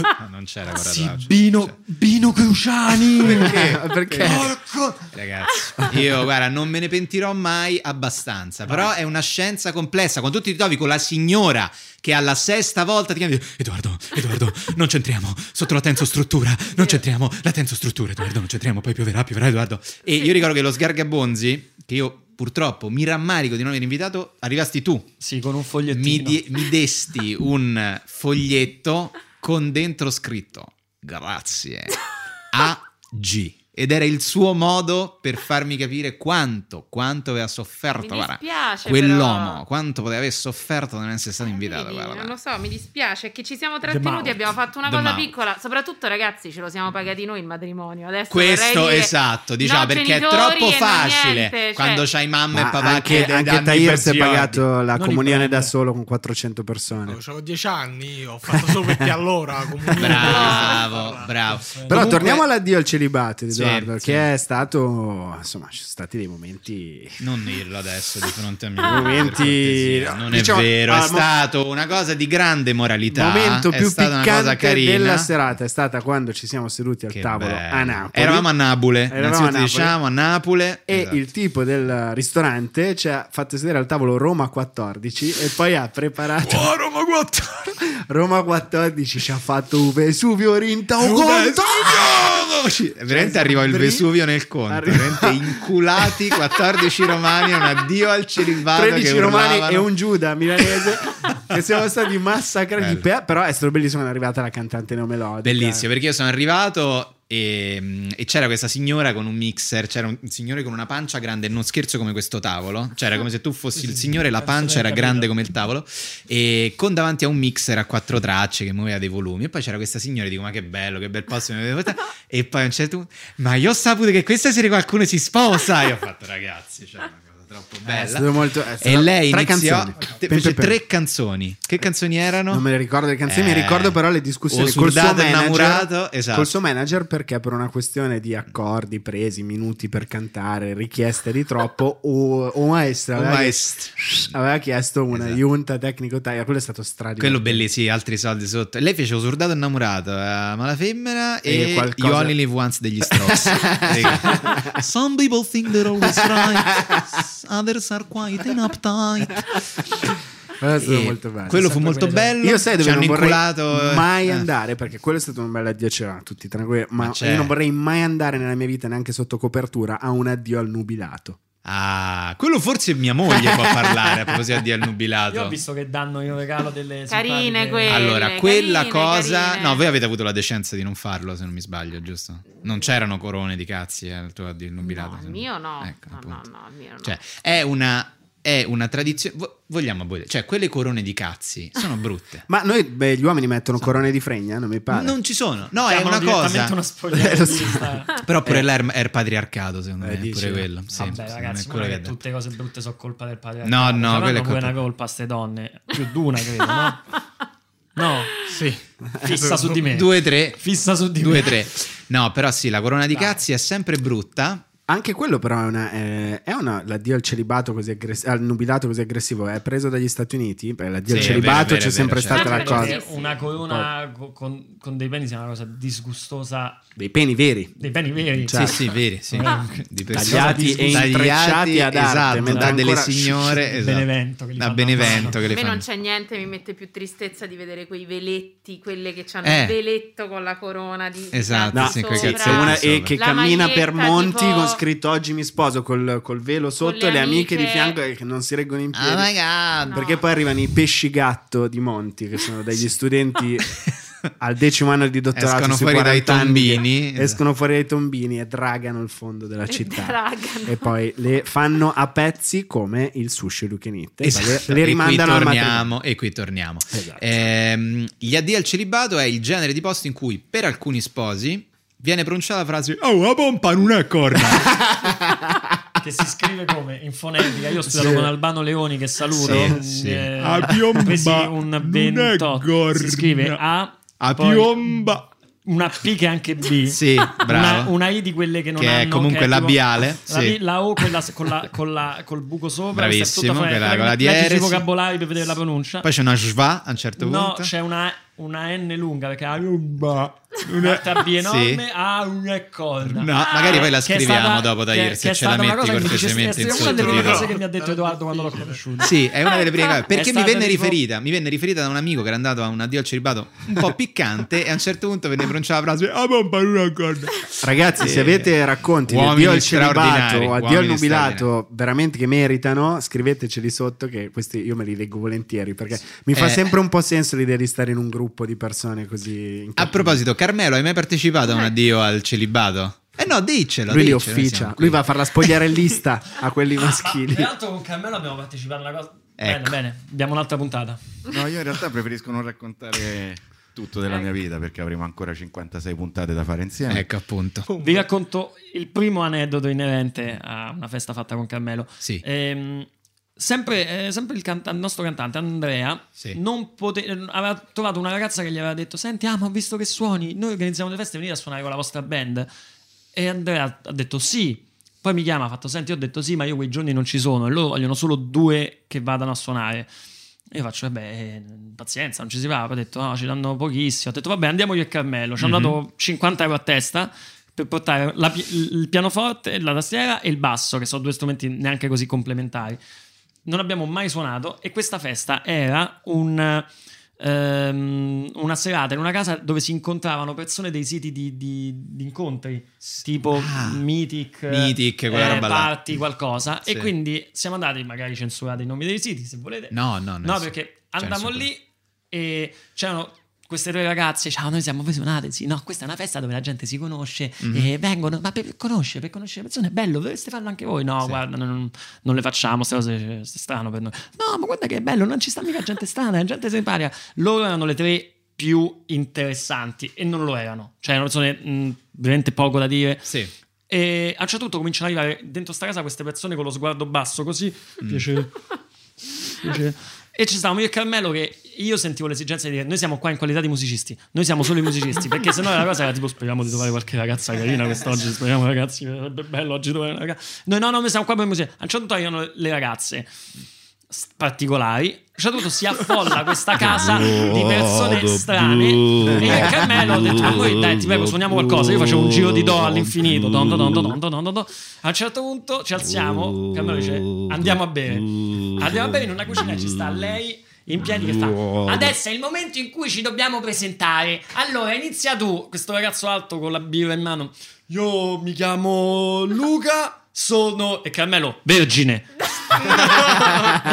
[SPEAKER 1] [laughs] no, non c'era
[SPEAKER 8] Ah,
[SPEAKER 1] Cioè, Corrado Augias.
[SPEAKER 8] Bino, Bino Cruciani.
[SPEAKER 1] [laughs]
[SPEAKER 2] Perché? Perché?
[SPEAKER 1] Ragazzi, io guarda, non me ne pentirò mai abbastanza. Però è una scienza complessa. Quando tu ti trovi con la signora che alla sesta volta ti chiama e dice, Edoardo, Edoardo, non c'entriamo sotto la tensostruttura, non c'entriamo la tensostruttura, Edoardo, non c'entriamo, poi pioverà, pioverà, Edoardo. E io ricordo che lo Sgargabonzi, che io purtroppo mi rammarico di non aver invitato, arrivasti tu
[SPEAKER 8] sì, con un
[SPEAKER 1] mi,
[SPEAKER 8] fogliettino.
[SPEAKER 1] di- mi desti un foglietto con dentro scritto grazie a G ed era il suo modo per farmi capire quanto, quanto aveva
[SPEAKER 3] Mi
[SPEAKER 1] sofferto guarda,
[SPEAKER 3] dispiace
[SPEAKER 1] quell'uomo,
[SPEAKER 3] però.
[SPEAKER 1] quanto poteva aver sofferto di non essere stato invitato.
[SPEAKER 3] Vedi,
[SPEAKER 1] guarda.
[SPEAKER 3] non lo so, mi dispiace è che ci siamo
[SPEAKER 8] mouth.
[SPEAKER 3] trattenuti, abbiamo fatto una
[SPEAKER 1] The
[SPEAKER 3] cosa
[SPEAKER 1] mouth.
[SPEAKER 3] piccola, soprattutto ragazzi, ce lo siamo pagati noi il matrimonio. Adesso
[SPEAKER 1] Questo
[SPEAKER 3] vorrei dire,
[SPEAKER 1] esatto, diciamo
[SPEAKER 3] no,
[SPEAKER 1] perché è
[SPEAKER 3] genitori
[SPEAKER 1] troppo
[SPEAKER 3] e no
[SPEAKER 1] facile
[SPEAKER 3] niente, cioè-
[SPEAKER 1] quando c'hai mamma
[SPEAKER 2] Ma
[SPEAKER 1] e papà
[SPEAKER 2] anche,
[SPEAKER 1] che
[SPEAKER 2] anche
[SPEAKER 1] danno i
[SPEAKER 2] Tahir si è
[SPEAKER 1] preziosi.
[SPEAKER 2] pagato la
[SPEAKER 8] Non
[SPEAKER 2] comunione
[SPEAKER 8] riprende.
[SPEAKER 2] da solo con 400 persone.
[SPEAKER 6] Avevo 10 anni, io ho fatto solo
[SPEAKER 1] [laughs]
[SPEAKER 6] perché allora. comunque-
[SPEAKER 1] Bravo, bravo.
[SPEAKER 2] Però
[SPEAKER 1] Comunque-
[SPEAKER 2] torniamo all'addio al celibato, di
[SPEAKER 1] Sì,
[SPEAKER 2] Edoardo,
[SPEAKER 1] sì.
[SPEAKER 2] che è stato, insomma, ci sono stati dei momenti...
[SPEAKER 1] Non dirlo adesso di fronte a me.
[SPEAKER 2] Ah. Momenti-
[SPEAKER 1] per cortesia. Non
[SPEAKER 2] Diciamo,
[SPEAKER 1] è vero, è
[SPEAKER 2] allora, mo-
[SPEAKER 1] stato una cosa di grande moralità.
[SPEAKER 2] momento
[SPEAKER 1] è
[SPEAKER 2] più
[SPEAKER 1] stata una cosa
[SPEAKER 2] piccante
[SPEAKER 1] carina.
[SPEAKER 2] della serata è stata quando ci siamo seduti al
[SPEAKER 1] Che
[SPEAKER 2] tavolo
[SPEAKER 1] bello.
[SPEAKER 2] a Napoli.
[SPEAKER 1] Eravamo a Napoli,
[SPEAKER 2] Eravamo
[SPEAKER 1] innanzitutto
[SPEAKER 2] a Napoli.
[SPEAKER 1] diciamo a Napoli.
[SPEAKER 2] E
[SPEAKER 1] Esatto.
[SPEAKER 2] il tipo del ristorante ci ha fatto sedere al tavolo Roma 14 e poi ha preparato
[SPEAKER 1] Oh, Roma 4!
[SPEAKER 2] Roma 14, ci ha fatto un Vesuvio Rinta
[SPEAKER 1] Oh,
[SPEAKER 2] un conto.
[SPEAKER 1] Veramente arrivò il
[SPEAKER 2] Bri-
[SPEAKER 1] Vesuvio nel conto.
[SPEAKER 2] Cioè, arrivò-
[SPEAKER 1] Veramente inculati 14 romani, un addio al celibato.
[SPEAKER 2] 13
[SPEAKER 1] che
[SPEAKER 2] romani
[SPEAKER 1] urlavano.
[SPEAKER 2] e un Giuda
[SPEAKER 1] [laughs]
[SPEAKER 2] milanese che siamo stati massacrati.
[SPEAKER 1] Bello.
[SPEAKER 2] Per- però è stato bellissimo. È arrivata la cantante neomelodica.
[SPEAKER 1] Bellissimo, perché io sono arrivato e, e c'era questa signora con un mixer, c'era un signore con una pancia grande, non scherzo come questo tavolo, cioè era come se tu fossi il signore, la pancia era grande come il tavolo, e con davanti a un mixer a quattro tracce che muoveva dei volumi, e poi c'era questa signora, dico ma che bello, che bel posto, mi avete portato". e poi a un certo punto, ma io ho saputo che questa sera qualcuno si sposa, e ho fatto ragazzi, cioè è una cosa troppo
[SPEAKER 2] Eh, È
[SPEAKER 1] bella.
[SPEAKER 2] stato molto- è
[SPEAKER 1] e
[SPEAKER 2] stato-
[SPEAKER 1] lei
[SPEAKER 2] tre
[SPEAKER 1] iniziò,
[SPEAKER 2] canzoni.
[SPEAKER 1] te-
[SPEAKER 2] Pim,
[SPEAKER 1] fece
[SPEAKER 2] pim, pim.
[SPEAKER 1] tre canzoni. Che canzoni erano?
[SPEAKER 2] Non me le ricordo le canzoni,
[SPEAKER 1] Eh,
[SPEAKER 2] mi ricordo però le discussioni
[SPEAKER 1] o
[SPEAKER 2] col suo,
[SPEAKER 1] Surdato e
[SPEAKER 2] manager,
[SPEAKER 1] Innamurato, esatto.
[SPEAKER 2] col suo manager perché per una questione di accordi presi, minuti per cantare, richieste
[SPEAKER 1] [laughs]
[SPEAKER 2] di troppo, o, o maestra
[SPEAKER 1] O
[SPEAKER 2] aveva,
[SPEAKER 1] maestro.
[SPEAKER 2] aveva chiesto una
[SPEAKER 1] Esatto.
[SPEAKER 2] giunta tecnico taglia, quello è stato stradivo.
[SPEAKER 1] Quello bellissimo, sì, altri soldi sotto. Lei fece Usurdato innamorato, eh, Malafemmina
[SPEAKER 2] E
[SPEAKER 1] e,
[SPEAKER 2] qualcosa-
[SPEAKER 1] You Only Live Once degli Strokes.
[SPEAKER 2] [laughs]
[SPEAKER 1] Raga. Some people think they're [laughs] always right, others are quite and uptight.
[SPEAKER 2] Quello è stato
[SPEAKER 1] E
[SPEAKER 2] molto bello.
[SPEAKER 1] Eh, Quello fu molto bello.
[SPEAKER 2] Io sai dove
[SPEAKER 1] Ci hanno
[SPEAKER 2] non vorrei
[SPEAKER 1] inculato,
[SPEAKER 2] mai
[SPEAKER 1] eh.
[SPEAKER 2] andare perché quello è stato un bel addio c'era tutti tranquilli, ma, certo.
[SPEAKER 1] Ma c'è.
[SPEAKER 2] io non vorrei mai andare nella mia vita neanche sotto copertura a un addio al nubilato.
[SPEAKER 1] Ah, quello forse mia moglie può parlare a proposito di
[SPEAKER 8] Io ho
[SPEAKER 1] annubilato.
[SPEAKER 8] visto che danno in regalo delle
[SPEAKER 3] Carine
[SPEAKER 8] simpatiche-
[SPEAKER 3] quelle.
[SPEAKER 1] Allora,
[SPEAKER 3] Carine,
[SPEAKER 1] quella
[SPEAKER 3] carine,
[SPEAKER 1] cosa.
[SPEAKER 3] carine.
[SPEAKER 1] No, voi avete avuto la decenza di non farlo, se non mi sbaglio, giusto? Non c'erano corone di cazzi eh, al tuo addio al nubilato.
[SPEAKER 3] No,
[SPEAKER 1] se
[SPEAKER 3] il
[SPEAKER 1] non-
[SPEAKER 3] mio no.
[SPEAKER 1] Ecco,
[SPEAKER 3] no, no,
[SPEAKER 1] appunto.
[SPEAKER 3] no, il mio no.
[SPEAKER 1] Cioè, è una, è una tradizione. vo- vogliamo abolire. Cioè, quelle corone di cazzi sono
[SPEAKER 8] [laughs]
[SPEAKER 1] brutte.
[SPEAKER 2] Ma noi beh, gli uomini mettono corone di fregna, non mi pare.
[SPEAKER 1] Non ci sono. No, è
[SPEAKER 8] Chiamano
[SPEAKER 1] una cosa. [laughs]
[SPEAKER 8] direttamente Eh.
[SPEAKER 3] [laughs]
[SPEAKER 8] una spogliata
[SPEAKER 2] Eh, lo
[SPEAKER 8] di
[SPEAKER 2] so.
[SPEAKER 8] vista.
[SPEAKER 1] Però pure là è è il patriarcato, secondo
[SPEAKER 2] Eh,
[SPEAKER 1] me. è
[SPEAKER 2] dici,
[SPEAKER 1] Pure
[SPEAKER 2] no?
[SPEAKER 1] quello. Sì,
[SPEAKER 8] Vabbè,
[SPEAKER 1] secondo me
[SPEAKER 8] ragazzi,
[SPEAKER 1] è
[SPEAKER 8] non
[SPEAKER 1] quello
[SPEAKER 8] è
[SPEAKER 1] che
[SPEAKER 8] che
[SPEAKER 1] ha detto.
[SPEAKER 8] tutte cose brutte sono colpa del padre.
[SPEAKER 1] No, no, quella
[SPEAKER 8] quella
[SPEAKER 1] è colpa-
[SPEAKER 8] una colpa a ste donne. Più di una, credo, no?
[SPEAKER 1] [laughs]
[SPEAKER 3] [laughs]
[SPEAKER 8] No,
[SPEAKER 6] Sì.
[SPEAKER 8] fissa su di me.
[SPEAKER 1] Due, tre.
[SPEAKER 8] Fissa su di me.
[SPEAKER 1] Due, tre. No, però sì, la corona di
[SPEAKER 8] Dai.
[SPEAKER 1] cazzi è sempre brutta.
[SPEAKER 2] Anche quello però è una, eh, è una- l'addio al celibato così aggressivo, al nubilato così aggressivo, è preso dagli Stati Uniti, per l'addio
[SPEAKER 1] Sì,
[SPEAKER 2] al
[SPEAKER 1] è
[SPEAKER 2] celibato
[SPEAKER 1] vero, è vero,
[SPEAKER 2] c'è
[SPEAKER 1] è
[SPEAKER 2] sempre
[SPEAKER 1] vero,
[SPEAKER 2] stata la
[SPEAKER 3] certo.
[SPEAKER 2] cosa
[SPEAKER 3] Sì,
[SPEAKER 8] Perché Una corona co- con, con dei peni sia una cosa disgustosa.
[SPEAKER 2] dei peni veri.
[SPEAKER 8] Dei peni veri.
[SPEAKER 2] Cioè,
[SPEAKER 1] Sì, sì, veri, sì.
[SPEAKER 8] Ah.
[SPEAKER 1] Di
[SPEAKER 2] Tagliati e
[SPEAKER 1] Tagliati,
[SPEAKER 2] intrecciati ad arte,
[SPEAKER 1] Esatto,
[SPEAKER 2] mentre
[SPEAKER 1] da delle
[SPEAKER 2] ancora-
[SPEAKER 1] signore. esatto.
[SPEAKER 8] Benevento che li
[SPEAKER 1] Da
[SPEAKER 8] fanno
[SPEAKER 1] Benevento che
[SPEAKER 3] A
[SPEAKER 1] le
[SPEAKER 3] me non
[SPEAKER 1] fanno.
[SPEAKER 3] c'è niente, mi mette più tristezza di vedere quei veletti, quelle che hanno
[SPEAKER 1] Eh.
[SPEAKER 3] il veletto con la corona di
[SPEAKER 1] Esatto,
[SPEAKER 3] di
[SPEAKER 1] sì,
[SPEAKER 3] sopra.
[SPEAKER 1] quei cazzi
[SPEAKER 2] C'è una-
[SPEAKER 1] Sopra.
[SPEAKER 2] e che
[SPEAKER 3] La
[SPEAKER 2] cammina per
[SPEAKER 3] maglietta,
[SPEAKER 2] monti
[SPEAKER 3] tipo-
[SPEAKER 2] con scritto oggi mi sposo col, col velo sotto
[SPEAKER 3] le
[SPEAKER 2] e le amiche di
[SPEAKER 3] amiche. Ah,
[SPEAKER 2] fianco eh, che non si reggono in piedi.
[SPEAKER 1] Oh my god. [laughs]
[SPEAKER 3] No.
[SPEAKER 2] Perché poi arrivano i pesci gatto di Monti, che sono degli studenti al decimo anno di dottorato
[SPEAKER 1] Escono
[SPEAKER 2] sui
[SPEAKER 1] fuori dai
[SPEAKER 2] 40 anni che-
[SPEAKER 1] tombini. Eh,
[SPEAKER 2] escono fuori dai tombini e dragano il fondo della città
[SPEAKER 3] dragano.
[SPEAKER 2] e poi le fanno a pezzi come il sushi Lukenite
[SPEAKER 1] Esatto,
[SPEAKER 2] le, le rimandano
[SPEAKER 1] e
[SPEAKER 2] al
[SPEAKER 1] qui
[SPEAKER 2] matrimonio
[SPEAKER 1] torniamo, e qui torniamo.
[SPEAKER 2] Esatto.
[SPEAKER 1] Ehm, gli addi al celibato è il genere di posto in cui per alcuni sposi viene pronunciata la frase oh la pompa non è corna
[SPEAKER 8] Che si scrive come in fonetica. Io ho studiato con Albano Leoni che
[SPEAKER 1] Sì,
[SPEAKER 8] saluto. eh,
[SPEAKER 1] sì.
[SPEAKER 8] eh, presi un 28. Si scrive A.
[SPEAKER 1] a
[SPEAKER 8] poi
[SPEAKER 1] piomba
[SPEAKER 8] Una P che è anche B.
[SPEAKER 1] sì
[SPEAKER 8] Una,
[SPEAKER 1] bravo
[SPEAKER 8] una I di quelle che non
[SPEAKER 1] Che è
[SPEAKER 8] hanno
[SPEAKER 1] comunque
[SPEAKER 8] tipo-
[SPEAKER 1] labiale,
[SPEAKER 8] la,
[SPEAKER 1] sì.
[SPEAKER 8] B- la O quella s- con la- con la- col buco sopra questa è
[SPEAKER 1] bravissimo
[SPEAKER 8] tutta
[SPEAKER 1] quella,
[SPEAKER 8] fonetica,
[SPEAKER 1] con la
[SPEAKER 8] quindi leggi
[SPEAKER 1] DR
[SPEAKER 8] sui
[SPEAKER 1] sì.
[SPEAKER 8] vocabolari per vedere la pronuncia
[SPEAKER 1] poi c'è una schwa a un certo
[SPEAKER 8] no
[SPEAKER 1] punto
[SPEAKER 8] c'è una, una N lunga perché ha una B enorme ha una corna
[SPEAKER 1] No, magari poi la
[SPEAKER 8] Che è
[SPEAKER 1] scriviamo
[SPEAKER 8] stata-
[SPEAKER 1] dopo da
[SPEAKER 8] che-
[SPEAKER 1] Irsi,
[SPEAKER 8] che è
[SPEAKER 1] ce la
[SPEAKER 8] stata una
[SPEAKER 1] metti
[SPEAKER 8] cosa che mi dice
[SPEAKER 1] cortesemente in
[SPEAKER 8] Silvestri, È una delle
[SPEAKER 1] sottotitolo.
[SPEAKER 8] prime cose che mi ha detto Edoardo quando l'ho conosciuto.
[SPEAKER 1] Sì, è una delle prime cose.
[SPEAKER 8] Ah, È
[SPEAKER 1] Perché mi
[SPEAKER 8] stata
[SPEAKER 1] venne
[SPEAKER 8] tipo-
[SPEAKER 1] riferita? Mi venne riferita da un amico che era andato a un addio al celibato un po' piccante e a un certo punto venne pronunciata la frase "Ah, bomba una corda".
[SPEAKER 2] Ragazzi, se
[SPEAKER 1] Eh,
[SPEAKER 2] avete racconti di addio
[SPEAKER 1] uomini
[SPEAKER 2] al celibato
[SPEAKER 1] straordinari,
[SPEAKER 2] o addio al
[SPEAKER 1] uomini
[SPEAKER 2] nubilato veramente che meritano, scriveteceli sotto che questi io me li leggo volentieri perché mi fa
[SPEAKER 1] Eh.
[SPEAKER 2] sempre un po' senso l'idea di stare in un gruppo di persone così.
[SPEAKER 1] A proposito, Carmelo, hai mai partecipato a
[SPEAKER 8] Eh.
[SPEAKER 1] un addio al celibato? Eh no, diccelo.
[SPEAKER 2] lui
[SPEAKER 1] diccelo, noi
[SPEAKER 2] li
[SPEAKER 1] siamo
[SPEAKER 2] officia,
[SPEAKER 1] qui.
[SPEAKER 2] lui va a far la spogliarellista a
[SPEAKER 8] [laughs]
[SPEAKER 2] quelli maschili.
[SPEAKER 8] Tra l'altro con Carmelo abbiamo partecipato a una cosa.
[SPEAKER 1] Ecco.
[SPEAKER 8] Bene, bene, abbiamo un'altra puntata.
[SPEAKER 7] No, io in realtà preferisco non raccontare tutto della
[SPEAKER 8] Ecco.
[SPEAKER 7] mia vita perché avremo ancora 56 puntate da fare
[SPEAKER 1] [laughs]
[SPEAKER 7] insieme.
[SPEAKER 1] Ecco appunto.
[SPEAKER 8] Vi racconto il primo aneddoto inerente a una festa fatta con Carmelo.
[SPEAKER 1] Sì.
[SPEAKER 8] Ehm, sempre, eh, sempre il, canta- il nostro cantante Andrea
[SPEAKER 1] Sì.
[SPEAKER 8] non pote- eh, aveva trovato una ragazza che gli aveva detto: Senti, ah, ma ho visto che suoni, noi organizziamo delle feste, venite a suonare con la vostra band. E Andrea ha detto sì. Poi mi chiama, ha fatto: Senti, io ho detto sì, ma io quei giorni non ci sono e loro vogliono solo due che vadano a suonare. E io faccio, vabbè, eh, pazienza, non ci si va. Poi ho detto, no, ci danno pochissimo. Ho detto, vabbè, andiamo io e Carmelo. Ci hanno
[SPEAKER 1] Mhm.
[SPEAKER 8] dato 50 euro a testa per portare la pi- il pianoforte, la tastiera e il basso, che sono due strumenti neanche così complementari. Non abbiamo mai suonato e questa festa era un, ehm, una serata in una casa dove si incontravano persone dei siti di, di- di incontri, tipo
[SPEAKER 1] Ah.
[SPEAKER 8] Mythic, eh,
[SPEAKER 1] Mythic, quella roba là.
[SPEAKER 8] Party, qualcosa.
[SPEAKER 1] Sì.
[SPEAKER 8] E quindi siamo andati, magari censurate i nomi dei siti, se volete.
[SPEAKER 1] No, no, no.
[SPEAKER 8] No, perché
[SPEAKER 1] Cioè,
[SPEAKER 8] andammo
[SPEAKER 1] insomma.
[SPEAKER 8] lì e c'erano queste due ragazze. Ciao, noi siamo fusionate. Sì, no, questa è una festa dove la gente si conosce
[SPEAKER 1] Mhm.
[SPEAKER 8] e vengono. Ma per conoscere, per conoscere le persone è bello, dovreste farlo anche voi. No,
[SPEAKER 1] Sì.
[SPEAKER 8] guarda, non, non le facciamo, queste cose cioè, è strano per noi. No, ma guarda che è bello, non ci sta mica gente strana, è gente simpatica. Loro erano le tre più interessanti e non lo erano. Cioè, erano persone mh, veramente poco da dire.
[SPEAKER 1] Sì.
[SPEAKER 8] E a un certo punto cominciano ad arrivare dentro sta casa queste persone con lo sguardo basso, così. Piacere. Piacere. E ci stavamo io e Carmelo che io sentivo l'esigenza di dire noi siamo qua in qualità di musicisti, noi siamo solo i musicisti, perché sennò la cosa era tipo speriamo di trovare qualche ragazza carina quest'oggi, speriamo ragazzi, che sarebbe bello oggi trovare una ragazza. Noi no, no, noi siamo qua per i musicisti. A un certo punto arrivano le ragazze s- particolari. A un certo punto si affolla questa casa di persone strane. E io e Carmelo ho detto: Ma voi dai, ti prego, suoniamo qualcosa. Io facevo un giro di do all'infinito. Don, don, don, don, don, don, don, don. A un certo punto ci alziamo. Carmelo dice: Andiamo a bere. Andiamo a bere in una cucina. Ci sta lei. In piedi che fa adesso è il momento in cui ci dobbiamo presentare. Allora inizia tu, questo ragazzo alto con la birra in mano. Io mi chiamo Luca, sono e Carmelo, vergine [laughs]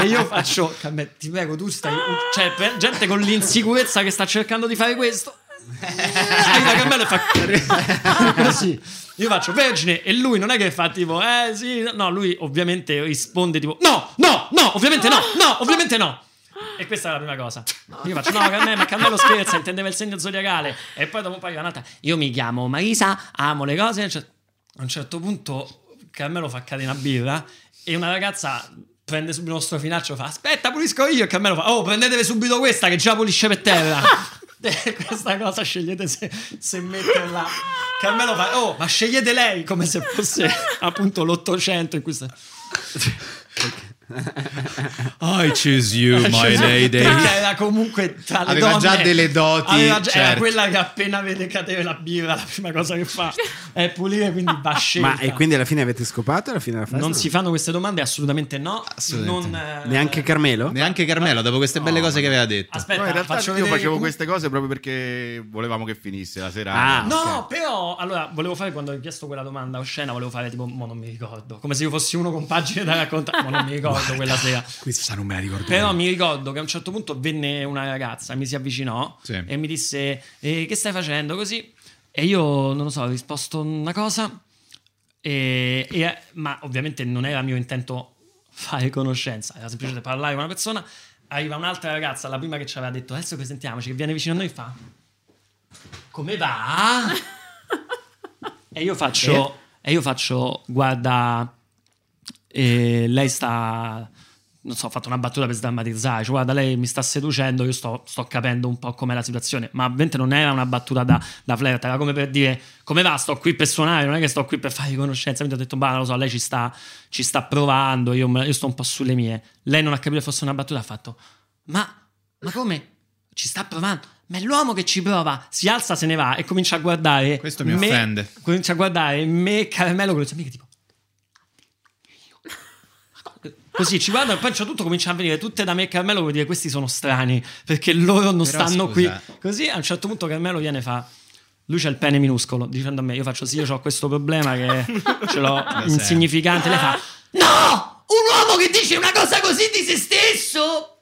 [SPEAKER 8] e io faccio "Carmen, ti prego tu stai cioè per- gente con l'insicurezza che sta cercando di fare questo scrive Carmelo e fa così io faccio vergine e lui non è che fa tipo eh sì no lui ovviamente risponde tipo no no no ovviamente no no ovviamente no e questa è la prima cosa. Io faccio, no, Carmelo, ma Carmelo scherza, intendeva il segno zodiacale. E poi dopo un paio di un'altra, io mi chiamo Marisa, amo le cose. A un cer- a un certo punto Carmelo fa cadere una birra e una ragazza prende subito lo strofinaccio e fa, aspetta, pulisco io. E Carmelo fa, oh, prendetevi subito questa che già pulisce
[SPEAKER 7] [laughs]
[SPEAKER 8] per terra. E Questa cosa scegliete se, se metterla. Carmelo fa, oh, ma scegliete lei come se
[SPEAKER 7] [laughs]
[SPEAKER 8] fosse appunto l'Ottocento in cui sta...
[SPEAKER 1] I choose
[SPEAKER 8] [laughs]
[SPEAKER 1] you, my lady.
[SPEAKER 8] Cioè, Perché era comunque tra le
[SPEAKER 1] Aveva
[SPEAKER 8] donne-
[SPEAKER 1] già delle doti,
[SPEAKER 8] aveva già- Era
[SPEAKER 1] certo.
[SPEAKER 8] quella che appena vede cadere la birra, la prima cosa che fa è pulire, quindi va scelta.
[SPEAKER 2] Ma e quindi alla fine avete scopato? Alla fine della festa?
[SPEAKER 8] Non si fanno queste domande? Assolutamente no.
[SPEAKER 1] Assolutamente.
[SPEAKER 8] Non, eh,
[SPEAKER 2] Neanche Carmelo?
[SPEAKER 1] Neanche Carmelo dopo queste belle cose che aveva detto.
[SPEAKER 8] Aspetta,
[SPEAKER 7] No, in realtà
[SPEAKER 8] faccio
[SPEAKER 7] io
[SPEAKER 8] vedere
[SPEAKER 7] facevo
[SPEAKER 8] un-
[SPEAKER 7] queste cose proprio perché volevamo che finisse la serata.
[SPEAKER 2] Ah.
[SPEAKER 8] No,
[SPEAKER 2] ok.
[SPEAKER 8] però allora volevo fare quando ho chiesto quella domanda oscena, volevo fare tipo, mo non mi ricordo, come se io fossi uno con pagine da raccontare, ma non mi ricordo.
[SPEAKER 2] [laughs]
[SPEAKER 8] ricordo quella sera.
[SPEAKER 2] Questa non me la ricordo.
[SPEAKER 8] Però mi ricordo che a un certo punto venne una ragazza, mi si avvicinò
[SPEAKER 1] Sì.
[SPEAKER 8] e mi disse: "Eh, Che stai facendo così? E io non lo so, ho risposto una cosa, e- e- ma ovviamente non era mio intento fare conoscenza, era semplicemente parlare con una persona. Arriva un'altra ragazza, la prima che ci aveva detto adesso presentiamoci, che viene vicino a noi e fa: Come va?
[SPEAKER 2] [laughs]
[SPEAKER 8] e io faccio, e io faccio, guarda, eh, lei sta. Non so, ho fatto una battuta per sdrammatizzare. Cioè, guarda, lei mi sta seducendo, io sto, sto capendo un po' com'è la situazione. Ma ovviamente non era una battuta da, da flirt, era come per dire: come va? Sto qui per suonare, non è che sto qui per fare conoscenza. Quindi ho detto: bah, non lo so, lei ci sta, ci sta provando, io, me- io sto un po' sulle mie. Lei non ha capito che fosse una battuta, ha fatto: ma, ma come? Ci sta provando? Ma è l'uomo che ci prova, si alza, se ne va e comincia a guardare.
[SPEAKER 1] Questo mi
[SPEAKER 8] me-
[SPEAKER 1] offende.
[SPEAKER 8] Comincia a guardare me e Carmelo con le sue amiche, tipo. Così ci guardano e poi a un certo punto comincia a venire tutte da me e Carmelo vuol dire questi sono strani perché loro non
[SPEAKER 1] Però,
[SPEAKER 8] stanno
[SPEAKER 1] scusa.
[SPEAKER 8] qui. Così a un certo punto Carmelo viene e fa lui c'ha il pene minuscolo dicendo a me io faccio sì io ho questo problema che
[SPEAKER 1] [laughs]
[SPEAKER 8] ce l'ho
[SPEAKER 1] sempre.
[SPEAKER 8] insignificante. Lei fa
[SPEAKER 1] [laughs]
[SPEAKER 8] no un uomo che dice una cosa così di se stesso.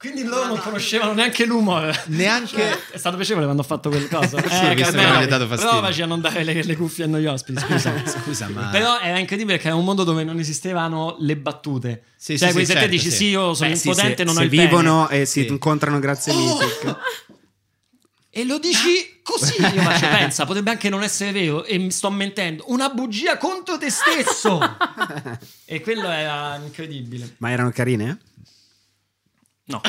[SPEAKER 8] Quindi loro non conoscevano neanche l'umore.
[SPEAKER 1] Neanche...
[SPEAKER 8] È stato piacevole quando ho fatto quel [laughs] coso. Eh,
[SPEAKER 1] Sì, ho visto che non gli ha dato fastidio.
[SPEAKER 8] provaci a non dare le, le cuffie a noi ospiti, scusa.
[SPEAKER 1] Scusa, ma...
[SPEAKER 8] Però era incredibile perché era un mondo dove non esistevano le battute.
[SPEAKER 1] Sì,
[SPEAKER 8] cioè,
[SPEAKER 1] sì,
[SPEAKER 8] quindi
[SPEAKER 1] sì,
[SPEAKER 8] se
[SPEAKER 1] certo,
[SPEAKER 8] te dici
[SPEAKER 1] sì.
[SPEAKER 8] sì, io sono
[SPEAKER 2] Beh, Eh, sì,
[SPEAKER 8] impotente,
[SPEAKER 2] se,
[SPEAKER 8] non ho
[SPEAKER 2] se
[SPEAKER 8] il pene. Oh!
[SPEAKER 2] vivono e
[SPEAKER 1] Sì.
[SPEAKER 2] si incontrano grazie a Mythic.
[SPEAKER 8] E lo dici così, [laughs] io faccio, pensa, potrebbe anche non essere vero e mi sto mentendo. Una bugia contro te [laughs] stesso. e quello era incredibile.
[SPEAKER 2] Ma erano carine?
[SPEAKER 8] [coughs] No.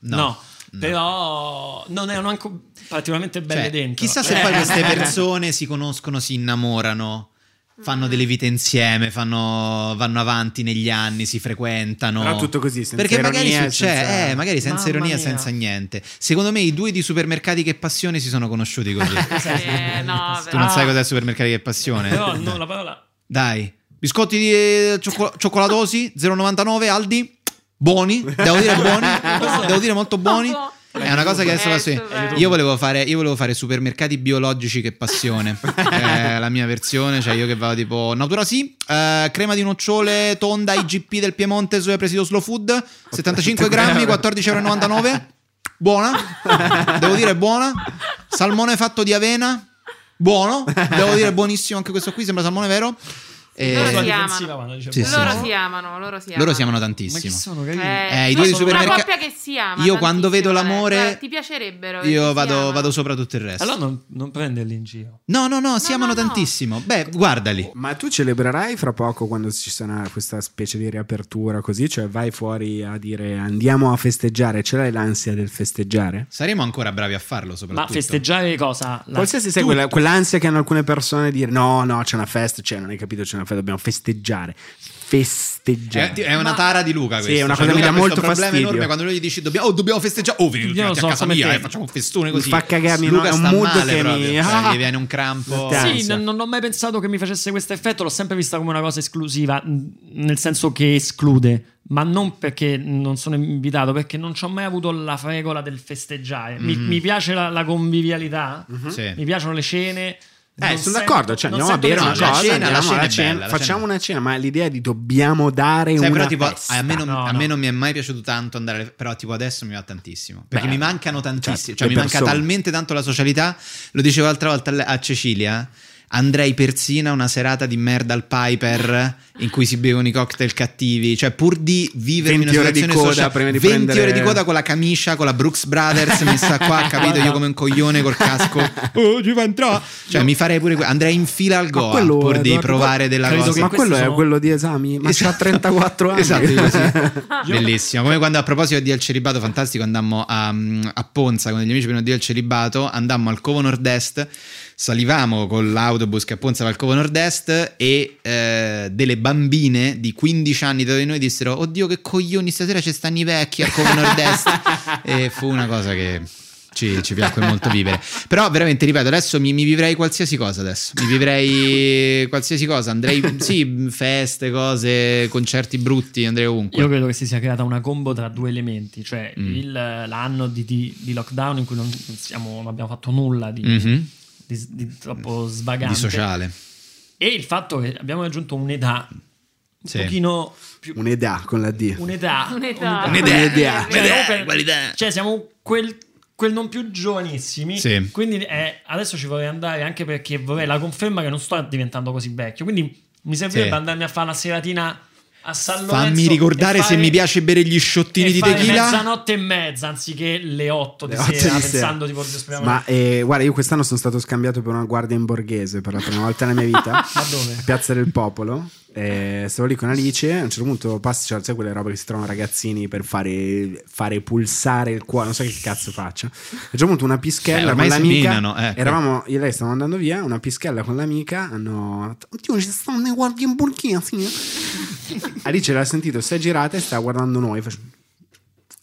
[SPEAKER 1] No.
[SPEAKER 8] No. Però non erano anche particolarmente belle
[SPEAKER 1] Cioè,
[SPEAKER 8] dentro.
[SPEAKER 1] Chissà se
[SPEAKER 8] Eh.
[SPEAKER 1] poi
[SPEAKER 8] [laughs]
[SPEAKER 1] queste persone si conoscono, si innamorano, fanno delle
[SPEAKER 8] Mm.
[SPEAKER 1] vite insieme, fanno- vanno avanti negli anni, si frequentano.
[SPEAKER 2] Però tutto così, senza
[SPEAKER 1] Perché magari
[SPEAKER 2] ironia,
[SPEAKER 1] succede,
[SPEAKER 2] senza-
[SPEAKER 1] eh, magari senza
[SPEAKER 8] Mamma
[SPEAKER 1] ironia,
[SPEAKER 8] mia.
[SPEAKER 1] senza niente. Secondo me i due di supermercati che passione si sono conosciuti
[SPEAKER 8] [laughs]
[SPEAKER 1] così.
[SPEAKER 3] [laughs] Eh, no,
[SPEAKER 1] tu non
[SPEAKER 3] però-
[SPEAKER 8] Ah.
[SPEAKER 1] sai cos'è supermercati che passione?
[SPEAKER 8] Però no, la parola
[SPEAKER 1] [laughs] Dai, biscotti di eh, cioccol- cioccolatosi 0,99 Aldi, buoni, devo dire
[SPEAKER 3] [laughs]
[SPEAKER 8] [laughs]
[SPEAKER 1] buoni, devo dire molto buoni. È una cosa che adesso
[SPEAKER 3] Eh,
[SPEAKER 1] passo io.
[SPEAKER 3] stupendo.
[SPEAKER 1] Io volevo fare, io volevo fare supermercati biologici che passione.
[SPEAKER 3] [laughs]
[SPEAKER 1] È la mia versione, cioè io che vado tipo Natura sì, eh, crema di nocciole tonda IGP del Piemonte su presidio Slow Food, 75 grammi, 14,99 euro. Buona, devo dire buona. Salmone fatto di avena, buono, devo dire buonissimo anche questo qui, sembra salmone vero. E-
[SPEAKER 3] Loro si
[SPEAKER 8] Sono
[SPEAKER 3] amano.
[SPEAKER 8] difensiva quando dice
[SPEAKER 1] Eh, Sì, sì.
[SPEAKER 8] buono.
[SPEAKER 3] Loro si amano, loro si amano.
[SPEAKER 1] Loro si amano
[SPEAKER 8] Ma chi
[SPEAKER 1] tantissimo.
[SPEAKER 8] sono
[SPEAKER 3] Eh,
[SPEAKER 8] carini?
[SPEAKER 1] Eh, i due di
[SPEAKER 3] sono Una
[SPEAKER 1] supermercato.
[SPEAKER 3] coppia che si ama.
[SPEAKER 1] Io quando vedo
[SPEAKER 3] tantissimo, eh.
[SPEAKER 1] l'amore-
[SPEAKER 3] Guarda, ti piacerebbero. che
[SPEAKER 1] Io
[SPEAKER 3] si
[SPEAKER 1] vado,
[SPEAKER 3] amano.
[SPEAKER 1] vado sopra tutto il resto.
[SPEAKER 8] Allora non, non prenderli in giro.
[SPEAKER 1] No, no, no, si
[SPEAKER 3] No,
[SPEAKER 1] amano
[SPEAKER 3] no, no.
[SPEAKER 1] tantissimo. Beh,
[SPEAKER 8] Boh.
[SPEAKER 1] guardali.
[SPEAKER 2] Ma tu celebrerai fra poco quando ci sarà questa specie di riapertura così, cioè vai fuori a dire andiamo a festeggiare, ce l'hai l'ansia del festeggiare?
[SPEAKER 1] Saremo ancora bravi a farlo, soprattutto.
[SPEAKER 8] Ma festeggiare cosa? La-
[SPEAKER 2] Qualsiasi sai quella- quell'ansia che hanno alcune persone di dire no, no, c'è una festa, cioè non hai capito, c'è una festa, dobbiamo festeggiare.
[SPEAKER 1] È,
[SPEAKER 2] Festeggiare.
[SPEAKER 1] Eh, è una tara di Luca questa.
[SPEAKER 2] Sì, è una
[SPEAKER 1] Cioè,
[SPEAKER 2] cosa
[SPEAKER 1] Luca
[SPEAKER 2] che mi dà
[SPEAKER 1] ha questo
[SPEAKER 2] molto
[SPEAKER 1] problema
[SPEAKER 2] fastidio.
[SPEAKER 1] enorme quando lui gli dice dobbiamo, oh, dobbiamo festeggiare. Oh, venite
[SPEAKER 8] Io lo
[SPEAKER 1] tutti
[SPEAKER 8] so
[SPEAKER 1] a casa mia
[SPEAKER 8] mettere.
[SPEAKER 1] e facciamo un festone così.
[SPEAKER 2] fa cagarmi,
[SPEAKER 1] Luca
[SPEAKER 2] no, è un
[SPEAKER 1] sta
[SPEAKER 2] mood
[SPEAKER 1] male
[SPEAKER 2] che
[SPEAKER 1] proprio.
[SPEAKER 2] mi-
[SPEAKER 1] Cioè,
[SPEAKER 2] Ah!
[SPEAKER 1] gli viene un crampo.
[SPEAKER 2] Sì,
[SPEAKER 8] Sì,
[SPEAKER 2] ansia.
[SPEAKER 8] non, non ho mai pensato che mi facesse questo effetto, l'ho sempre vista come una cosa esclusiva, n- nel senso che esclude, ma non perché non sono invitato, perché non ci ho mai avuto la fregola del festeggiare.
[SPEAKER 1] Mm-hmm.
[SPEAKER 8] Mi, mi piace la, la convivialità,
[SPEAKER 1] Sì.
[SPEAKER 8] mi piacciono le cene.
[SPEAKER 2] Mm-hmm. Eh, sono d'accordo, cioè
[SPEAKER 8] non
[SPEAKER 2] andiamo a
[SPEAKER 8] sento
[SPEAKER 2] bere
[SPEAKER 8] che
[SPEAKER 2] una
[SPEAKER 8] c'è-
[SPEAKER 1] la
[SPEAKER 2] cosa,
[SPEAKER 1] cena- la
[SPEAKER 2] andiamo
[SPEAKER 1] cena
[SPEAKER 2] alla
[SPEAKER 1] è
[SPEAKER 2] cena,
[SPEAKER 1] bella, la
[SPEAKER 2] facciamo
[SPEAKER 1] cena-
[SPEAKER 2] una cena, ma l'idea di dobbiamo dare
[SPEAKER 1] Sai,
[SPEAKER 2] una
[SPEAKER 1] Cioè, però tipo,
[SPEAKER 2] festa.
[SPEAKER 1] a me, non,
[SPEAKER 8] No,
[SPEAKER 1] a me
[SPEAKER 8] no.
[SPEAKER 1] non mi è mai piaciuto tanto andare, alle- però tipo adesso mi va tantissimo, perché
[SPEAKER 2] Beh,
[SPEAKER 1] mi mancano tantissimo,
[SPEAKER 2] certo,
[SPEAKER 1] cioè mi
[SPEAKER 2] le
[SPEAKER 1] manca
[SPEAKER 2] persone.
[SPEAKER 1] talmente tanto la socialità, lo dicevo l'altra volta alle- a Cecilia, andrei persino a una serata di merda al Piper in cui si bevono i cocktail cattivi, cioè pur di vivere in una
[SPEAKER 2] 20 ore di
[SPEAKER 1] situazione
[SPEAKER 2] coda
[SPEAKER 1] sociale,
[SPEAKER 2] prima di
[SPEAKER 1] 20
[SPEAKER 2] prendere-
[SPEAKER 1] ore di coda con la camicia, con la Brooks Brothers messa qua,
[SPEAKER 2] [laughs]
[SPEAKER 1] capito? Io come un coglione col casco, oh ci va entrare, cioè mi farei pure, que- andrei in fila al Goa
[SPEAKER 2] quello,
[SPEAKER 1] eh, pur di
[SPEAKER 2] Edoardo,
[SPEAKER 1] provare della
[SPEAKER 8] credo
[SPEAKER 1] cosa.
[SPEAKER 8] che
[SPEAKER 2] Ma quello
[SPEAKER 8] questi
[SPEAKER 2] è
[SPEAKER 8] sono-
[SPEAKER 2] quello di esami, ma c'ha
[SPEAKER 1] Esatto.
[SPEAKER 2] 34 anni.
[SPEAKER 1] Esatto,
[SPEAKER 2] [laughs]
[SPEAKER 1] così. Bellissimo. Come quando a proposito di Al Celibato, fantastico, andammo a, a Ponza con degli amici prima di Al Celibato, andammo al Covo Nord-Est, salivamo con l'autobus che a Ponza va al Covo Nord-Est e eh, delle bambine di 15 anni da noi dissero Oddio che coglioni, stasera ci stanno i vecchi al Covo Nord-Est. e fu una cosa che... Ci, ci piacque molto vivere però veramente ripeto adesso mi, mi vivrei qualsiasi cosa adesso mi vivrei qualsiasi cosa andrei sì feste cose concerti brutti andrei ovunque
[SPEAKER 8] Io credo che si sia creata una combo tra due elementi, cioè
[SPEAKER 1] Mm.
[SPEAKER 8] il- l'anno di, di- di lockdown in cui non, siamo- non abbiamo fatto nulla di,
[SPEAKER 1] Mhm.
[SPEAKER 8] di- di troppo
[SPEAKER 1] di
[SPEAKER 8] svagante.
[SPEAKER 1] sociale
[SPEAKER 8] E il fatto che abbiamo raggiunto un'età un
[SPEAKER 1] Sì.
[SPEAKER 8] pochino più
[SPEAKER 2] Un'età con la D.
[SPEAKER 8] un'età.
[SPEAKER 3] Un'età.
[SPEAKER 1] Un'idea,
[SPEAKER 2] Un'idea.
[SPEAKER 8] Cioè,
[SPEAKER 1] un'idea,
[SPEAKER 8] no, per-
[SPEAKER 1] qualità.
[SPEAKER 8] cioè, siamo quel, quel non più giovanissimi.
[SPEAKER 1] Sì.
[SPEAKER 8] Quindi eh, adesso ci vorrei andare anche perché vorrei la conferma che non sto diventando così vecchio. Quindi mi servirebbe
[SPEAKER 1] Sì.
[SPEAKER 8] andarmi a fare la seratina a San Lorenzo.
[SPEAKER 1] Fammi ricordare
[SPEAKER 8] e
[SPEAKER 1] se
[SPEAKER 8] fare-
[SPEAKER 1] mi piace bere gli sciottini
[SPEAKER 8] e
[SPEAKER 1] di
[SPEAKER 8] fare
[SPEAKER 1] tequila.
[SPEAKER 8] mezzanotte e mezza anziché le 8 di
[SPEAKER 2] Le otto di
[SPEAKER 8] sera,
[SPEAKER 2] sera.
[SPEAKER 8] pensando tipo "Oddio, speriamo
[SPEAKER 2] Ma eh, guarda, io quest'anno sono stato scambiato per una guardia in borghese per la prima volta nella mia vita.
[SPEAKER 8] [laughs] Ma dove?
[SPEAKER 2] A Piazza del Popolo. Eh, stavo lì con Alice. A un certo punto passi, cioè, sai quelle robe che si trovano ragazzini per fare, fare pulsare il cuore. Non so che cazzo faccia. A un certo punto una
[SPEAKER 1] Eh,
[SPEAKER 2] pischella con
[SPEAKER 1] ormai si
[SPEAKER 2] l'amica.
[SPEAKER 1] minano, ecco.
[SPEAKER 2] Eravamo io e lei stavamo andando via. Una pischella con l'amica. Hanno. detto, Oddio, ci stanno le guardie in borghese. Alice l'ha sentito, si è girata e sta guardando noi. facendo-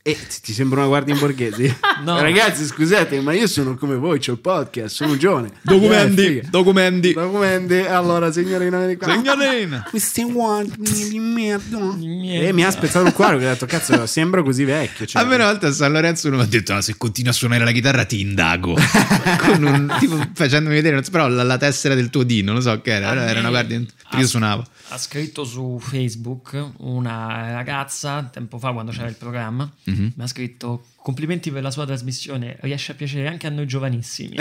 [SPEAKER 2] e ti- ti sembra una guardia in borghese?
[SPEAKER 8] [laughs] No.
[SPEAKER 2] Ragazzi, scusate, ma io sono come voi, c'ho il podcast, sono giovane. Eh,
[SPEAKER 1] [laughs] Documenti,
[SPEAKER 2] figa.
[SPEAKER 1] documenti.
[SPEAKER 2] Documenti. Allora, signorina, vieni qua.
[SPEAKER 1] Signorina.
[SPEAKER 2] [laughs] Questi guardi di merda.
[SPEAKER 8] Di merda.
[SPEAKER 2] E mi ha spezzato il cuore, che ho detto, cazzo, sembro così vecchio. Cioè,
[SPEAKER 1] A me una volta a San Lorenzo uno mi ha detto: "Ah, Se continui a suonare la chitarra, ti indago. Con
[SPEAKER 2] [laughs]
[SPEAKER 1] un- [laughs] tipo, facendomi vedere, non so, però la, la tessera del tuo D, non lo so che era. Era una guardia. perché Io suonavo. [laughs]
[SPEAKER 8] Ha scritto su Facebook una ragazza, tempo fa quando c'era il programma,
[SPEAKER 1] Mhm.
[SPEAKER 8] mi ha scritto complimenti per la sua trasmissione, riesce a piacere anche a noi giovanissimi.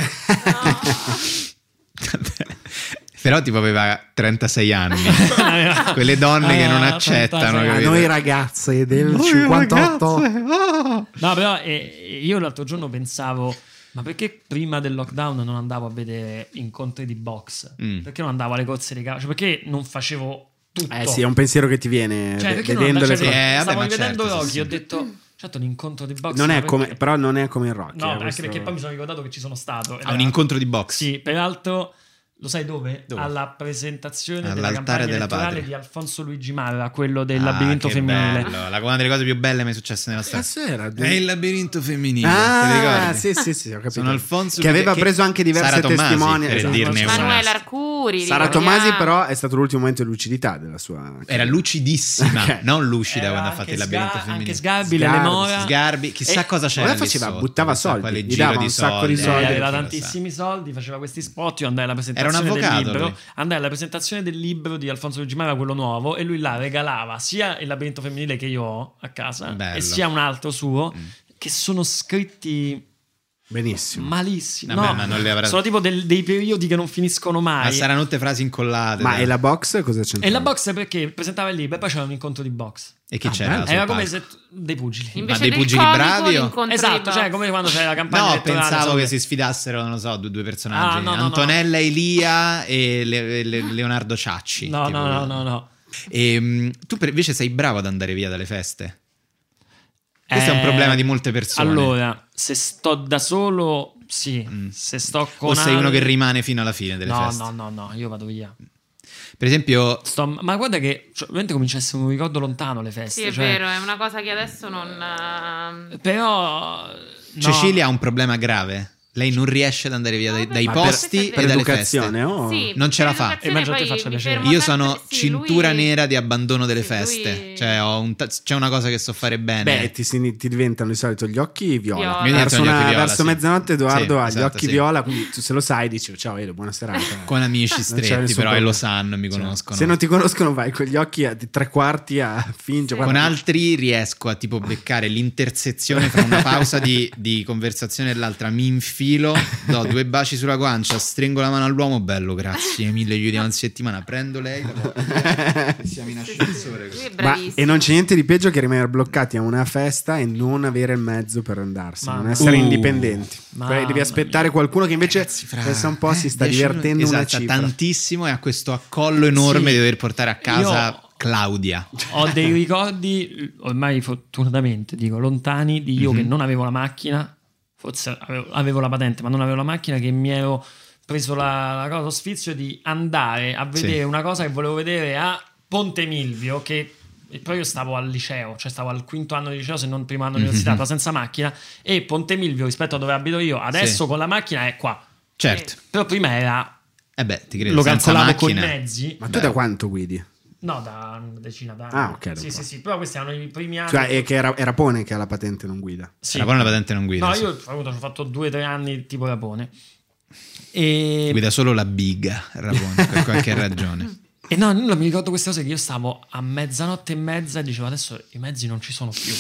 [SPEAKER 1] Però tipo aveva 36 anni. [laughs] Quelle donne che non
[SPEAKER 8] Ah,
[SPEAKER 1] accettano.
[SPEAKER 8] fantasia.
[SPEAKER 2] a
[SPEAKER 1] capito?
[SPEAKER 2] noi ragazze del
[SPEAKER 1] Voi
[SPEAKER 2] 58.
[SPEAKER 1] ragazze, ah!
[SPEAKER 8] No, però eh, io l'altro giorno pensavo, ma perché prima del lockdown non andavo a vedere incontri di box?
[SPEAKER 1] Mm.
[SPEAKER 8] Perché non andavo alle cozze di calcio? Perché non facevo tutto?
[SPEAKER 2] Eh sì, è un pensiero che ti viene
[SPEAKER 8] Cioè,
[SPEAKER 2] ve-
[SPEAKER 8] perché non
[SPEAKER 2] vedendo le
[SPEAKER 8] andavo-
[SPEAKER 1] cioè,
[SPEAKER 2] cose.
[SPEAKER 1] Eh, vabbè,
[SPEAKER 8] Stavo
[SPEAKER 1] ma
[SPEAKER 8] rivedendo
[SPEAKER 1] certo, sì,
[SPEAKER 8] Rocky,
[SPEAKER 1] sì.
[SPEAKER 8] ho detto, certo, un incontro di box...
[SPEAKER 2] Non
[SPEAKER 8] ma
[SPEAKER 2] è
[SPEAKER 8] perché?"
[SPEAKER 2] come, però non è come in rock.
[SPEAKER 8] No,
[SPEAKER 2] eh,
[SPEAKER 8] anche
[SPEAKER 2] questo-
[SPEAKER 8] perché poi mi sono ricordato che ci sono stato. ed
[SPEAKER 1] A
[SPEAKER 2] Ah.
[SPEAKER 1] un
[SPEAKER 8] era-
[SPEAKER 1] incontro di box.
[SPEAKER 8] Sì, peraltro, lo sai dove?
[SPEAKER 1] Dove?
[SPEAKER 8] Alla presentazione della
[SPEAKER 1] All'altare
[SPEAKER 8] campagna
[SPEAKER 1] della
[SPEAKER 8] elettorale
[SPEAKER 1] patria.
[SPEAKER 8] di Alfonso Luigi Marra, quello del
[SPEAKER 1] Ah,
[SPEAKER 8] labirinto
[SPEAKER 1] che
[SPEAKER 8] femminile.
[SPEAKER 1] bello, La, una delle cose più belle mai successe nella storia.
[SPEAKER 2] Cazzo era?
[SPEAKER 1] È il labirinto femminile. te li
[SPEAKER 2] Ah,
[SPEAKER 1] ricordi?
[SPEAKER 2] sì, sì, sì, ho capito.
[SPEAKER 1] Sono Alfonso
[SPEAKER 2] che
[SPEAKER 1] Luigi-
[SPEAKER 2] aveva preso anche diverse
[SPEAKER 1] Sara Tommasi,
[SPEAKER 2] testimonianze.
[SPEAKER 1] per
[SPEAKER 2] Esatto.
[SPEAKER 1] dirne una.
[SPEAKER 3] Manuela Arcuri.
[SPEAKER 2] Sara
[SPEAKER 3] ricordiamo.
[SPEAKER 2] Tomasi, però, è stato l'ultimo momento di lucidità della sua.
[SPEAKER 1] Era lucidissima,
[SPEAKER 2] Ok.
[SPEAKER 1] non lucida
[SPEAKER 8] Era
[SPEAKER 1] quando ha
[SPEAKER 8] anche
[SPEAKER 1] fatto il labirinto
[SPEAKER 8] Sga-
[SPEAKER 1] femminile.
[SPEAKER 8] Anche Sgarbi, le
[SPEAKER 2] Sgarbi,
[SPEAKER 8] Lemora.
[SPEAKER 1] Sgarbi, chissà
[SPEAKER 8] E-
[SPEAKER 1] cosa c'era.
[SPEAKER 2] Cosa
[SPEAKER 1] lì
[SPEAKER 2] faceva?
[SPEAKER 1] sotto,
[SPEAKER 2] Buttava
[SPEAKER 1] chissà
[SPEAKER 2] soldi,
[SPEAKER 1] quale
[SPEAKER 2] gli
[SPEAKER 1] giro
[SPEAKER 2] dava un sacco di
[SPEAKER 8] Eh,
[SPEAKER 2] soldi,
[SPEAKER 8] aveva
[SPEAKER 1] chi lo sa.
[SPEAKER 8] tantissimi soldi, faceva questi spot. Io andai alla presentazione
[SPEAKER 1] Era un avvocato,
[SPEAKER 8] del libro.
[SPEAKER 1] lui.
[SPEAKER 8] Andai alla presentazione del libro di Alfonso Luigi Marra, quello nuovo, e lui là regalava sia il labirinto femminile che io ho a casa,
[SPEAKER 1] Bello. Mm.
[SPEAKER 8] e sia un altro suo, che sono scritti
[SPEAKER 2] Benissimo.
[SPEAKER 8] malissimo.
[SPEAKER 1] Vabbè,
[SPEAKER 8] No,
[SPEAKER 1] ma non li avrà-
[SPEAKER 8] Sono tipo del- dei periodi che non finiscono mai.
[SPEAKER 1] Ma saranno tutte frasi incollate.
[SPEAKER 2] Ma
[SPEAKER 1] dai.
[SPEAKER 2] e la box cosa c'entra?
[SPEAKER 8] E la box perché presentava il libro e poi c'era un incontro di box.
[SPEAKER 1] E chi
[SPEAKER 2] Ah,
[SPEAKER 1] c'era?
[SPEAKER 2] bello.
[SPEAKER 1] sul
[SPEAKER 8] Era come
[SPEAKER 1] palco?
[SPEAKER 8] se tu- dei pugili.
[SPEAKER 3] Invece
[SPEAKER 1] Ma dei
[SPEAKER 3] del
[SPEAKER 1] Pugili
[SPEAKER 3] comico,
[SPEAKER 1] Bravi oh. o-
[SPEAKER 3] l'incontro
[SPEAKER 8] Esatto,
[SPEAKER 3] di
[SPEAKER 8] cioè
[SPEAKER 3] Bob.
[SPEAKER 8] come quando c'era la campagna
[SPEAKER 1] No,
[SPEAKER 8] elettorale,
[SPEAKER 1] pensavo
[SPEAKER 8] so
[SPEAKER 1] che si sfidassero, non lo so, due, due personaggi.
[SPEAKER 8] Ah, no, no, no.
[SPEAKER 1] Antonella Elia e le- le- Leonardo Ciacci.
[SPEAKER 8] No,
[SPEAKER 1] tipo.
[SPEAKER 8] no, no, no, no.
[SPEAKER 1] Ehm, tu per- invece sei bravo ad andare via dalle feste. Questo è un
[SPEAKER 8] Eh,
[SPEAKER 1] problema di molte persone.
[SPEAKER 8] Allora, se sto da solo, sì.
[SPEAKER 1] Mm.
[SPEAKER 8] Se sto con
[SPEAKER 1] o sei uno
[SPEAKER 8] altri-
[SPEAKER 1] che rimane fino alla fine delle
[SPEAKER 8] No,
[SPEAKER 1] feste.
[SPEAKER 8] no, no, no, io vado via.
[SPEAKER 1] Per esempio,
[SPEAKER 8] Sto- ma guarda che cioè, veramente comincia a essere un ricordo lontano le feste.
[SPEAKER 3] Sì, è
[SPEAKER 8] cioè-
[SPEAKER 3] vero, è una cosa che adesso non... eh,
[SPEAKER 8] Però no.
[SPEAKER 1] Cecilia ha un problema grave. Lei non riesce ad andare via dai,
[SPEAKER 3] Vabbè,
[SPEAKER 1] dai
[SPEAKER 3] ma per-
[SPEAKER 1] posti
[SPEAKER 3] per
[SPEAKER 1] e dalle
[SPEAKER 2] L'educazione,
[SPEAKER 1] feste.
[SPEAKER 2] oh.
[SPEAKER 3] sì,
[SPEAKER 1] non ce la fa.
[SPEAKER 3] l'educazione
[SPEAKER 8] E mangia te
[SPEAKER 3] poi mi
[SPEAKER 8] faccia piacere.
[SPEAKER 3] fermo
[SPEAKER 1] Io
[SPEAKER 3] sempre-
[SPEAKER 1] sono
[SPEAKER 3] sì,
[SPEAKER 1] cintura
[SPEAKER 3] lui-
[SPEAKER 1] nera di abbandono delle
[SPEAKER 3] sì,
[SPEAKER 1] feste.
[SPEAKER 3] lui-
[SPEAKER 1] Cioè, ho un ta- c'è una cosa che so fare bene.
[SPEAKER 2] Beh, ti, si- ti diventano di solito gli occhi viola.
[SPEAKER 3] Viola.
[SPEAKER 1] Mi diventano
[SPEAKER 2] Verso,
[SPEAKER 1] gli
[SPEAKER 2] una-
[SPEAKER 1] occhi viola,
[SPEAKER 2] verso
[SPEAKER 1] sì.
[SPEAKER 2] mezzanotte Edoardo
[SPEAKER 1] Sì,
[SPEAKER 2] ha
[SPEAKER 1] esatto,
[SPEAKER 2] gli occhi
[SPEAKER 1] sì.
[SPEAKER 2] viola, quindi tu se lo sai dici ciao Edo, buona serata.
[SPEAKER 1] [laughs] Con amici
[SPEAKER 2] Non c'è
[SPEAKER 1] stretti,
[SPEAKER 2] nessun
[SPEAKER 1] però, e
[SPEAKER 2] problema.
[SPEAKER 1] lo sanno, mi
[SPEAKER 2] Cioè,
[SPEAKER 1] conoscono.
[SPEAKER 2] Se non ti conoscono vai con gli occhi a di tre quarti a fingere.
[SPEAKER 1] Con
[SPEAKER 2] guarda-
[SPEAKER 1] altri riesco a tipo beccare l'intersezione fra una pausa di, di conversazione e l'altra. Mi infilo, do due baci sulla guancia, stringo la mano all'uomo. Bello, grazie mille. Gli diamo una settimana. Prendo lei. la
[SPEAKER 2] [laughs]
[SPEAKER 1] porto via. Siamo in ascensore.
[SPEAKER 3] Lui
[SPEAKER 1] così.
[SPEAKER 3] è
[SPEAKER 2] Ma,
[SPEAKER 3] bravissimo.
[SPEAKER 2] e non c'è niente di peggio che rimanere bloccati a una festa e non avere il mezzo per andarsene,
[SPEAKER 8] Mamma
[SPEAKER 2] non essere
[SPEAKER 1] mia.
[SPEAKER 2] indipendenti.
[SPEAKER 8] Mamma
[SPEAKER 2] Poi devi aspettare qualcuno che invece pensa un po' si sta
[SPEAKER 1] eh, Dieci minuti-
[SPEAKER 2] divertendo una
[SPEAKER 1] esatto,
[SPEAKER 2] cifra.
[SPEAKER 1] tantissimo e ha questo accollo enorme
[SPEAKER 8] Sì.
[SPEAKER 1] di dover portare a casa
[SPEAKER 8] Io-
[SPEAKER 1] Claudia.
[SPEAKER 8] Ho dei ricordi, ormai fortunatamente dico, lontani di io
[SPEAKER 1] Mhm.
[SPEAKER 8] che non avevo la macchina, forse avevo, avevo la patente, ma non avevo la macchina, che mi ero preso la, la cosa, lo sfizio di andare a vedere
[SPEAKER 1] Sì.
[SPEAKER 8] una cosa che volevo vedere a Ponte Milvio, che e poi io stavo al liceo, cioè stavo al quinto anno di liceo, se non primo anno di università,
[SPEAKER 1] Mhm.
[SPEAKER 8] ma senza macchina, e Ponte Milvio rispetto a dove abito io, adesso
[SPEAKER 1] Sì.
[SPEAKER 8] con la macchina è qua,
[SPEAKER 1] Certo.
[SPEAKER 8] però prima era,
[SPEAKER 1] Eh beh, ti credo.
[SPEAKER 8] lo
[SPEAKER 1] senza
[SPEAKER 8] calcolavo con
[SPEAKER 1] macchina.
[SPEAKER 8] mezzi.
[SPEAKER 2] Ma tu
[SPEAKER 1] Beh.
[SPEAKER 2] da quanto guidi?
[SPEAKER 8] No, da una decina d'anni.
[SPEAKER 2] Ah, ok, da un
[SPEAKER 8] Sì,
[SPEAKER 2] po'.
[SPEAKER 8] sì, sì, però questi erano i primi anni.
[SPEAKER 2] Cioè, è che era, era Pone che ha la patente non guida.
[SPEAKER 8] Sì.
[SPEAKER 1] Cioè, La buona la patente non guida.
[SPEAKER 8] No,
[SPEAKER 1] sì.
[SPEAKER 8] io appunto, ci ho fatto due o tre anni tipo Rapone. E... [laughs]
[SPEAKER 1] Guida solo la biga, Rabone, per qualche ragione.
[SPEAKER 8] E no, nulla, mi ricordo queste cose che io stavo a mezzanotte e mezza e dicevo adesso i mezzi non ci sono più.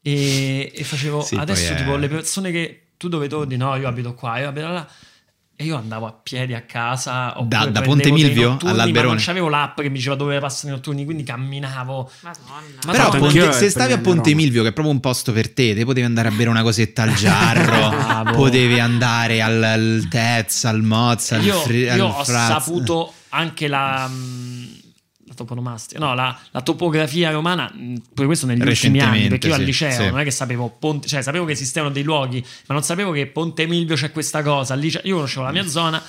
[SPEAKER 8] E, e facevo
[SPEAKER 1] Sì,
[SPEAKER 8] adesso
[SPEAKER 1] poi è-
[SPEAKER 8] tipo le persone che tu dove torni, no, io abito qua, io abito là. E io andavo a piedi a casa. oppure
[SPEAKER 1] Da- da
[SPEAKER 8] prendevo
[SPEAKER 1] Ponte
[SPEAKER 8] dei
[SPEAKER 1] Milvio
[SPEAKER 8] notturni,
[SPEAKER 1] all'Alberone?
[SPEAKER 8] Ma non c'avevo l'app che mi diceva dove passano i notturni, quindi camminavo.
[SPEAKER 3] Madonna.
[SPEAKER 8] Ma-
[SPEAKER 1] Però
[SPEAKER 8] tanto
[SPEAKER 1] Ponte-
[SPEAKER 2] anch'io,
[SPEAKER 1] se
[SPEAKER 2] eh,
[SPEAKER 1] stavi a
[SPEAKER 2] per me
[SPEAKER 1] Ponte
[SPEAKER 2] Roma.
[SPEAKER 1] Milvio, che è proprio un posto per te, te potevi andare a bere una cosetta al giarro,
[SPEAKER 8] [laughs] Bravo.
[SPEAKER 1] potevi andare al, al Tez, al Moz, al,
[SPEAKER 8] io,
[SPEAKER 1] Fri- al
[SPEAKER 8] io ho
[SPEAKER 1] Fraz.
[SPEAKER 8] saputo anche la, mm, la toponomastica, no, la, la topografia romana, mm, pure questo negli ultimi anni,
[SPEAKER 1] Recentemente,
[SPEAKER 8] perché io al
[SPEAKER 1] sì,
[SPEAKER 8] liceo
[SPEAKER 1] sì.
[SPEAKER 8] non è che sapevo Ponte, cioè sapevo che esistevano dei luoghi, ma non sapevo che Ponte Milvio c'è questa cosa, lì c'è- io conoscevo la mia zona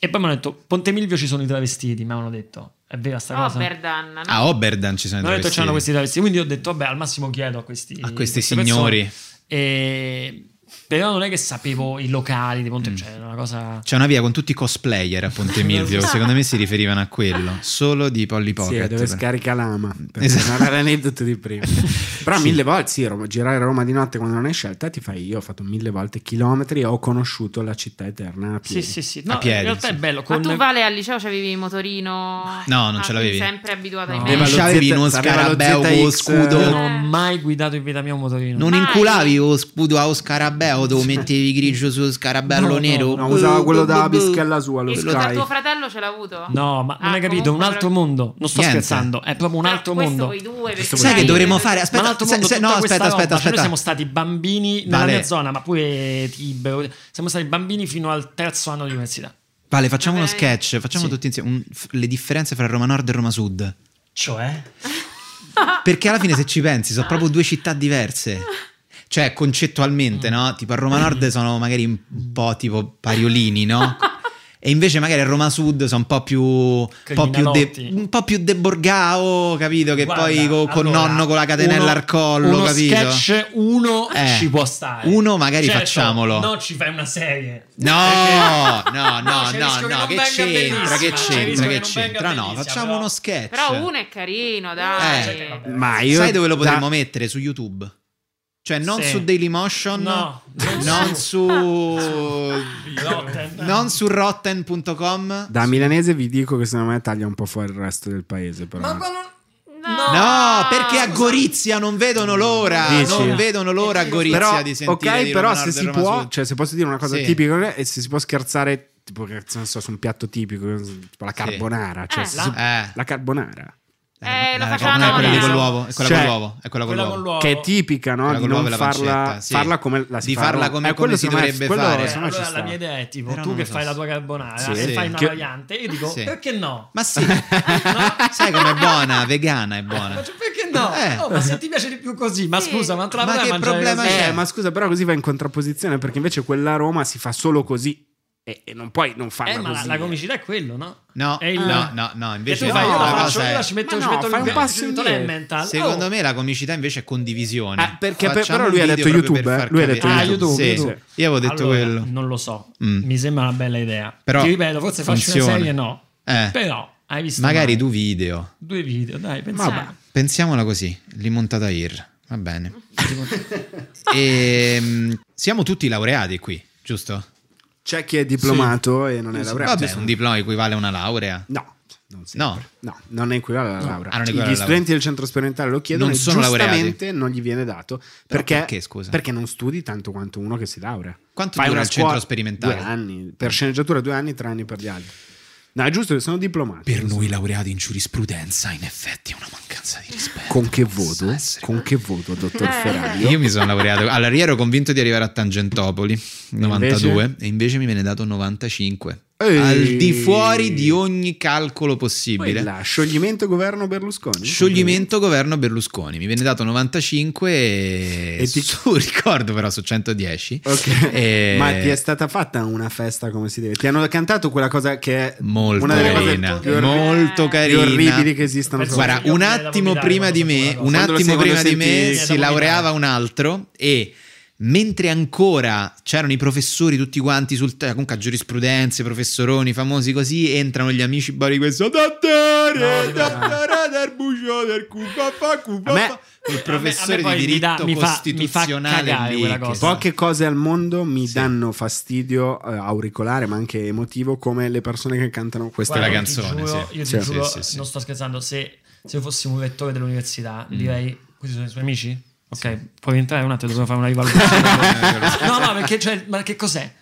[SPEAKER 8] e poi mi hanno detto Ponte Milvio ci sono i travestiti, mi avevano detto, è vera sta
[SPEAKER 3] Ah,
[SPEAKER 8] cosa? Ah, Mi
[SPEAKER 3] Oberdan, no?
[SPEAKER 1] A Oberdan ci sono i
[SPEAKER 8] hanno
[SPEAKER 1] travestiti.
[SPEAKER 8] detto c'erano questi travestiti, quindi io ho detto vabbè al massimo chiedo a questi,
[SPEAKER 1] a questi
[SPEAKER 8] queste persone".
[SPEAKER 1] signori.
[SPEAKER 8] E- però non è che sapevo i locali di Ponte,
[SPEAKER 1] Mm.
[SPEAKER 8] cioè era una cosa...
[SPEAKER 1] C'è una via con tutti i cosplayer a
[SPEAKER 8] [laughs]
[SPEAKER 1] Ponte Milvio, secondo me si riferivano a quello, solo di Polly
[SPEAKER 2] Sì,
[SPEAKER 1] Pocket.
[SPEAKER 2] dove scarica l'ama per
[SPEAKER 1] Esatto.
[SPEAKER 2] tornare all'aneddoto
[SPEAKER 1] [laughs]
[SPEAKER 2] di prima. Però
[SPEAKER 1] Sì.
[SPEAKER 2] mille volte, sì, Roma- girare a Roma di notte quando non hai scelta, ti fai io ho fatto mille volte chilometri e ho conosciuto la città eterna a piedi.
[SPEAKER 8] Sì, sì, sì. No,
[SPEAKER 1] A piedi,
[SPEAKER 8] in realtà
[SPEAKER 1] sì.
[SPEAKER 8] è bello.
[SPEAKER 3] Ma
[SPEAKER 8] Con...
[SPEAKER 3] tu Vale al liceo c'avevi il motorino?
[SPEAKER 1] No, non
[SPEAKER 3] Ah,
[SPEAKER 1] ce l'avevi.
[SPEAKER 3] Sempre abituato
[SPEAKER 8] No.
[SPEAKER 3] ai
[SPEAKER 2] Aveva
[SPEAKER 3] mezzi.
[SPEAKER 2] lo
[SPEAKER 1] Sciavi
[SPEAKER 2] Z-
[SPEAKER 1] uno
[SPEAKER 2] aveva lo
[SPEAKER 1] scarabeo
[SPEAKER 2] ZX,
[SPEAKER 1] con lo
[SPEAKER 8] Io
[SPEAKER 1] scudo.
[SPEAKER 8] non ho mai guidato in vita mia un motorino.
[SPEAKER 1] Non
[SPEAKER 3] Mai.
[SPEAKER 1] inculavi lo scudo allo scarabeo, dove mettevi grigio sullo scarabello
[SPEAKER 8] No, no,
[SPEAKER 1] nero.
[SPEAKER 2] No, usava quello da
[SPEAKER 1] Buh, buh, buh.
[SPEAKER 2] Bischella sua, lo
[SPEAKER 3] E scusa,
[SPEAKER 2] Sky.
[SPEAKER 3] tuo fratello ce l'ha avuto?
[SPEAKER 8] No, ma non
[SPEAKER 3] Ah,
[SPEAKER 8] hai capito,
[SPEAKER 3] comunque,
[SPEAKER 8] un altro
[SPEAKER 3] però-
[SPEAKER 8] mondo. Non sto
[SPEAKER 1] Niente.
[SPEAKER 8] scherzando, è proprio un
[SPEAKER 3] Però
[SPEAKER 8] altro
[SPEAKER 3] questo
[SPEAKER 8] mondo.
[SPEAKER 3] voi due, perché
[SPEAKER 1] Sai che
[SPEAKER 3] dai-
[SPEAKER 1] dovremmo fare?
[SPEAKER 8] Ma un
[SPEAKER 1] Aspetta,
[SPEAKER 8] altro
[SPEAKER 1] se-
[SPEAKER 8] mondo,
[SPEAKER 1] se-
[SPEAKER 8] tutta
[SPEAKER 1] no,
[SPEAKER 8] questa
[SPEAKER 1] aspetta,
[SPEAKER 8] roba.
[SPEAKER 1] aspetta,
[SPEAKER 8] Cioè, noi
[SPEAKER 1] aspetta.
[SPEAKER 8] siamo stati bambini nella
[SPEAKER 1] Vale.
[SPEAKER 8] mia zona, ma pure Tibero. Siamo stati bambini fino al terzo anno di università.
[SPEAKER 1] Vale, facciamo uno
[SPEAKER 3] Vabbè.
[SPEAKER 1] sketch, facciamo
[SPEAKER 8] Sì.
[SPEAKER 1] tutti insieme un- f- le differenze fra Roma Nord e Roma Sud.
[SPEAKER 8] Cioè?
[SPEAKER 1] Perché alla fine, se ci pensi, sono proprio due città diverse. Cioè, concettualmente, no? Tipo a Roma Nord sono magari un po' tipo pariolini, no? E invece magari a Roma Sud sono un po' più... Un po' più, de,
[SPEAKER 8] Criminalotti.
[SPEAKER 1] un po' più de Borgao, capito? Che poi co- con nonno con la catenella al collo,
[SPEAKER 8] uno
[SPEAKER 1] capito?
[SPEAKER 8] sketch uno
[SPEAKER 1] Eh,
[SPEAKER 8] ci può stare. Cioè,
[SPEAKER 1] uno magari facciamolo.
[SPEAKER 8] No, ci fai una serie. [laughs]
[SPEAKER 1] No, no, no,
[SPEAKER 8] c'è il
[SPEAKER 1] no,
[SPEAKER 8] rischio che
[SPEAKER 1] no, che
[SPEAKER 8] non venga
[SPEAKER 1] c'entra, che
[SPEAKER 8] bellissima, c'è il rischio
[SPEAKER 1] c'entra,
[SPEAKER 8] che
[SPEAKER 1] che
[SPEAKER 8] non venga
[SPEAKER 1] c'entra. No,
[SPEAKER 8] bellissima,
[SPEAKER 1] facciamo
[SPEAKER 8] però-
[SPEAKER 1] uno sketch.
[SPEAKER 3] Però uno è carino, dai. Cioè,
[SPEAKER 1] Eh.
[SPEAKER 2] Ma
[SPEAKER 8] Ah,
[SPEAKER 2] io
[SPEAKER 1] Sai dove lo potremmo
[SPEAKER 2] da-
[SPEAKER 1] mettere? Su YouTube. Cioè, non
[SPEAKER 8] Eh, Sì.
[SPEAKER 1] su Dailymotion,
[SPEAKER 8] No, non [laughs]
[SPEAKER 1] non su...
[SPEAKER 8] Rotten.
[SPEAKER 1] non su rotten.com.
[SPEAKER 2] Da milanese vi dico che secondo me taglia un po' fuori il resto del paese, però.
[SPEAKER 8] Ma quello-
[SPEAKER 1] No, perché a Gorizia non vedono l'ora.
[SPEAKER 2] Dici?
[SPEAKER 1] Non vedono l'ora a Gorizia
[SPEAKER 2] Però,
[SPEAKER 1] di sentire
[SPEAKER 2] ok,
[SPEAKER 1] di
[SPEAKER 2] però
[SPEAKER 1] Roma Nord
[SPEAKER 2] se
[SPEAKER 1] e
[SPEAKER 2] si
[SPEAKER 1] Roma
[SPEAKER 2] può,
[SPEAKER 1] Sud.
[SPEAKER 2] cioè se posso dire una cosa
[SPEAKER 1] Sì.
[SPEAKER 2] tipica, e se si può scherzare, tipo che non so, su un piatto tipico, tipo la carbonara, cioè
[SPEAKER 3] Eh,
[SPEAKER 2] se
[SPEAKER 3] la-
[SPEAKER 2] si-
[SPEAKER 1] Eh.
[SPEAKER 2] la carbonara.
[SPEAKER 1] Eh,
[SPEAKER 3] Eh,
[SPEAKER 1] no,
[SPEAKER 3] lo
[SPEAKER 1] no,
[SPEAKER 3] faceva
[SPEAKER 1] no, è quella lì
[SPEAKER 2] nonna.
[SPEAKER 1] con l'uovo, è quella
[SPEAKER 2] Cioè,
[SPEAKER 1] con l'uovo, è quella con
[SPEAKER 8] quella
[SPEAKER 1] l'uovo.
[SPEAKER 8] con l'uovo.
[SPEAKER 2] Che è tipica, no?
[SPEAKER 1] Oh, Quella
[SPEAKER 2] Di
[SPEAKER 1] con l'uovo
[SPEAKER 2] non
[SPEAKER 1] e la
[SPEAKER 2] farla,
[SPEAKER 1] pancetta, sì.
[SPEAKER 2] farla come la si
[SPEAKER 1] Di
[SPEAKER 2] fa
[SPEAKER 1] farla
[SPEAKER 2] Roma.
[SPEAKER 1] come-
[SPEAKER 2] Eh, quello
[SPEAKER 1] come si
[SPEAKER 2] secondo me-
[SPEAKER 1] dovrebbe
[SPEAKER 2] quello
[SPEAKER 1] fare.
[SPEAKER 2] secondo me eh, ci
[SPEAKER 8] allora
[SPEAKER 2] sta.
[SPEAKER 8] la mia idea è tipo
[SPEAKER 1] Però
[SPEAKER 8] tu
[SPEAKER 1] non
[SPEAKER 8] che
[SPEAKER 1] lo so.
[SPEAKER 8] fai la tua carbonara
[SPEAKER 2] Sì.
[SPEAKER 8] e fai una
[SPEAKER 2] Che-
[SPEAKER 8] variante io dico
[SPEAKER 1] Sì.
[SPEAKER 8] perché no
[SPEAKER 1] Ma
[SPEAKER 2] [laughs]
[SPEAKER 1] sì, sai com'è buona, vegana è
[SPEAKER 8] [laughs] Ma
[SPEAKER 1] buona.
[SPEAKER 8] cioè, perché no
[SPEAKER 1] Eh.
[SPEAKER 8] Oh, ma se ti piace di più così ma
[SPEAKER 3] Sì.
[SPEAKER 8] scusa ma, tra
[SPEAKER 1] Ma
[SPEAKER 8] me
[SPEAKER 1] che
[SPEAKER 8] mangiare
[SPEAKER 1] problema
[SPEAKER 8] così?
[SPEAKER 1] c'è?
[SPEAKER 2] Eh, ma scusa, però così va in contrapposizione perché invece quella a Roma si fa solo così e, e non puoi non farla
[SPEAKER 8] eh, ma la,
[SPEAKER 2] così.
[SPEAKER 8] la comicità è quello no?
[SPEAKER 1] No,
[SPEAKER 8] È Eh, il-
[SPEAKER 1] no, no, no,
[SPEAKER 8] che
[SPEAKER 1] invece
[SPEAKER 8] tu fai io
[SPEAKER 1] la
[SPEAKER 8] la
[SPEAKER 1] cosa
[SPEAKER 8] faccio
[SPEAKER 1] è-
[SPEAKER 8] io la ci metto,
[SPEAKER 2] Ma
[SPEAKER 8] ci
[SPEAKER 2] no,
[SPEAKER 8] metto
[SPEAKER 2] fai un
[SPEAKER 8] il
[SPEAKER 2] passo
[SPEAKER 8] ci metto
[SPEAKER 2] indietro.
[SPEAKER 8] l'emmental.
[SPEAKER 1] Secondo
[SPEAKER 8] Oh.
[SPEAKER 1] me la comicità invece è condivisione.
[SPEAKER 2] Ah, perché per-
[SPEAKER 1] Facciamo
[SPEAKER 2] però
[SPEAKER 1] un
[SPEAKER 2] lui ha
[SPEAKER 1] video
[SPEAKER 2] detto
[SPEAKER 1] proprio
[SPEAKER 2] YouTube,
[SPEAKER 1] per
[SPEAKER 2] eh?
[SPEAKER 1] far
[SPEAKER 2] Lui ha
[SPEAKER 1] capire.
[SPEAKER 2] detto
[SPEAKER 8] Ah, YouTube.
[SPEAKER 1] Sì,
[SPEAKER 8] YouTube,
[SPEAKER 2] YouTube.
[SPEAKER 1] Io avevo detto
[SPEAKER 8] Allora,
[SPEAKER 1] quello.
[SPEAKER 8] non lo so
[SPEAKER 1] Mm.
[SPEAKER 8] mi sembra una bella idea
[SPEAKER 1] Però
[SPEAKER 8] ti ripeto forse faccio una
[SPEAKER 1] funziona.
[SPEAKER 8] serie no
[SPEAKER 1] Eh.
[SPEAKER 8] però hai visto
[SPEAKER 1] Magari
[SPEAKER 8] mai?
[SPEAKER 1] tu video.
[SPEAKER 8] due video dai pensiamo
[SPEAKER 3] Vabbè.
[SPEAKER 1] Pensiamola così, limontada IR. Va
[SPEAKER 8] [laughs]
[SPEAKER 1] bene. Ehm, siamo tutti laureati qui, giusto?
[SPEAKER 2] C'è chi è diplomato e non è laureato.
[SPEAKER 1] Vabbè,
[SPEAKER 2] insomma.
[SPEAKER 1] un diploma equivale a una laurea.
[SPEAKER 2] No, non sempre.
[SPEAKER 1] No.
[SPEAKER 2] No, non è equivale alla laurea.
[SPEAKER 1] Ah, non è
[SPEAKER 2] Gli
[SPEAKER 1] equivale alla
[SPEAKER 2] studenti del centro sperimentale lo chiedono
[SPEAKER 1] Non
[SPEAKER 2] e
[SPEAKER 1] sono laureati.
[SPEAKER 2] giustamente non gli viene dato perché,
[SPEAKER 1] perché, scusa?
[SPEAKER 2] perché non studi tanto quanto uno che si laurea.
[SPEAKER 1] Quanto
[SPEAKER 2] Fai
[SPEAKER 1] dura
[SPEAKER 2] una
[SPEAKER 1] il centro
[SPEAKER 2] scuola-
[SPEAKER 1] sperimentale?
[SPEAKER 2] Due anni, per sceneggiatura due anni, tre anni per gli altri. No, è giusto che sono diplomati.
[SPEAKER 1] Per noi laureati in giurisprudenza, in effetti, è una mancanza di rispetto.
[SPEAKER 2] Con che
[SPEAKER 1] Non so
[SPEAKER 2] voto?
[SPEAKER 1] essere-
[SPEAKER 2] Con che voto, dottor Ferrario?
[SPEAKER 1] Io mi sono laureato. Allora, io ero convinto di arrivare a Tangentopoli 92 e invece mi viene dato 95.
[SPEAKER 2] Ehi.
[SPEAKER 1] Al di fuori di ogni calcolo possibile.
[SPEAKER 2] Quella, scioglimento governo Berlusconi.
[SPEAKER 1] Scioglimento governo Berlusconi, mi viene dato 95 e,
[SPEAKER 2] E ti-
[SPEAKER 1] [laughs] su ricordo però su 110.
[SPEAKER 2] Ok.
[SPEAKER 1] E-
[SPEAKER 2] Ma ti è stata fatta una festa come si deve? Ti hanno cantato quella cosa che è
[SPEAKER 1] molto
[SPEAKER 2] una delle
[SPEAKER 1] carina,
[SPEAKER 2] cose più, orri-
[SPEAKER 1] molto
[SPEAKER 3] più
[SPEAKER 2] più
[SPEAKER 1] carina.
[SPEAKER 2] orribili che esistano.
[SPEAKER 8] Penso-
[SPEAKER 1] Guarda,
[SPEAKER 8] Io
[SPEAKER 1] un
[SPEAKER 8] mi viene da
[SPEAKER 1] attimo
[SPEAKER 8] vomitare
[SPEAKER 1] prima di
[SPEAKER 8] quando
[SPEAKER 1] me,
[SPEAKER 8] sento quella
[SPEAKER 1] un
[SPEAKER 2] cosa. Quando lo
[SPEAKER 1] attimo
[SPEAKER 2] senti-
[SPEAKER 1] prima di
[SPEAKER 2] Mi
[SPEAKER 1] me
[SPEAKER 2] viene
[SPEAKER 8] da
[SPEAKER 1] si
[SPEAKER 8] vomitare.
[SPEAKER 1] laureava un altro e mentre ancora c'erano i professori tutti quanti sul te- comunque a giurisprudenze, professoroni famosi così, entrano gli amici bari questo dottore, dottore del bucio del cuba fa cuba
[SPEAKER 2] A me-
[SPEAKER 1] fa". il
[SPEAKER 8] a
[SPEAKER 1] professore
[SPEAKER 8] me poi
[SPEAKER 1] di
[SPEAKER 8] mi dà-
[SPEAKER 1] diritto
[SPEAKER 8] mi fa- mi fa
[SPEAKER 1] costituzionale
[SPEAKER 8] cagare
[SPEAKER 1] lì
[SPEAKER 8] quella
[SPEAKER 1] che-
[SPEAKER 8] cosa.
[SPEAKER 2] Poche cose al mondo mi danno fastidio eh, auricolare, ma anche emotivo, come le persone che cantano
[SPEAKER 1] Questa
[SPEAKER 2] questa
[SPEAKER 1] è la
[SPEAKER 8] Guarda,
[SPEAKER 1] canzone.
[SPEAKER 8] Ti giuro,
[SPEAKER 1] sì.
[SPEAKER 8] Io ti
[SPEAKER 1] Sì,
[SPEAKER 8] giuro,
[SPEAKER 1] sì, sì, sì.
[SPEAKER 8] non sto scherzando. Se, se io fossi un rettore dell'università, direi: Questi sono i suoi amici? Ok, puoi entrare un attimo, dobbiamo fare
[SPEAKER 1] [laughs]
[SPEAKER 8] una rivalutazione. [laughs] no, no, perché cioè, ma che cos'è?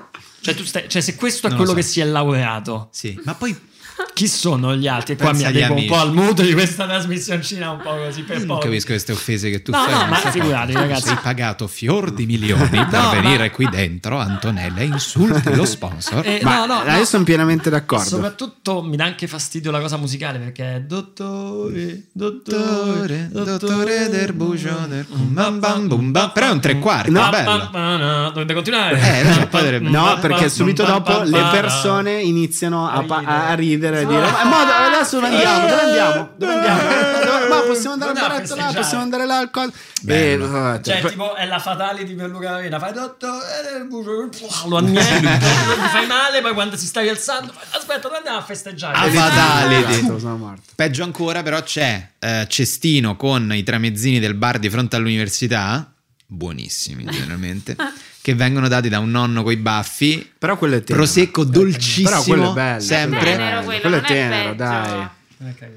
[SPEAKER 8] Cioè, tu stai, cioè, se questo è
[SPEAKER 1] Non lo
[SPEAKER 8] quello
[SPEAKER 1] so.
[SPEAKER 8] che si è laureato,
[SPEAKER 1] Sì, ma poi
[SPEAKER 8] chi sono gli altri? E qua mi
[SPEAKER 1] Pensa agli
[SPEAKER 8] adeguo un
[SPEAKER 1] amici.
[SPEAKER 8] po' al mood di questa trasmissioncina, un po' così per
[SPEAKER 1] io non
[SPEAKER 8] pochi.
[SPEAKER 1] capisco queste offese che tu
[SPEAKER 8] Eh, No,
[SPEAKER 1] fai.
[SPEAKER 8] no,
[SPEAKER 1] non
[SPEAKER 8] ma
[SPEAKER 1] so quanto.
[SPEAKER 8] figurati, ragazzi.
[SPEAKER 1] Sei pagato fior di milioni per
[SPEAKER 8] No,
[SPEAKER 1] venire
[SPEAKER 8] ma-
[SPEAKER 1] qui dentro, Antonella, e insulti lo sponsor.
[SPEAKER 8] Eh,
[SPEAKER 2] Ma
[SPEAKER 8] no, no,
[SPEAKER 2] eh,
[SPEAKER 8] no.
[SPEAKER 2] io sono pienamente d'accordo.
[SPEAKER 8] Soprattutto mi dà anche fastidio la cosa musicale perché è dottore, dottore,
[SPEAKER 1] Dottore, dottore del bucio del bam bam bum bam. Però è un tre quarti,
[SPEAKER 8] No,
[SPEAKER 1] è bello.
[SPEAKER 8] bam, bam, no, dovete continuare.
[SPEAKER 1] Eh, no, poi dovrebbe-
[SPEAKER 8] Mm,
[SPEAKER 2] No, perché subito dopo le persone iniziano a, pa- a ridere e dire: "Eh, Ma dove- adesso dove andiamo? Dove andiamo? Dove andiamo? Eh, dove- Ma possiamo andare al
[SPEAKER 8] Andiamo a
[SPEAKER 2] baretto là?
[SPEAKER 8] festeggiare."
[SPEAKER 2] Possiamo andare là al coso?
[SPEAKER 1] Bello.
[SPEAKER 2] Eh, vabbè,
[SPEAKER 8] Cioè,
[SPEAKER 2] per-
[SPEAKER 8] tipo, è la fatale di Pierluca Lavena. Fai dottore del bucio, lo annienti, [laughs] ti fai male, poi quando si sta rialzando, fai, aspetta, dove andiamo a festeggiare.
[SPEAKER 1] Ah,
[SPEAKER 8] Eh,
[SPEAKER 1] fatale.
[SPEAKER 2] Esatto, sono morto.
[SPEAKER 1] Peggio ancora, però, c'è eh, Cestino con i tramezzini del bar di fronte all'università, buonissimi
[SPEAKER 8] [laughs]
[SPEAKER 1] generalmente, che vengono dati da un nonno coi baffi.
[SPEAKER 2] Però quello è tenero.
[SPEAKER 1] Prosecco
[SPEAKER 2] Però quello
[SPEAKER 1] dolcissimo,
[SPEAKER 2] è bello.
[SPEAKER 1] sempre.
[SPEAKER 3] Tenero
[SPEAKER 2] Bello,
[SPEAKER 3] quello,
[SPEAKER 2] quello è
[SPEAKER 3] non è
[SPEAKER 2] tenero,
[SPEAKER 3] peggio.
[SPEAKER 2] dai.
[SPEAKER 8] ok.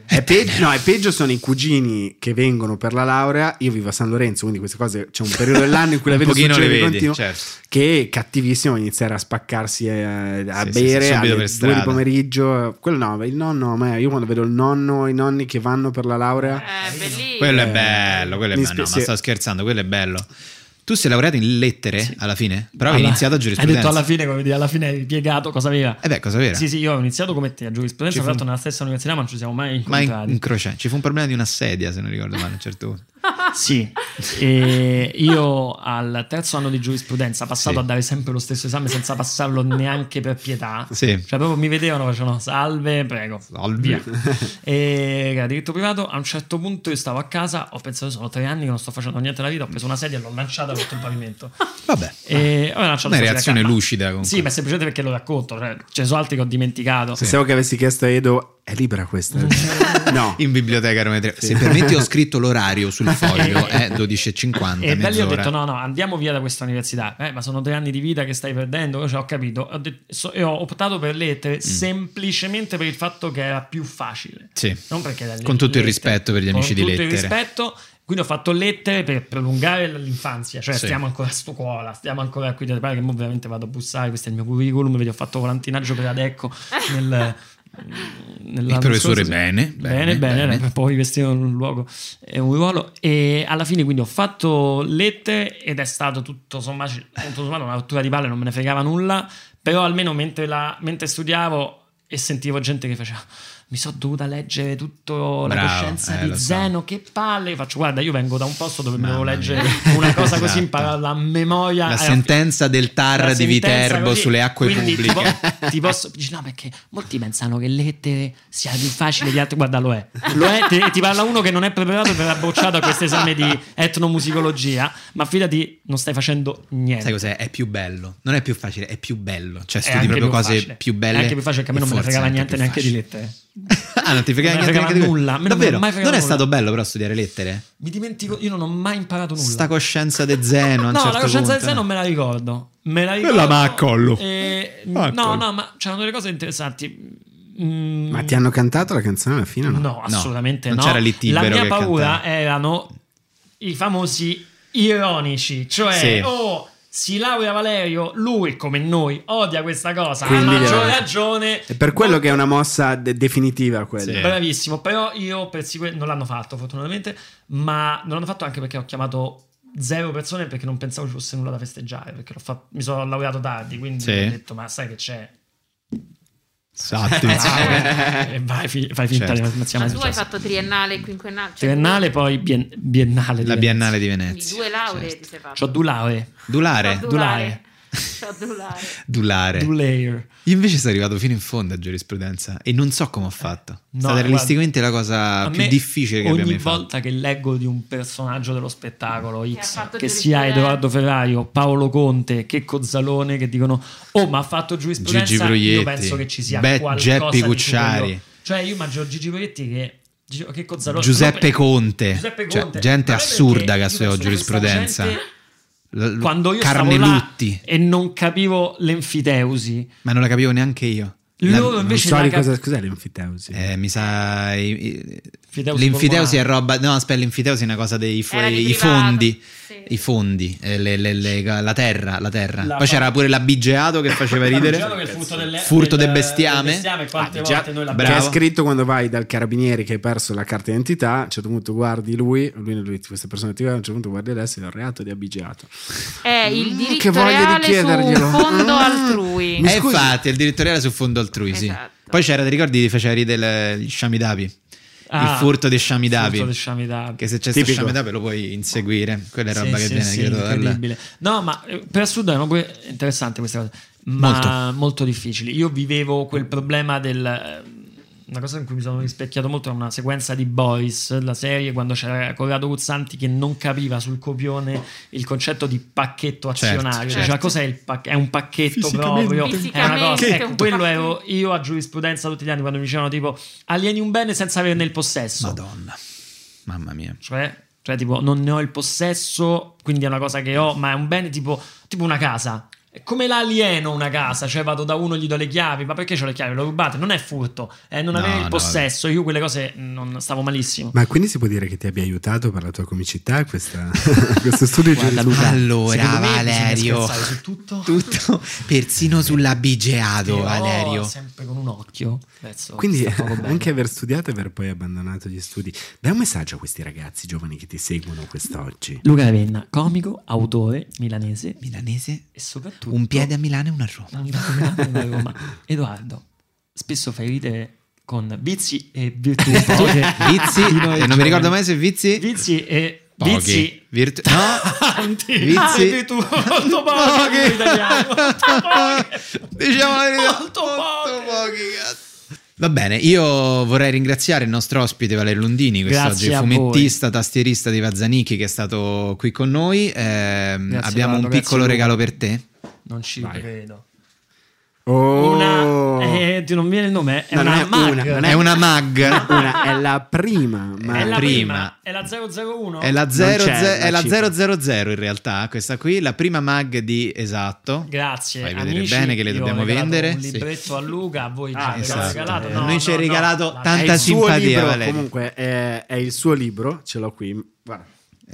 [SPEAKER 2] È peggio, no, è peggio sono i cugini che vengono per la laurea. Io vivo a San Lorenzo, quindi queste cose c'è un periodo dell'anno in
[SPEAKER 1] [laughs]
[SPEAKER 2] cui la
[SPEAKER 1] Un
[SPEAKER 2] vedo
[SPEAKER 1] pochino le
[SPEAKER 2] succedere di
[SPEAKER 1] vedi,
[SPEAKER 2] continuo.
[SPEAKER 1] certo.
[SPEAKER 2] Che è cattivissimo iniziare a spaccarsi e a, a
[SPEAKER 1] Sì, sì, sì,
[SPEAKER 2] bere
[SPEAKER 1] subito
[SPEAKER 2] alle
[SPEAKER 1] per
[SPEAKER 2] due
[SPEAKER 1] strada.
[SPEAKER 2] di pomeriggio. Quello no, il nonno, a me- io quando vedo il nonno, i nonni che vanno per la laurea.
[SPEAKER 3] Eh, bellissimo.
[SPEAKER 1] Quello è
[SPEAKER 2] Eh,
[SPEAKER 1] bello, quello è
[SPEAKER 2] mi
[SPEAKER 1] bello. No,
[SPEAKER 2] spi-
[SPEAKER 1] ma
[SPEAKER 2] sì.
[SPEAKER 1] sto scherzando, quello è bello. Tu sei laureato in lettere alla fine? Però hai
[SPEAKER 8] Alla-
[SPEAKER 1] iniziato a
[SPEAKER 8] Hai
[SPEAKER 1] giurisprudenza.
[SPEAKER 8] detto alla fine, come dire, alla fine hai piegato cosa aveva.
[SPEAKER 1] Eh beh, cosa vera?
[SPEAKER 8] Sì, sì, io ho iniziato come te a giurisprudenza,
[SPEAKER 1] Ci
[SPEAKER 8] tra
[SPEAKER 1] fu-
[SPEAKER 8] l'altro nella stessa università, ma non ci siamo mai
[SPEAKER 1] Ma in,
[SPEAKER 8] incontrati.
[SPEAKER 1] in crociera. ci fu un problema di una sedia, se non ricordo male, a un certo
[SPEAKER 8] [laughs]
[SPEAKER 1] punto.
[SPEAKER 8] Sì, e io al terzo anno di giurisprudenza, passato
[SPEAKER 1] Sì.
[SPEAKER 8] a dare sempre lo stesso esame senza passarlo neanche per pietà.
[SPEAKER 1] Sì.
[SPEAKER 8] Cioè, proprio mi vedevano, facevano salve, prego.
[SPEAKER 1] Salve.
[SPEAKER 8] Via. E era diritto privato. A un certo punto io stavo a casa, ho pensato, sono tre anni che non sto facendo niente nella vita. Ho preso una sedia e l'ho lanciata contro il pavimento.
[SPEAKER 1] Vabbè.
[SPEAKER 8] E ho lanciato
[SPEAKER 1] Una
[SPEAKER 8] la sedia
[SPEAKER 1] reazione
[SPEAKER 8] a casa.
[SPEAKER 1] lucida comunque.
[SPEAKER 8] Sì, ma semplicemente perché lo racconto. Cioè, ce sono altri che ho dimenticato.
[SPEAKER 2] Pensavo che avessi chiesto a Edo, è libera questa?
[SPEAKER 1] [laughs]
[SPEAKER 2] no,
[SPEAKER 1] In biblioteca aerometrica. Se permetti, ho scritto l'orario
[SPEAKER 8] [laughs]
[SPEAKER 1] sul foglio, eh, è 12.50.
[SPEAKER 8] E Eh, belli ho
[SPEAKER 1] mezz'ora.
[SPEAKER 8] detto: no, no, andiamo via da questa università. Eh, ma sono tre anni di vita che stai perdendo. Io cioè, ho capito. Ho det- so- e ho optato per
[SPEAKER 1] Mm.
[SPEAKER 8] lettere semplicemente per il fatto che era più facile.
[SPEAKER 1] Sì.
[SPEAKER 8] Non perché era
[SPEAKER 1] Con tutto il
[SPEAKER 8] lettere.
[SPEAKER 1] rispetto per gli
[SPEAKER 8] Con
[SPEAKER 1] amici di
[SPEAKER 8] tutto il
[SPEAKER 1] lettere.
[SPEAKER 8] rispetto. Quindi ho fatto lettere per prolungare l- l'infanzia, cioè
[SPEAKER 1] Sì.
[SPEAKER 8] stiamo ancora a scuola, stiamo ancora qui, pare che mo veramente vado a bussare, questo è il mio curriculum, vedi ho fatto volantinaggio per Adecco
[SPEAKER 1] [laughs]
[SPEAKER 8] nel, nell'anno
[SPEAKER 1] Il professore,
[SPEAKER 8] scorso.
[SPEAKER 1] bene,
[SPEAKER 8] Bene, bene,
[SPEAKER 1] bene, bene.
[SPEAKER 8] era- poi vestire un luogo e un ruolo. E alla fine, quindi, ho fatto lettere ed è stato tutto sommato, tutto sommato una rottura di palle, non me ne fregava nulla. Però almeno mentre, la- mentre studiavo e sentivo gente che faceva. Mi sono dovuta leggere tutto la
[SPEAKER 1] Bravo,
[SPEAKER 8] coscienza
[SPEAKER 1] eh,
[SPEAKER 8] di
[SPEAKER 1] lo so.
[SPEAKER 8] Zeno, che palle. Io Faccio, guarda, io vengo da un posto dove mi
[SPEAKER 1] Mamma
[SPEAKER 8] devo
[SPEAKER 1] mia.
[SPEAKER 8] leggere
[SPEAKER 1] [laughs]
[SPEAKER 8] una cosa così,
[SPEAKER 1] Esatto.
[SPEAKER 8] imparare la memoria.
[SPEAKER 1] La
[SPEAKER 8] Eh,
[SPEAKER 1] sentenza del TAR
[SPEAKER 8] la
[SPEAKER 1] di
[SPEAKER 8] sentenza
[SPEAKER 1] Viterbo
[SPEAKER 8] così.
[SPEAKER 1] sulle acque
[SPEAKER 8] Quindi ti
[SPEAKER 1] pubbliche.
[SPEAKER 8] po- ti posso- dici, no, perché molti pensano che lettere sia più facile di altri. Guarda, lo è. Lo è, te- ti parla uno che non è preparato e verrà bocciato a questo esame di etnomusicologia. Ma fidati, non stai facendo niente.
[SPEAKER 1] Sai cos'è? È più bello. Non è più facile, è più bello. Cioè,
[SPEAKER 8] È
[SPEAKER 1] studi
[SPEAKER 8] anche
[SPEAKER 1] proprio
[SPEAKER 8] più
[SPEAKER 1] cose
[SPEAKER 8] facile.
[SPEAKER 1] più belle.
[SPEAKER 8] È anche più facile che a me
[SPEAKER 1] e
[SPEAKER 8] non me ne
[SPEAKER 1] forse
[SPEAKER 8] fregava
[SPEAKER 1] anche
[SPEAKER 8] niente
[SPEAKER 1] più
[SPEAKER 8] neanche di
[SPEAKER 1] facile.
[SPEAKER 8] lettere.
[SPEAKER 1] ah, non ti fregava niente
[SPEAKER 8] Non me ne
[SPEAKER 1] neanche di
[SPEAKER 8] fregava
[SPEAKER 1] quello?
[SPEAKER 8] nulla, a me non
[SPEAKER 1] Davvero?
[SPEAKER 8] mi ha mai
[SPEAKER 1] Non,
[SPEAKER 8] fregato
[SPEAKER 1] è
[SPEAKER 8] nulla.
[SPEAKER 1] stato bello però studiare lettere?
[SPEAKER 8] Mi dimentico, io non ho mai imparato nulla.
[SPEAKER 1] Sta coscienza de Zeno. a un
[SPEAKER 8] [laughs] no,
[SPEAKER 1] certo
[SPEAKER 8] la coscienza del
[SPEAKER 1] punto.
[SPEAKER 8] sé non me la ricordo. Me la ricordo.
[SPEAKER 1] Quella ma a collo.
[SPEAKER 8] Eh,
[SPEAKER 1] Ma a
[SPEAKER 8] no,
[SPEAKER 1] collo.
[SPEAKER 8] no, ma c'erano delle cose interessanti. Mm,
[SPEAKER 2] ma ti hanno cantato la canzone alla fine? o No,
[SPEAKER 8] No, assolutamente no.
[SPEAKER 1] non c'era lì
[SPEAKER 8] La
[SPEAKER 1] Tibero
[SPEAKER 8] mia
[SPEAKER 1] che
[SPEAKER 8] paura
[SPEAKER 1] cantava.
[SPEAKER 8] erano i famosi ironici, cioè
[SPEAKER 1] Sì.
[SPEAKER 8] oh, si laurea Valerio, lui come noi odia questa cosa,
[SPEAKER 2] Quindi
[SPEAKER 8] ha maggior
[SPEAKER 2] gli-
[SPEAKER 8] ragione.
[SPEAKER 2] È per quello che è una mossa de- definitiva quella.
[SPEAKER 1] Sì.
[SPEAKER 8] Bravissimo, però io per sicurezza non l'hanno fatto fortunatamente, ma non l'hanno fatto anche perché ho chiamato zero persone perché non pensavo ci fosse nulla da festeggiare, perché l'ho fa- mi sono laureato tardi, quindi
[SPEAKER 1] Sì.
[SPEAKER 8] ho detto ma sai che c'è?
[SPEAKER 1] Esatto.
[SPEAKER 8] [laughs] E eh, vai, fi- fai finta
[SPEAKER 1] Certo.
[SPEAKER 8] di non sia
[SPEAKER 3] Ma
[SPEAKER 8] mai
[SPEAKER 3] tu hai
[SPEAKER 8] successo.
[SPEAKER 3] fatto triennale e quinquennale? cioè
[SPEAKER 8] Triennale, poi bien- biennale.
[SPEAKER 1] [laughs] La
[SPEAKER 8] direi.
[SPEAKER 1] Biennale di
[SPEAKER 3] due- quindi
[SPEAKER 1] Venezia.
[SPEAKER 3] Due lauree
[SPEAKER 1] Certo.
[SPEAKER 3] ti sei fatto.
[SPEAKER 8] C'ho due lauree.
[SPEAKER 1] Dulare.
[SPEAKER 3] Due
[SPEAKER 8] Dulare.
[SPEAKER 3] lauree. Cellulare.
[SPEAKER 1] Dulare.
[SPEAKER 8] Two layer.
[SPEAKER 1] Io invece sono arrivato fino in fondo a giurisprudenza e non so come ho fatto.
[SPEAKER 8] No,
[SPEAKER 1] è stata
[SPEAKER 8] guarda,
[SPEAKER 1] realisticamente la cosa
[SPEAKER 8] A
[SPEAKER 1] più
[SPEAKER 8] me
[SPEAKER 1] difficile che abbia
[SPEAKER 8] ogni
[SPEAKER 1] mai fatto.
[SPEAKER 8] volta che leggo di un personaggio dello spettacolo
[SPEAKER 3] ha
[SPEAKER 8] X,
[SPEAKER 3] fatto
[SPEAKER 8] che sia
[SPEAKER 3] giurisprudenza.
[SPEAKER 8] Edoardo Ferrario, Paolo Conte, Checco Zalone, che dicono Oh, ma ha fatto
[SPEAKER 1] Gigi
[SPEAKER 8] giurisprudenza,
[SPEAKER 1] Proietti,
[SPEAKER 8] io penso che ci sia
[SPEAKER 1] Be-
[SPEAKER 8] qualcosa
[SPEAKER 1] Geppi
[SPEAKER 8] di
[SPEAKER 1] Cucciari.
[SPEAKER 8] superiore. Cioè, io immagino Gigi Proietti che Gigi- Checco Zalone
[SPEAKER 1] Giuseppe
[SPEAKER 8] proprio-
[SPEAKER 1] Conte.
[SPEAKER 8] Giuseppe
[SPEAKER 1] Cioè,
[SPEAKER 8] Conte.
[SPEAKER 1] gente
[SPEAKER 8] Ma non è
[SPEAKER 1] assurda
[SPEAKER 8] perché
[SPEAKER 1] che ha
[SPEAKER 8] io
[SPEAKER 1] studiato
[SPEAKER 8] penso che questa
[SPEAKER 1] giurisprudenza.
[SPEAKER 8] gente-
[SPEAKER 1] L- l-
[SPEAKER 8] Quando io
[SPEAKER 1] Carnelutti.
[SPEAKER 8] stavo là e non capivo l'enfiteusi,
[SPEAKER 1] Ma non la capivo neanche io. La-
[SPEAKER 8] loro
[SPEAKER 2] Non
[SPEAKER 8] invece
[SPEAKER 2] so
[SPEAKER 8] la
[SPEAKER 2] di
[SPEAKER 8] cap-
[SPEAKER 2] cosa, cos'è l'enfiteusi?
[SPEAKER 1] eh, mi sa. i- i-
[SPEAKER 8] Fideusi
[SPEAKER 1] L'infideusi
[SPEAKER 8] formale.
[SPEAKER 1] è roba. No, aspetta, l'infideusi è una cosa dei fu-
[SPEAKER 3] Era di
[SPEAKER 1] i
[SPEAKER 3] privato,
[SPEAKER 1] fondi.
[SPEAKER 3] sì.
[SPEAKER 1] I fondi, eh, le- le- le- la terra, la terra.
[SPEAKER 8] La
[SPEAKER 1] Poi c'era
[SPEAKER 8] fa-
[SPEAKER 1] pure l'abbigeato che faceva ridere.
[SPEAKER 8] Diciamo che il furto, delle,
[SPEAKER 1] Furto
[SPEAKER 8] del-
[SPEAKER 1] del bestiame.
[SPEAKER 8] del quante
[SPEAKER 1] Ah, già,
[SPEAKER 8] volte noi
[SPEAKER 1] bravo.
[SPEAKER 8] l'abbiamo
[SPEAKER 2] Che è scritto quando vai dal carabinieri che hai perso la carta d'identità, a un certo punto guardi lui, lui, lui questa persona ti guarda, a un certo punto guardi adesso è il reato di abbigiato.
[SPEAKER 3] È il
[SPEAKER 2] Mm,
[SPEAKER 3] diritto
[SPEAKER 2] che voglia di
[SPEAKER 3] reale su
[SPEAKER 2] chiederglielo.
[SPEAKER 3] un fondo
[SPEAKER 2] Mm.
[SPEAKER 3] altrui.
[SPEAKER 2] Mi
[SPEAKER 1] Eh,
[SPEAKER 2] scusi.
[SPEAKER 1] infatti, il direttoriale su fondo altrui, sì.
[SPEAKER 3] Esatto.
[SPEAKER 1] Poi c'era, ti ricordi, ti faceva ridere le- gli sciami d'api.
[SPEAKER 8] Ah,
[SPEAKER 1] il furto dei sciami
[SPEAKER 8] furto
[SPEAKER 1] d'api.
[SPEAKER 8] dei sciami d'api.
[SPEAKER 1] Che se c'è sto
[SPEAKER 2] Tipico.
[SPEAKER 1] sciami d'api lo puoi inseguire. Quella è
[SPEAKER 8] Sì,
[SPEAKER 1] roba che
[SPEAKER 8] sì,
[SPEAKER 1] viene,
[SPEAKER 8] sì,
[SPEAKER 1] credo, dal-
[SPEAKER 8] incredibile. No, ma eh, per assurdo erano pure interessanti queste cose, ma molto. difficili. Io vivevo quel problema del ehm, una cosa in cui mi sono rispecchiato molto è una sequenza di Boris, la serie quando c'era Corrado Guzzanti che non capiva sul copione il concetto di pacchetto
[SPEAKER 1] Certo,
[SPEAKER 8] azionario,
[SPEAKER 3] certo.
[SPEAKER 8] cioè cos'è il pacchetto? È un pacchetto
[SPEAKER 4] Fisicamente.
[SPEAKER 8] proprio, è una
[SPEAKER 3] Fisicamente
[SPEAKER 8] cosa,
[SPEAKER 3] un
[SPEAKER 8] ecco,
[SPEAKER 3] pacchetto.
[SPEAKER 8] quello ero io a giurisprudenza tutti gli anni quando mi dicevano tipo alieni un bene senza averne il possesso.
[SPEAKER 1] Madonna. Mamma mia.
[SPEAKER 8] Cioè, cioè, tipo, non ne ho il possesso, quindi è una cosa che ho, ma è un bene tipo, tipo una casa. È Come l'alieno una casa, cioè vado da uno e gli do le chiavi, ma perché ho le chiavi? L'ho rubate, non è furto, eh, non
[SPEAKER 1] No,
[SPEAKER 8] avere il
[SPEAKER 1] no,
[SPEAKER 8] possesso, io quelle cose mm, non stavo malissimo.
[SPEAKER 2] Ma quindi si può dire che ti abbia aiutato per la tua comicità [laughs] questa- questo studio di giurisprudenza?
[SPEAKER 1] Allora,
[SPEAKER 8] Secondo me bisogna
[SPEAKER 1] Valerio.
[SPEAKER 8] scherzare su tutto. [laughs]
[SPEAKER 1] Tutto, persino sull'abigeato,
[SPEAKER 8] Però
[SPEAKER 1] Valerio.
[SPEAKER 8] Sempre con un occhio. verso
[SPEAKER 2] Quindi
[SPEAKER 8] chi sta poco bene.
[SPEAKER 2] anche aver studiato e aver poi abbandonato gli studi. Dai un messaggio a questi ragazzi giovani che ti seguono quest'oggi.
[SPEAKER 8] Luca Ravenna, comico, autore, milanese
[SPEAKER 1] Milanese,
[SPEAKER 8] e soprattutto...
[SPEAKER 1] un piede a Milano e uno a Roma.
[SPEAKER 8] Un documentario da
[SPEAKER 1] [laughs]
[SPEAKER 8] Roma. Edoardo, spesso fai ridere con vizi e
[SPEAKER 1] [laughs]
[SPEAKER 8] virtù. poche [laughs]
[SPEAKER 1] Vizi,
[SPEAKER 8] di
[SPEAKER 1] e
[SPEAKER 8] noi
[SPEAKER 1] Cioè, Eh, non mi ricordo
[SPEAKER 8] giovani.
[SPEAKER 1] mai se Vizi.
[SPEAKER 8] Vizi e
[SPEAKER 1] cioè. Pochi.
[SPEAKER 8] vizi.
[SPEAKER 1] Virtu-
[SPEAKER 8] [laughs]
[SPEAKER 1] no,
[SPEAKER 8] Tanti.
[SPEAKER 1] Vizi.
[SPEAKER 8] E
[SPEAKER 1] [laughs]
[SPEAKER 8] virtù. Molto pochi. in italiano.
[SPEAKER 1] Diciamo la verità.
[SPEAKER 8] Molto poche.
[SPEAKER 1] cazzo. Va bene, io vorrei ringraziare il nostro ospite Valerio Lundini quest'oggi,
[SPEAKER 8] Grazie a
[SPEAKER 1] fumettista, tastierista di Vazzanicchi che è stato qui con noi. Ehm,
[SPEAKER 8] Grazie,
[SPEAKER 1] abbiamo un
[SPEAKER 8] Paolo,
[SPEAKER 1] piccolo
[SPEAKER 8] grazie,
[SPEAKER 1] regalo
[SPEAKER 8] Luca.
[SPEAKER 1] per te.
[SPEAKER 8] Non ci
[SPEAKER 2] Vai.
[SPEAKER 8] credo.
[SPEAKER 2] Oh!
[SPEAKER 8] Una... Eh, ti non viene il nome? È
[SPEAKER 2] No, non
[SPEAKER 8] una
[SPEAKER 2] è
[SPEAKER 8] mag.
[SPEAKER 2] una, non
[SPEAKER 1] È una
[SPEAKER 8] [laughs]
[SPEAKER 1] mag.
[SPEAKER 2] Una- è la prima, ma
[SPEAKER 8] È la
[SPEAKER 1] prima.
[SPEAKER 8] prima. È la 001.
[SPEAKER 1] È la,
[SPEAKER 2] Non
[SPEAKER 1] 00
[SPEAKER 2] c'è la
[SPEAKER 1] è la
[SPEAKER 2] cifra.
[SPEAKER 1] 000 in realtà, questa qui, la prima mag di esatto.
[SPEAKER 8] Grazie,
[SPEAKER 1] Fai vedere
[SPEAKER 8] amici,
[SPEAKER 1] bene che le
[SPEAKER 8] io ho
[SPEAKER 1] dobbiamo
[SPEAKER 8] regalato
[SPEAKER 1] vendere,
[SPEAKER 8] Un
[SPEAKER 1] sì.
[SPEAKER 8] libretto a Luca, a voi già
[SPEAKER 2] Ah,
[SPEAKER 8] avevate
[SPEAKER 2] esatto.
[SPEAKER 8] regalato.
[SPEAKER 2] Eh,
[SPEAKER 8] No,
[SPEAKER 1] a noi
[SPEAKER 8] no,
[SPEAKER 1] ci hai
[SPEAKER 8] no.
[SPEAKER 1] regalato
[SPEAKER 8] La-
[SPEAKER 2] è
[SPEAKER 1] tanta
[SPEAKER 2] il suo
[SPEAKER 1] simpatia,
[SPEAKER 2] libro,
[SPEAKER 1] Valerio.
[SPEAKER 2] comunque è, è il suo libro, ce l'ho qui. Guarda.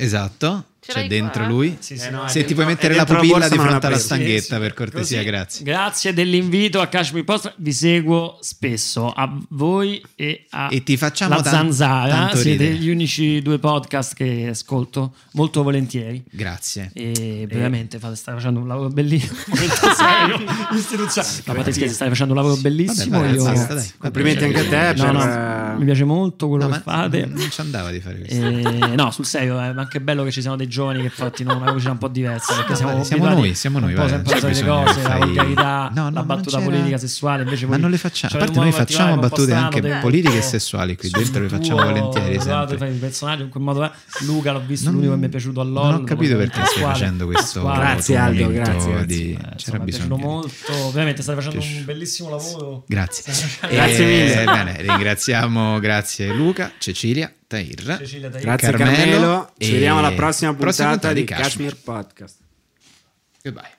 [SPEAKER 1] Esatto,
[SPEAKER 3] Ce
[SPEAKER 1] c'è
[SPEAKER 3] l'hai
[SPEAKER 1] dentro
[SPEAKER 3] qua?
[SPEAKER 1] lui.
[SPEAKER 8] Sì, sì,
[SPEAKER 2] Eh,
[SPEAKER 8] no,
[SPEAKER 2] no,
[SPEAKER 8] è
[SPEAKER 1] Se ti
[SPEAKER 8] dentro-
[SPEAKER 1] puoi mettere
[SPEAKER 2] è
[SPEAKER 1] la
[SPEAKER 2] dentro la
[SPEAKER 1] pupilla
[SPEAKER 2] borsa,
[SPEAKER 1] di
[SPEAKER 2] ma non
[SPEAKER 1] fronte
[SPEAKER 2] la
[SPEAKER 1] alla
[SPEAKER 2] prendo.
[SPEAKER 1] stanghetta,
[SPEAKER 8] Sì, sì.
[SPEAKER 1] per cortesia,
[SPEAKER 8] Così.
[SPEAKER 1] grazie.
[SPEAKER 8] Grazie dell'invito a Cashmere Post. Vi seguo spesso a voi e a
[SPEAKER 1] E ti facciamo
[SPEAKER 8] La
[SPEAKER 1] tan-
[SPEAKER 8] Zanzara.
[SPEAKER 1] tanto
[SPEAKER 8] Siete
[SPEAKER 1] ridere.
[SPEAKER 8] gli unici due podcast che ascolto molto volentieri.
[SPEAKER 1] Grazie.
[SPEAKER 8] E veramente fate, stai facendo un lavoro bellissimo. [laughs] Molto serio, istituzionale. No, fate scherzi, stai facendo un lavoro bellissimo.
[SPEAKER 1] Vabbè,
[SPEAKER 8] io-
[SPEAKER 1] vai, basta, dai.
[SPEAKER 2] Complimenti anche a te
[SPEAKER 8] No,
[SPEAKER 2] per- eh,
[SPEAKER 8] no, mi piace molto quello
[SPEAKER 1] No,
[SPEAKER 8] che
[SPEAKER 1] ma
[SPEAKER 8] fate.
[SPEAKER 1] Non ci andava di fare questo.
[SPEAKER 8] Eh, no, sul serio, è anche bello che ci siano dei giovani che portino una voce un po' diversa. Perché siamo,
[SPEAKER 1] siamo
[SPEAKER 8] abituati
[SPEAKER 1] noi, siamo noi.
[SPEAKER 8] Un po'
[SPEAKER 1] guarda,
[SPEAKER 8] sempre
[SPEAKER 1] non
[SPEAKER 8] le
[SPEAKER 1] c'è bisogno
[SPEAKER 8] solite cose,
[SPEAKER 1] che
[SPEAKER 8] la
[SPEAKER 1] fai-
[SPEAKER 8] volgarità,
[SPEAKER 1] No, no,
[SPEAKER 8] la
[SPEAKER 1] ma non
[SPEAKER 8] battuta
[SPEAKER 1] c'era-
[SPEAKER 8] politica sessuale. Invece
[SPEAKER 1] ma
[SPEAKER 8] voi-
[SPEAKER 1] non le facciamo.
[SPEAKER 8] cioè,
[SPEAKER 1] A parte,
[SPEAKER 8] un
[SPEAKER 1] noi
[SPEAKER 8] modo
[SPEAKER 1] facciamo battute
[SPEAKER 8] particolare, un po'
[SPEAKER 1] anche
[SPEAKER 8] strano,
[SPEAKER 1] politiche e
[SPEAKER 8] del-
[SPEAKER 1] sessuali qui
[SPEAKER 8] sul
[SPEAKER 1] dentro, le facciamo
[SPEAKER 8] tuo-
[SPEAKER 1] volentieri
[SPEAKER 8] Edoardo,
[SPEAKER 1] sempre.
[SPEAKER 8] fai il personaggio in quel modo. là. Luca l'ho visto,
[SPEAKER 1] Non-
[SPEAKER 8] l'unico che mi è piaciuto all'OL.
[SPEAKER 1] Non ho capito perché stai facendo questo.
[SPEAKER 2] Grazie,
[SPEAKER 1] tuo
[SPEAKER 2] Aldo,
[SPEAKER 1] momento
[SPEAKER 2] grazie, grazie.
[SPEAKER 1] di- C'era
[SPEAKER 8] mi è
[SPEAKER 1] bisogno.
[SPEAKER 8] piaciuto molto. Ovviamente stai facendo
[SPEAKER 1] Piaci-
[SPEAKER 8] un bellissimo lavoro.
[SPEAKER 1] Grazie. Eh,
[SPEAKER 2] Grazie mille.
[SPEAKER 1] Bene, ringraziamo, grazie Luca, Cecilia, Tair.
[SPEAKER 8] Cecilia, dai.
[SPEAKER 2] Grazie
[SPEAKER 1] Carmelo
[SPEAKER 2] Carmelo, ci
[SPEAKER 1] e-
[SPEAKER 2] vediamo alla prossima
[SPEAKER 1] prossima
[SPEAKER 2] puntata di
[SPEAKER 1] puntata di
[SPEAKER 2] Kashmir Podcast.
[SPEAKER 1] Goodbye.